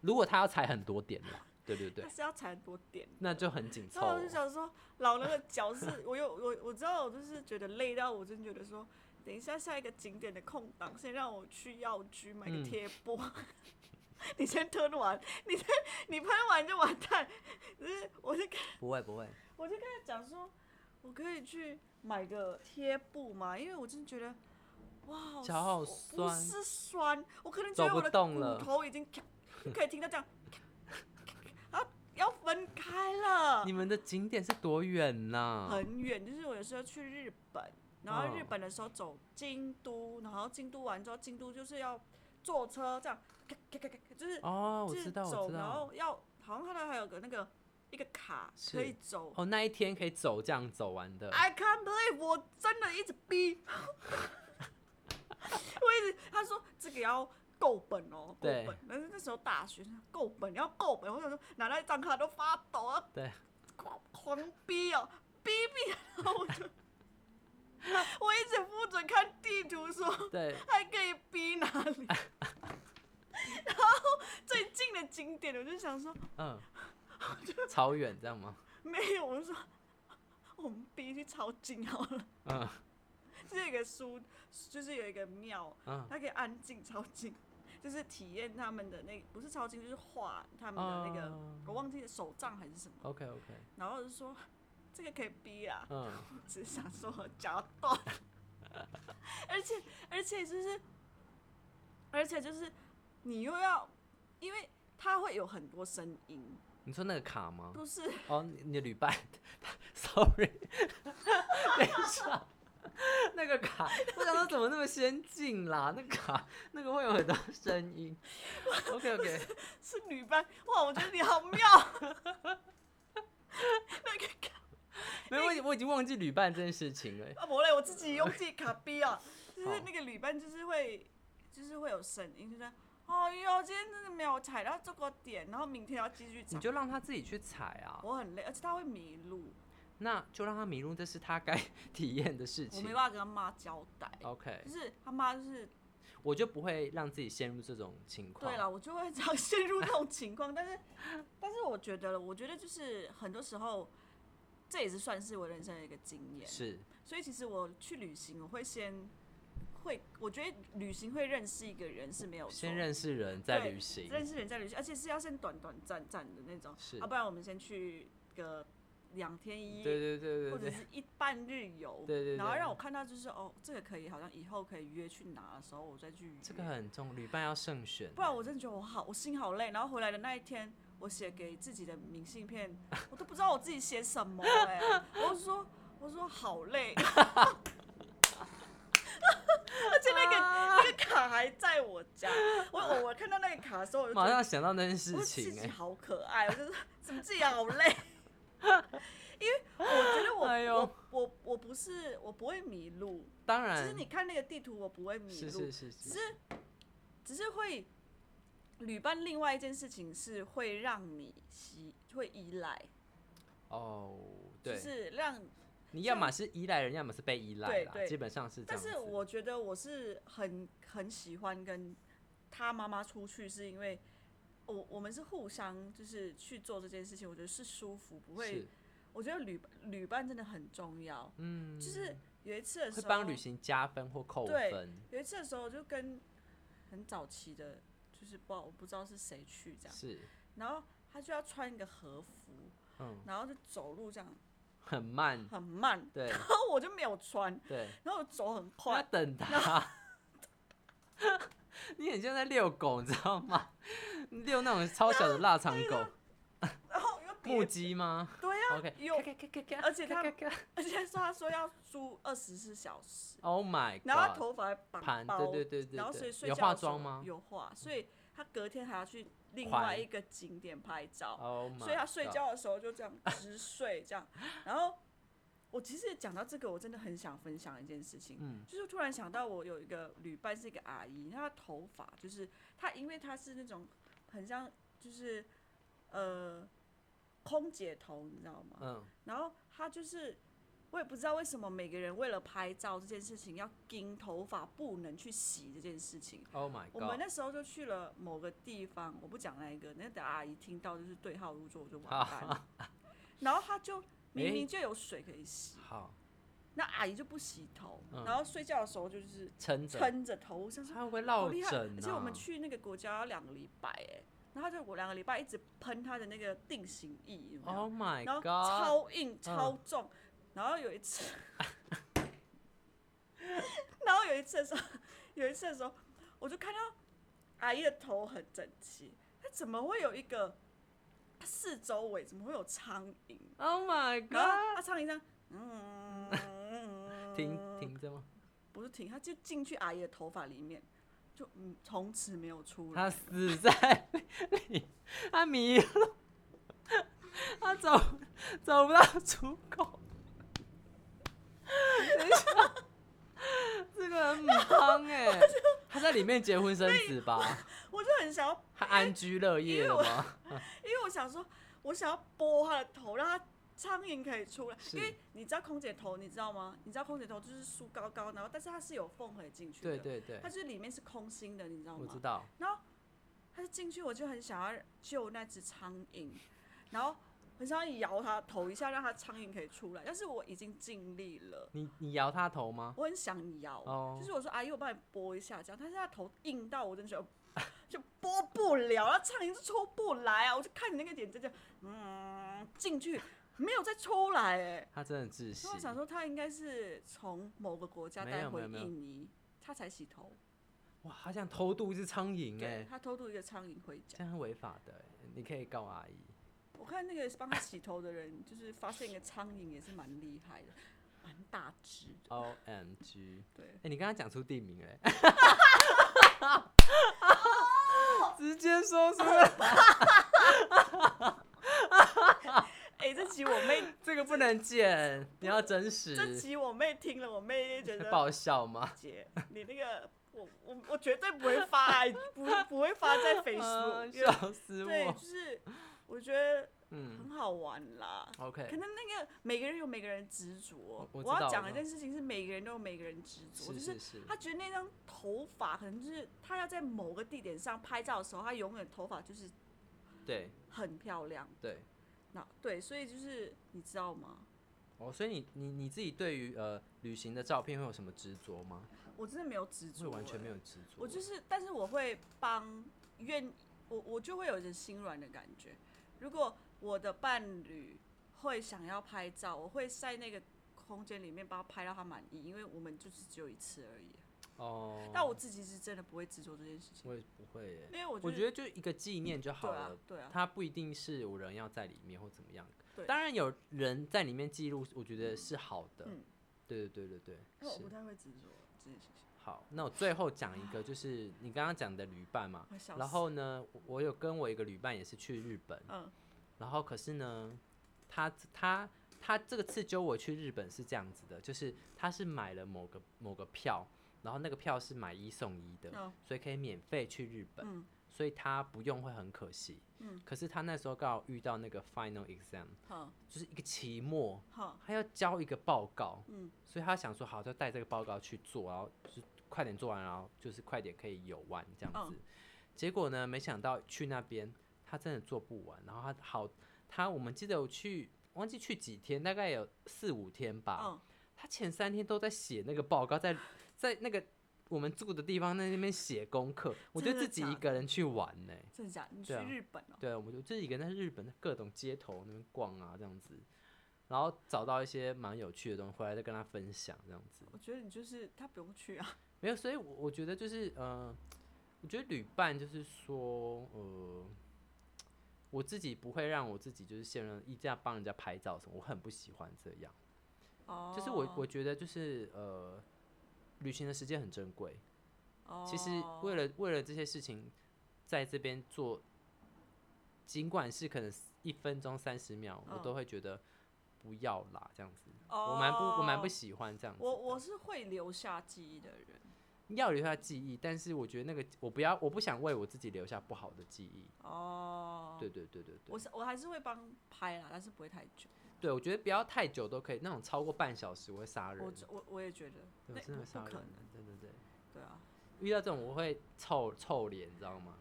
Speaker 1: 如果他要踩很多点啦，对对 对
Speaker 2: 他，是要踩很多点。
Speaker 1: 那就很紧凑
Speaker 2: 然后我就
Speaker 1: 哦。
Speaker 2: 想说，老人的脚是，我有我我知道，我就是觉得累到我真觉得说，等一下下一个景点的空档，先让我去药局买个
Speaker 1: 嗯
Speaker 2: 贴布。你先吞完，你先你喷完就完蛋。只是我就
Speaker 1: 不会不会，
Speaker 2: 我就跟他讲说，我可以去买个贴布嘛，因为我真的觉得，哇，
Speaker 1: 脚好
Speaker 2: 不
Speaker 1: 酸。
Speaker 2: 是酸，我可能觉得
Speaker 1: 走
Speaker 2: 我
Speaker 1: 不
Speaker 2: 的
Speaker 1: 动了
Speaker 2: 骨头已经咔，就可以听到这样，啊，要分开了
Speaker 1: 你，们的景点是多远呐、
Speaker 2: 啊很远，就是我有时候去日本，然后
Speaker 1: 啊嗯
Speaker 2: 日本的时候走京都，然后京都完之后，京都就是要坐车这样，咔咔咔咔，就是
Speaker 1: 哦，我
Speaker 2: 就是
Speaker 1: 知道，我
Speaker 2: 走，
Speaker 1: 知
Speaker 2: 然
Speaker 1: 道。
Speaker 2: 后要好像看到还有个那个一个卡
Speaker 1: 是
Speaker 2: 可以走。
Speaker 1: 哦，那一天可以走这样走完的，
Speaker 2: I can't believe，我真的一直逼， 我一直他说这个要够本哦，够
Speaker 1: 对
Speaker 2: 本。但是那时候大学生够本要够本，我想说拿那一张卡都发抖啊，
Speaker 1: 对，
Speaker 2: 狂狂逼哦，逼逼，然后我就我一直不准看地图说。
Speaker 1: 对，
Speaker 2: 还可以逼哪里？然后最近的景点，我就想说
Speaker 1: 嗯，超远这样吗？
Speaker 2: 没有，我就说哦我们逼去超近好了。
Speaker 1: 嗯
Speaker 2: 就是有一个书，就是有一个庙，
Speaker 1: 嗯，
Speaker 2: 它可以安静超近，就是体验他们的那不是超近，就是画他们的那个，我忘记了手杖还是什么。
Speaker 1: OK OK，
Speaker 2: 然后我就说这个可以逼啊，
Speaker 1: 嗯，
Speaker 2: 只是想说我脚短， 而且而且就是，而且就是你又要，因为它会有很多声音，
Speaker 1: 你说那个卡吗？
Speaker 2: 不是
Speaker 1: 哦，你你的旅伴 ，sorry，等一下，那个卡，我想说怎么那么先进啦？那卡那个会有很多声音。OK OK，
Speaker 2: 是女班，哇，我觉得你好妙，
Speaker 1: 没有，我已我已经忘记旅伴这件事情了。
Speaker 2: 啊，不嘞，我自己用自己卡逼啊，就是
Speaker 1: 好
Speaker 2: 那个旅伴就是会，就是会有声音，就是。哦哟，今天真的没有踩到这个点，然后明天要继续
Speaker 1: 你
Speaker 2: 踩。
Speaker 1: 就让他自己去踩啊，
Speaker 2: 我很累，而且他会迷路，
Speaker 1: 那就让他迷路，这是他该 体验的事
Speaker 2: 我
Speaker 1: 情
Speaker 2: 没。办法跟他妈交代。
Speaker 1: OK，
Speaker 2: 就是他妈就是
Speaker 1: 我就不会让自己陷入这种情况。
Speaker 2: 对了，我就会这样陷入这种情况，但是， 但是我觉得了，我觉得就是很多时候，这也是算是我人生的一个经验。
Speaker 1: 是
Speaker 2: 所以其实我去旅行，我会先会，我觉得旅行会认识一个人是没有错
Speaker 1: 先认识人再
Speaker 2: 对
Speaker 1: 旅行。
Speaker 2: 认识人再旅行，而且是要先短短暂暂的那种，
Speaker 1: 是
Speaker 2: 要、不然我们先去个两天一夜，
Speaker 1: 对对对
Speaker 2: 或
Speaker 1: 对
Speaker 2: 者
Speaker 1: 对，
Speaker 2: 是一半日游，
Speaker 1: 对对对
Speaker 2: 然后让我看到就是哦，这个可以，好像以后可以约去哪的时候，我再去约。
Speaker 1: 这个很重，旅伴要慎选。
Speaker 2: 不然我真的觉得我好，我心好累。然后回来的那一天，我写给自己的明信 片，我都不知道我自己写什么哎、我就说，我说好累，而且那个、
Speaker 1: 啊
Speaker 2: 那个卡还在我家。我我我看到那个卡的时候，我就觉
Speaker 1: 马
Speaker 2: 得
Speaker 1: 上想到那件
Speaker 2: 我
Speaker 1: 事
Speaker 2: 自
Speaker 1: 情、
Speaker 2: 己
Speaker 1: 哎，
Speaker 2: 好可爱，我就是怎么自己好累。 因为我觉得我、
Speaker 1: 哎呦
Speaker 2: 我我我不是我不会迷路，
Speaker 1: 当
Speaker 2: 其
Speaker 1: 然
Speaker 2: 实你看那个地图我不会迷
Speaker 1: 嗯是
Speaker 2: 路，
Speaker 1: 是是
Speaker 2: 只是只是会旅伴。另外一件事情是会让你习会依赖，
Speaker 1: 哦，
Speaker 2: 就
Speaker 1: 对，
Speaker 2: 是让。
Speaker 1: 你要
Speaker 2: 像
Speaker 1: 么是依赖人，要么是被依赖
Speaker 2: 对
Speaker 1: 啦，
Speaker 2: 对
Speaker 1: 基本上是这
Speaker 2: 但
Speaker 1: 样子。
Speaker 2: 是我觉得我是很很喜欢跟他妈妈出去，是因为我我们是互相就是去做这件事情，我觉得是舒服，不会
Speaker 1: 是。
Speaker 2: 我觉得旅旅伴真的很重要，
Speaker 1: 嗯，
Speaker 2: 就是有一次的时
Speaker 1: 会
Speaker 2: 候，
Speaker 1: 帮旅行加分或扣
Speaker 2: 对
Speaker 1: 分，
Speaker 2: 有一次的时候就跟很早期的，就是不知道我不知道是谁去这样。
Speaker 1: 是
Speaker 2: 然后他就要穿一个和服，
Speaker 1: 嗯
Speaker 2: 然后就走路这样
Speaker 1: 很慢，
Speaker 2: 很慢，
Speaker 1: 对
Speaker 2: 然后我就没有穿，
Speaker 1: 对，
Speaker 2: 然后我走很
Speaker 1: 要
Speaker 2: 快，
Speaker 1: 等他。 你很像在遛狗，你知道吗？ 你遛那种超小的腊肠狗，
Speaker 2: 然后又
Speaker 1: 木
Speaker 2: 别
Speaker 1: 屐吗
Speaker 2: 对呀、
Speaker 1: ？OK，
Speaker 2: 有
Speaker 1: 咔咔咔咔咔
Speaker 2: 而且
Speaker 1: 咔
Speaker 2: 它
Speaker 1: 咔咔
Speaker 2: 而且说他说要租二十四小时，
Speaker 1: ，Oh my
Speaker 2: 然后他
Speaker 1: God，
Speaker 2: 头发还绑
Speaker 1: 盘，
Speaker 2: 包，
Speaker 1: 对对对
Speaker 2: 然
Speaker 1: 对
Speaker 2: 后所以
Speaker 1: 对，
Speaker 2: 睡
Speaker 1: 有
Speaker 2: 觉
Speaker 1: 化
Speaker 2: 的时候
Speaker 1: 妆吗
Speaker 2: 有化，所以他隔天还要去另
Speaker 1: 还
Speaker 2: 外一个景点拍照。
Speaker 1: ？Oh my，
Speaker 2: 哦所以他睡
Speaker 1: God
Speaker 2: 觉的时候就这样直睡这样。然后我其实讲到这个，我真的很想分享一件事情，
Speaker 1: 嗯
Speaker 2: 就是突然想到我有一个旅伴是一个阿姨，她的头发就是她，因为她是那种很像就是呃空姐头，你知道吗？
Speaker 1: 嗯，
Speaker 2: 然后她就是。我也不知道为什么每个人为了拍照这件事情要盯头发，不能去洗这件事情。
Speaker 1: Oh my
Speaker 2: 我们
Speaker 1: god！
Speaker 2: 那时候就去了某个地方，我不讲那一个，那等阿姨听到就是对号入座，我就完蛋了。然后她就明明就有水可 以洗，
Speaker 1: 好，
Speaker 2: 那阿姨就不洗头，
Speaker 1: 嗯
Speaker 2: 然后睡觉的时候就是
Speaker 1: 撑着，
Speaker 2: 撑着头，我想说
Speaker 1: 它会不会
Speaker 2: 好
Speaker 1: 落
Speaker 2: 厉害。
Speaker 1: 枕
Speaker 2: 而且我们
Speaker 1: 啊
Speaker 2: 去那个国家要两个礼拜哎、然后她就我两个礼拜一直喷她的那个定型液，有没有
Speaker 1: Oh my
Speaker 2: 然后
Speaker 1: god！嗯
Speaker 2: 超硬超重，然后有一次，然后有一次的时候，有一次的时候，我就看到阿姨的头很整齐，她怎么会有一个她四周围怎么会有苍蝇？
Speaker 1: Oh my
Speaker 2: 然后
Speaker 1: god！
Speaker 2: 她苍蝇这样，嗯，
Speaker 1: 停停着吗？
Speaker 2: 不是停，她就进去阿姨的头发里面，就嗯从此没有出来。
Speaker 1: 他死在里，他迷路，他找找不到出口。 等一下，这个人母汤哎、 他在里面结婚生子吧？
Speaker 2: 我就很想要，
Speaker 1: 他安居乐业了吗？
Speaker 2: 因为我想说，我想要拨他的头，让他苍蝇可以出来。
Speaker 1: 是
Speaker 2: 因为你知道空姐头，你知道吗？你知道空姐头就是梳高高，然后但是它是有缝可以进去
Speaker 1: 对
Speaker 2: 的，
Speaker 1: 对对
Speaker 2: 它，就是里面是空心的，你知道
Speaker 1: 我
Speaker 2: 吗
Speaker 1: 知？道。
Speaker 2: 它就进去，我就很想要救那只苍蝇，然后很想要摇它头一下，让它苍蝇可以出来。但是我已经尽力了，
Speaker 1: 你你摇他头吗？
Speaker 2: 我很想摇，
Speaker 1: 哦
Speaker 2: 就是我说阿姨，我帮你拨一下这样，但是它头硬到我真的觉得 就拨不了，那苍蝇是出不来啊！我就看你那个点在这样，嗯，进去没有再出来哎、
Speaker 1: 他真的窒息
Speaker 2: 所以。我想说，它应该是从某个国家
Speaker 1: 没有
Speaker 2: 带回
Speaker 1: 没有没有
Speaker 2: 印尼，它才洗头，
Speaker 1: 哇，他想偷渡一只苍蝇
Speaker 2: 对
Speaker 1: 哎，，
Speaker 2: 它偷渡一个苍蝇回家。
Speaker 1: 这样是违法的、欸，你可以告阿姨。
Speaker 2: 我看那个帮他洗头的人，就是发现一个苍蝇也是蛮厉害的，蛮大只的。
Speaker 1: O M G。
Speaker 2: 对
Speaker 1: 哎、，你刚刚讲出地名了欸， 直接说出来，
Speaker 2: 哎、这集我妹，
Speaker 1: 这个不能剪，你要真实。
Speaker 2: 这集我妹听了，我妹就觉
Speaker 1: 会
Speaker 2: 得
Speaker 1: 爆笑吗？
Speaker 2: 姐， 你那个我我我绝对不会发，不不会发在 Facebook，
Speaker 1: 嗯
Speaker 2: 因为
Speaker 1: 笑死
Speaker 2: 对，
Speaker 1: 我
Speaker 2: 就。是我觉得
Speaker 1: 嗯
Speaker 2: 很好玩啦。可
Speaker 1: ，OK，
Speaker 2: 能那个每个人有每个人执着，
Speaker 1: 我我
Speaker 2: 我
Speaker 1: 知道
Speaker 2: 要
Speaker 1: 我
Speaker 2: 讲
Speaker 1: 知
Speaker 2: 一
Speaker 1: 道
Speaker 2: 件事情是每个人都有每个人执
Speaker 1: 是
Speaker 2: 着，就是
Speaker 1: 是，
Speaker 2: 他觉得那张头发可能就是他要在某个地点上拍照的时候，他永远头发就是
Speaker 1: 对
Speaker 2: 很漂亮。
Speaker 1: 对。
Speaker 2: 那对，所以就是你知道吗？
Speaker 1: 哦，所以你你你自己对于呃旅行的照片会有什么执着吗？
Speaker 2: 我真的没有执
Speaker 1: 我
Speaker 2: 着，欸
Speaker 1: 也完全没。有执着。
Speaker 2: 我就是，但是我会帮愿我，我就会有一种心软的感觉。如果我的伴侣会想要拍照，我会在那个空间里面帮他拍到他满意，因为我们就是只有一次而已。
Speaker 1: 哦，
Speaker 2: 但我自己是真的不会执着这件事情，
Speaker 1: 我也不会耶。
Speaker 2: 因为我
Speaker 1: 我
Speaker 2: 觉
Speaker 1: 觉
Speaker 2: 得
Speaker 1: 得就一个纪念就好
Speaker 2: 对啊
Speaker 1: 了，，
Speaker 2: 对啊，
Speaker 1: 它不一定是有人要在里面或怎么样
Speaker 2: 对。
Speaker 1: 当然有人在里面记录，我觉得是好的
Speaker 2: 嗯。
Speaker 1: 对对对对
Speaker 2: 因
Speaker 1: 对，
Speaker 2: 为我
Speaker 1: 是
Speaker 2: 不太会执着这件事情。
Speaker 1: 好。那我最后讲一个，就是你刚刚讲的旅伴嘛
Speaker 2: 我笑，
Speaker 1: 然后呢，我我有跟我一个旅伴也是去日本，
Speaker 2: 嗯，
Speaker 1: 然后可是呢，他他他这个次揪我去日本是这样子的，就是他是买了某个某个票，然后那个票是买一送一的，
Speaker 2: 嗯
Speaker 1: 所以可以免费去日本，
Speaker 2: 嗯
Speaker 1: 所以他不用会很可惜。
Speaker 2: 嗯
Speaker 1: 可是他那时候刚好遇到那个 final exam，
Speaker 2: 好，
Speaker 1: 就是一个期末，
Speaker 2: 好，
Speaker 1: 他要交一个报告，
Speaker 2: 嗯
Speaker 1: 所以他想说好，就带这个报告去做，然后就是快点做完，然后就是快点可以游玩这样
Speaker 2: 哦
Speaker 1: 子。结果呢，没想到去那边他真的做不完，然后他好，他我们记得有去忘记去几天，大概有四五天吧。
Speaker 2: 嗯，
Speaker 1: 他前三天都在写那个报告，在在那个我们住的地方在那边写功课，我就
Speaker 2: 真的
Speaker 1: 自己
Speaker 2: 假
Speaker 1: 一
Speaker 2: 的
Speaker 1: 个人去玩呢、
Speaker 2: 真的假的？你去
Speaker 1: 对啊
Speaker 2: 日本哦？
Speaker 1: 对，我们就自己一个人在日本的各种街头那边逛啊，这样子，然后找到一些蛮有趣的东西，回来再跟他分享这样子。
Speaker 2: 我觉得你就是他不用去啊。
Speaker 1: 没有，所以我我觉得就是，呃，我觉得旅伴就是说，呃，我自己不会让我自己就是陷入一定要帮人家拍照什么，我很不喜欢这样。
Speaker 2: 哦，
Speaker 1: 啊就是我我觉得就是呃，旅行的时间很珍贵，
Speaker 2: 哦，
Speaker 1: 其实为了为了这些事情，在这边做，尽管是可能一分钟三十秒，我
Speaker 2: 嗯
Speaker 1: 都会觉得不要啦，这样子，
Speaker 2: 哦
Speaker 1: 我蛮不我蛮不喜欢这样子的。
Speaker 2: 我我是会留下记忆的人
Speaker 1: 要留下记忆，但是我觉得那个我不要，我不想为我自己留下不好的记忆。
Speaker 2: 哦。
Speaker 1: 对对对对对
Speaker 2: 我，是我还是会帮拍啦，但是不会太久。
Speaker 1: 对我觉得不要太久都可以，那种超过半小时我会杀人
Speaker 2: 我，我我也觉得，
Speaker 1: 对
Speaker 2: 那
Speaker 1: 我真的
Speaker 2: 不
Speaker 1: 会杀
Speaker 2: 不
Speaker 1: 人
Speaker 2: 可
Speaker 1: 的，对对对。
Speaker 2: 对啊，
Speaker 1: 遇到这种我会臭臭脸，你知道吗？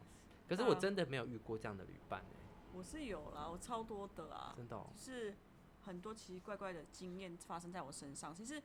Speaker 1: 可是我
Speaker 2: 嗯
Speaker 1: 真的没有遇过这样的旅伴、欸，
Speaker 2: 我是有啦，我超多的啊，
Speaker 1: 真的哦、
Speaker 2: 就是很多奇奇怪怪的经验发生在我身上。其实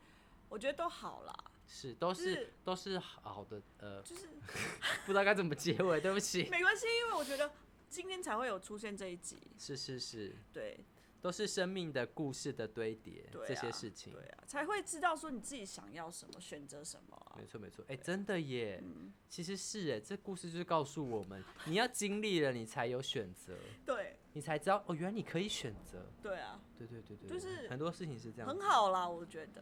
Speaker 2: 我觉得都好啦，
Speaker 1: 是都
Speaker 2: 就是是
Speaker 1: 都是好的，呃，
Speaker 2: 就是
Speaker 1: 不知道该怎么结尾，对不起。
Speaker 2: 没关系，因为我觉得今天才会有出现这一集。
Speaker 1: 是是是，
Speaker 2: 对
Speaker 1: 都是生命的故事的堆叠，
Speaker 2: 对啊
Speaker 1: 这些事情
Speaker 2: 对，啊，才会知道说你自己想要什么，选择什么啊、嗯
Speaker 1: 没错没错。哎、真的耶，其实是哎，这故事就是告诉我们，你要经历了，你才有选择，
Speaker 2: 对
Speaker 1: 你才知道哦，原来你可以选择。
Speaker 2: 对啊，
Speaker 1: 对对对对，
Speaker 2: 就
Speaker 1: 对
Speaker 2: 是
Speaker 1: 很多事情是这样
Speaker 2: 很
Speaker 1: 子。
Speaker 2: 好啦，我觉得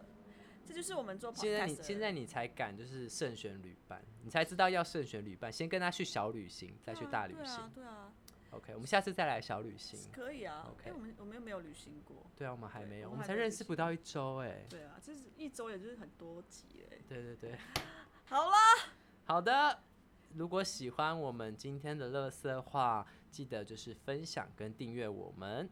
Speaker 2: 这就是我们做 podcast
Speaker 1: 现在你
Speaker 2: 的
Speaker 1: 现在你才敢就是慎选旅伴，你才知道要慎选旅伴，先跟他去小旅行，再去
Speaker 2: 对啊
Speaker 1: 大旅行。
Speaker 2: 对啊，对啊
Speaker 1: OK，我们下次再来小旅行。
Speaker 2: 可以啊。
Speaker 1: OK
Speaker 2: 哎、我们我们又没有旅行过。
Speaker 1: 对啊，我们还
Speaker 2: 对
Speaker 1: 没有，我
Speaker 2: 我们
Speaker 1: 们
Speaker 2: 还
Speaker 1: 才
Speaker 2: 没有
Speaker 1: 认
Speaker 2: 旅
Speaker 1: 识
Speaker 2: 行
Speaker 1: 不到一周哎、
Speaker 2: 对啊，这是一周也就是很多集哎。
Speaker 1: 对对对，
Speaker 2: 好啦，
Speaker 1: 好的。如果喜欢我们今天的乐色话，记得就是分享跟订阅我们。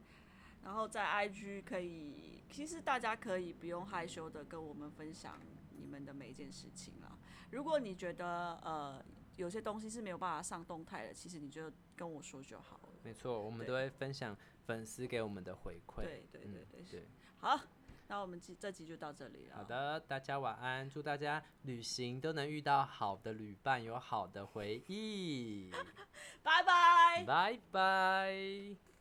Speaker 2: 然后在 IG 可以，其实大家可以不用害羞的跟我们分享你们的每一件事情啦。如果你觉得呃有些东西是没有办法上动态的，其实你就跟我说就好了。
Speaker 1: 没错，我们
Speaker 2: 对
Speaker 1: 都会分享粉丝给我们的回馈。
Speaker 2: 对对对
Speaker 1: 嗯
Speaker 2: 对，
Speaker 1: 对，
Speaker 2: 好，那我们这这集就到这里了。
Speaker 1: 好，的，大家晚安，祝大家旅行都能遇到好的旅伴， 有好的回忆，
Speaker 2: 拜拜。
Speaker 1: 拜拜。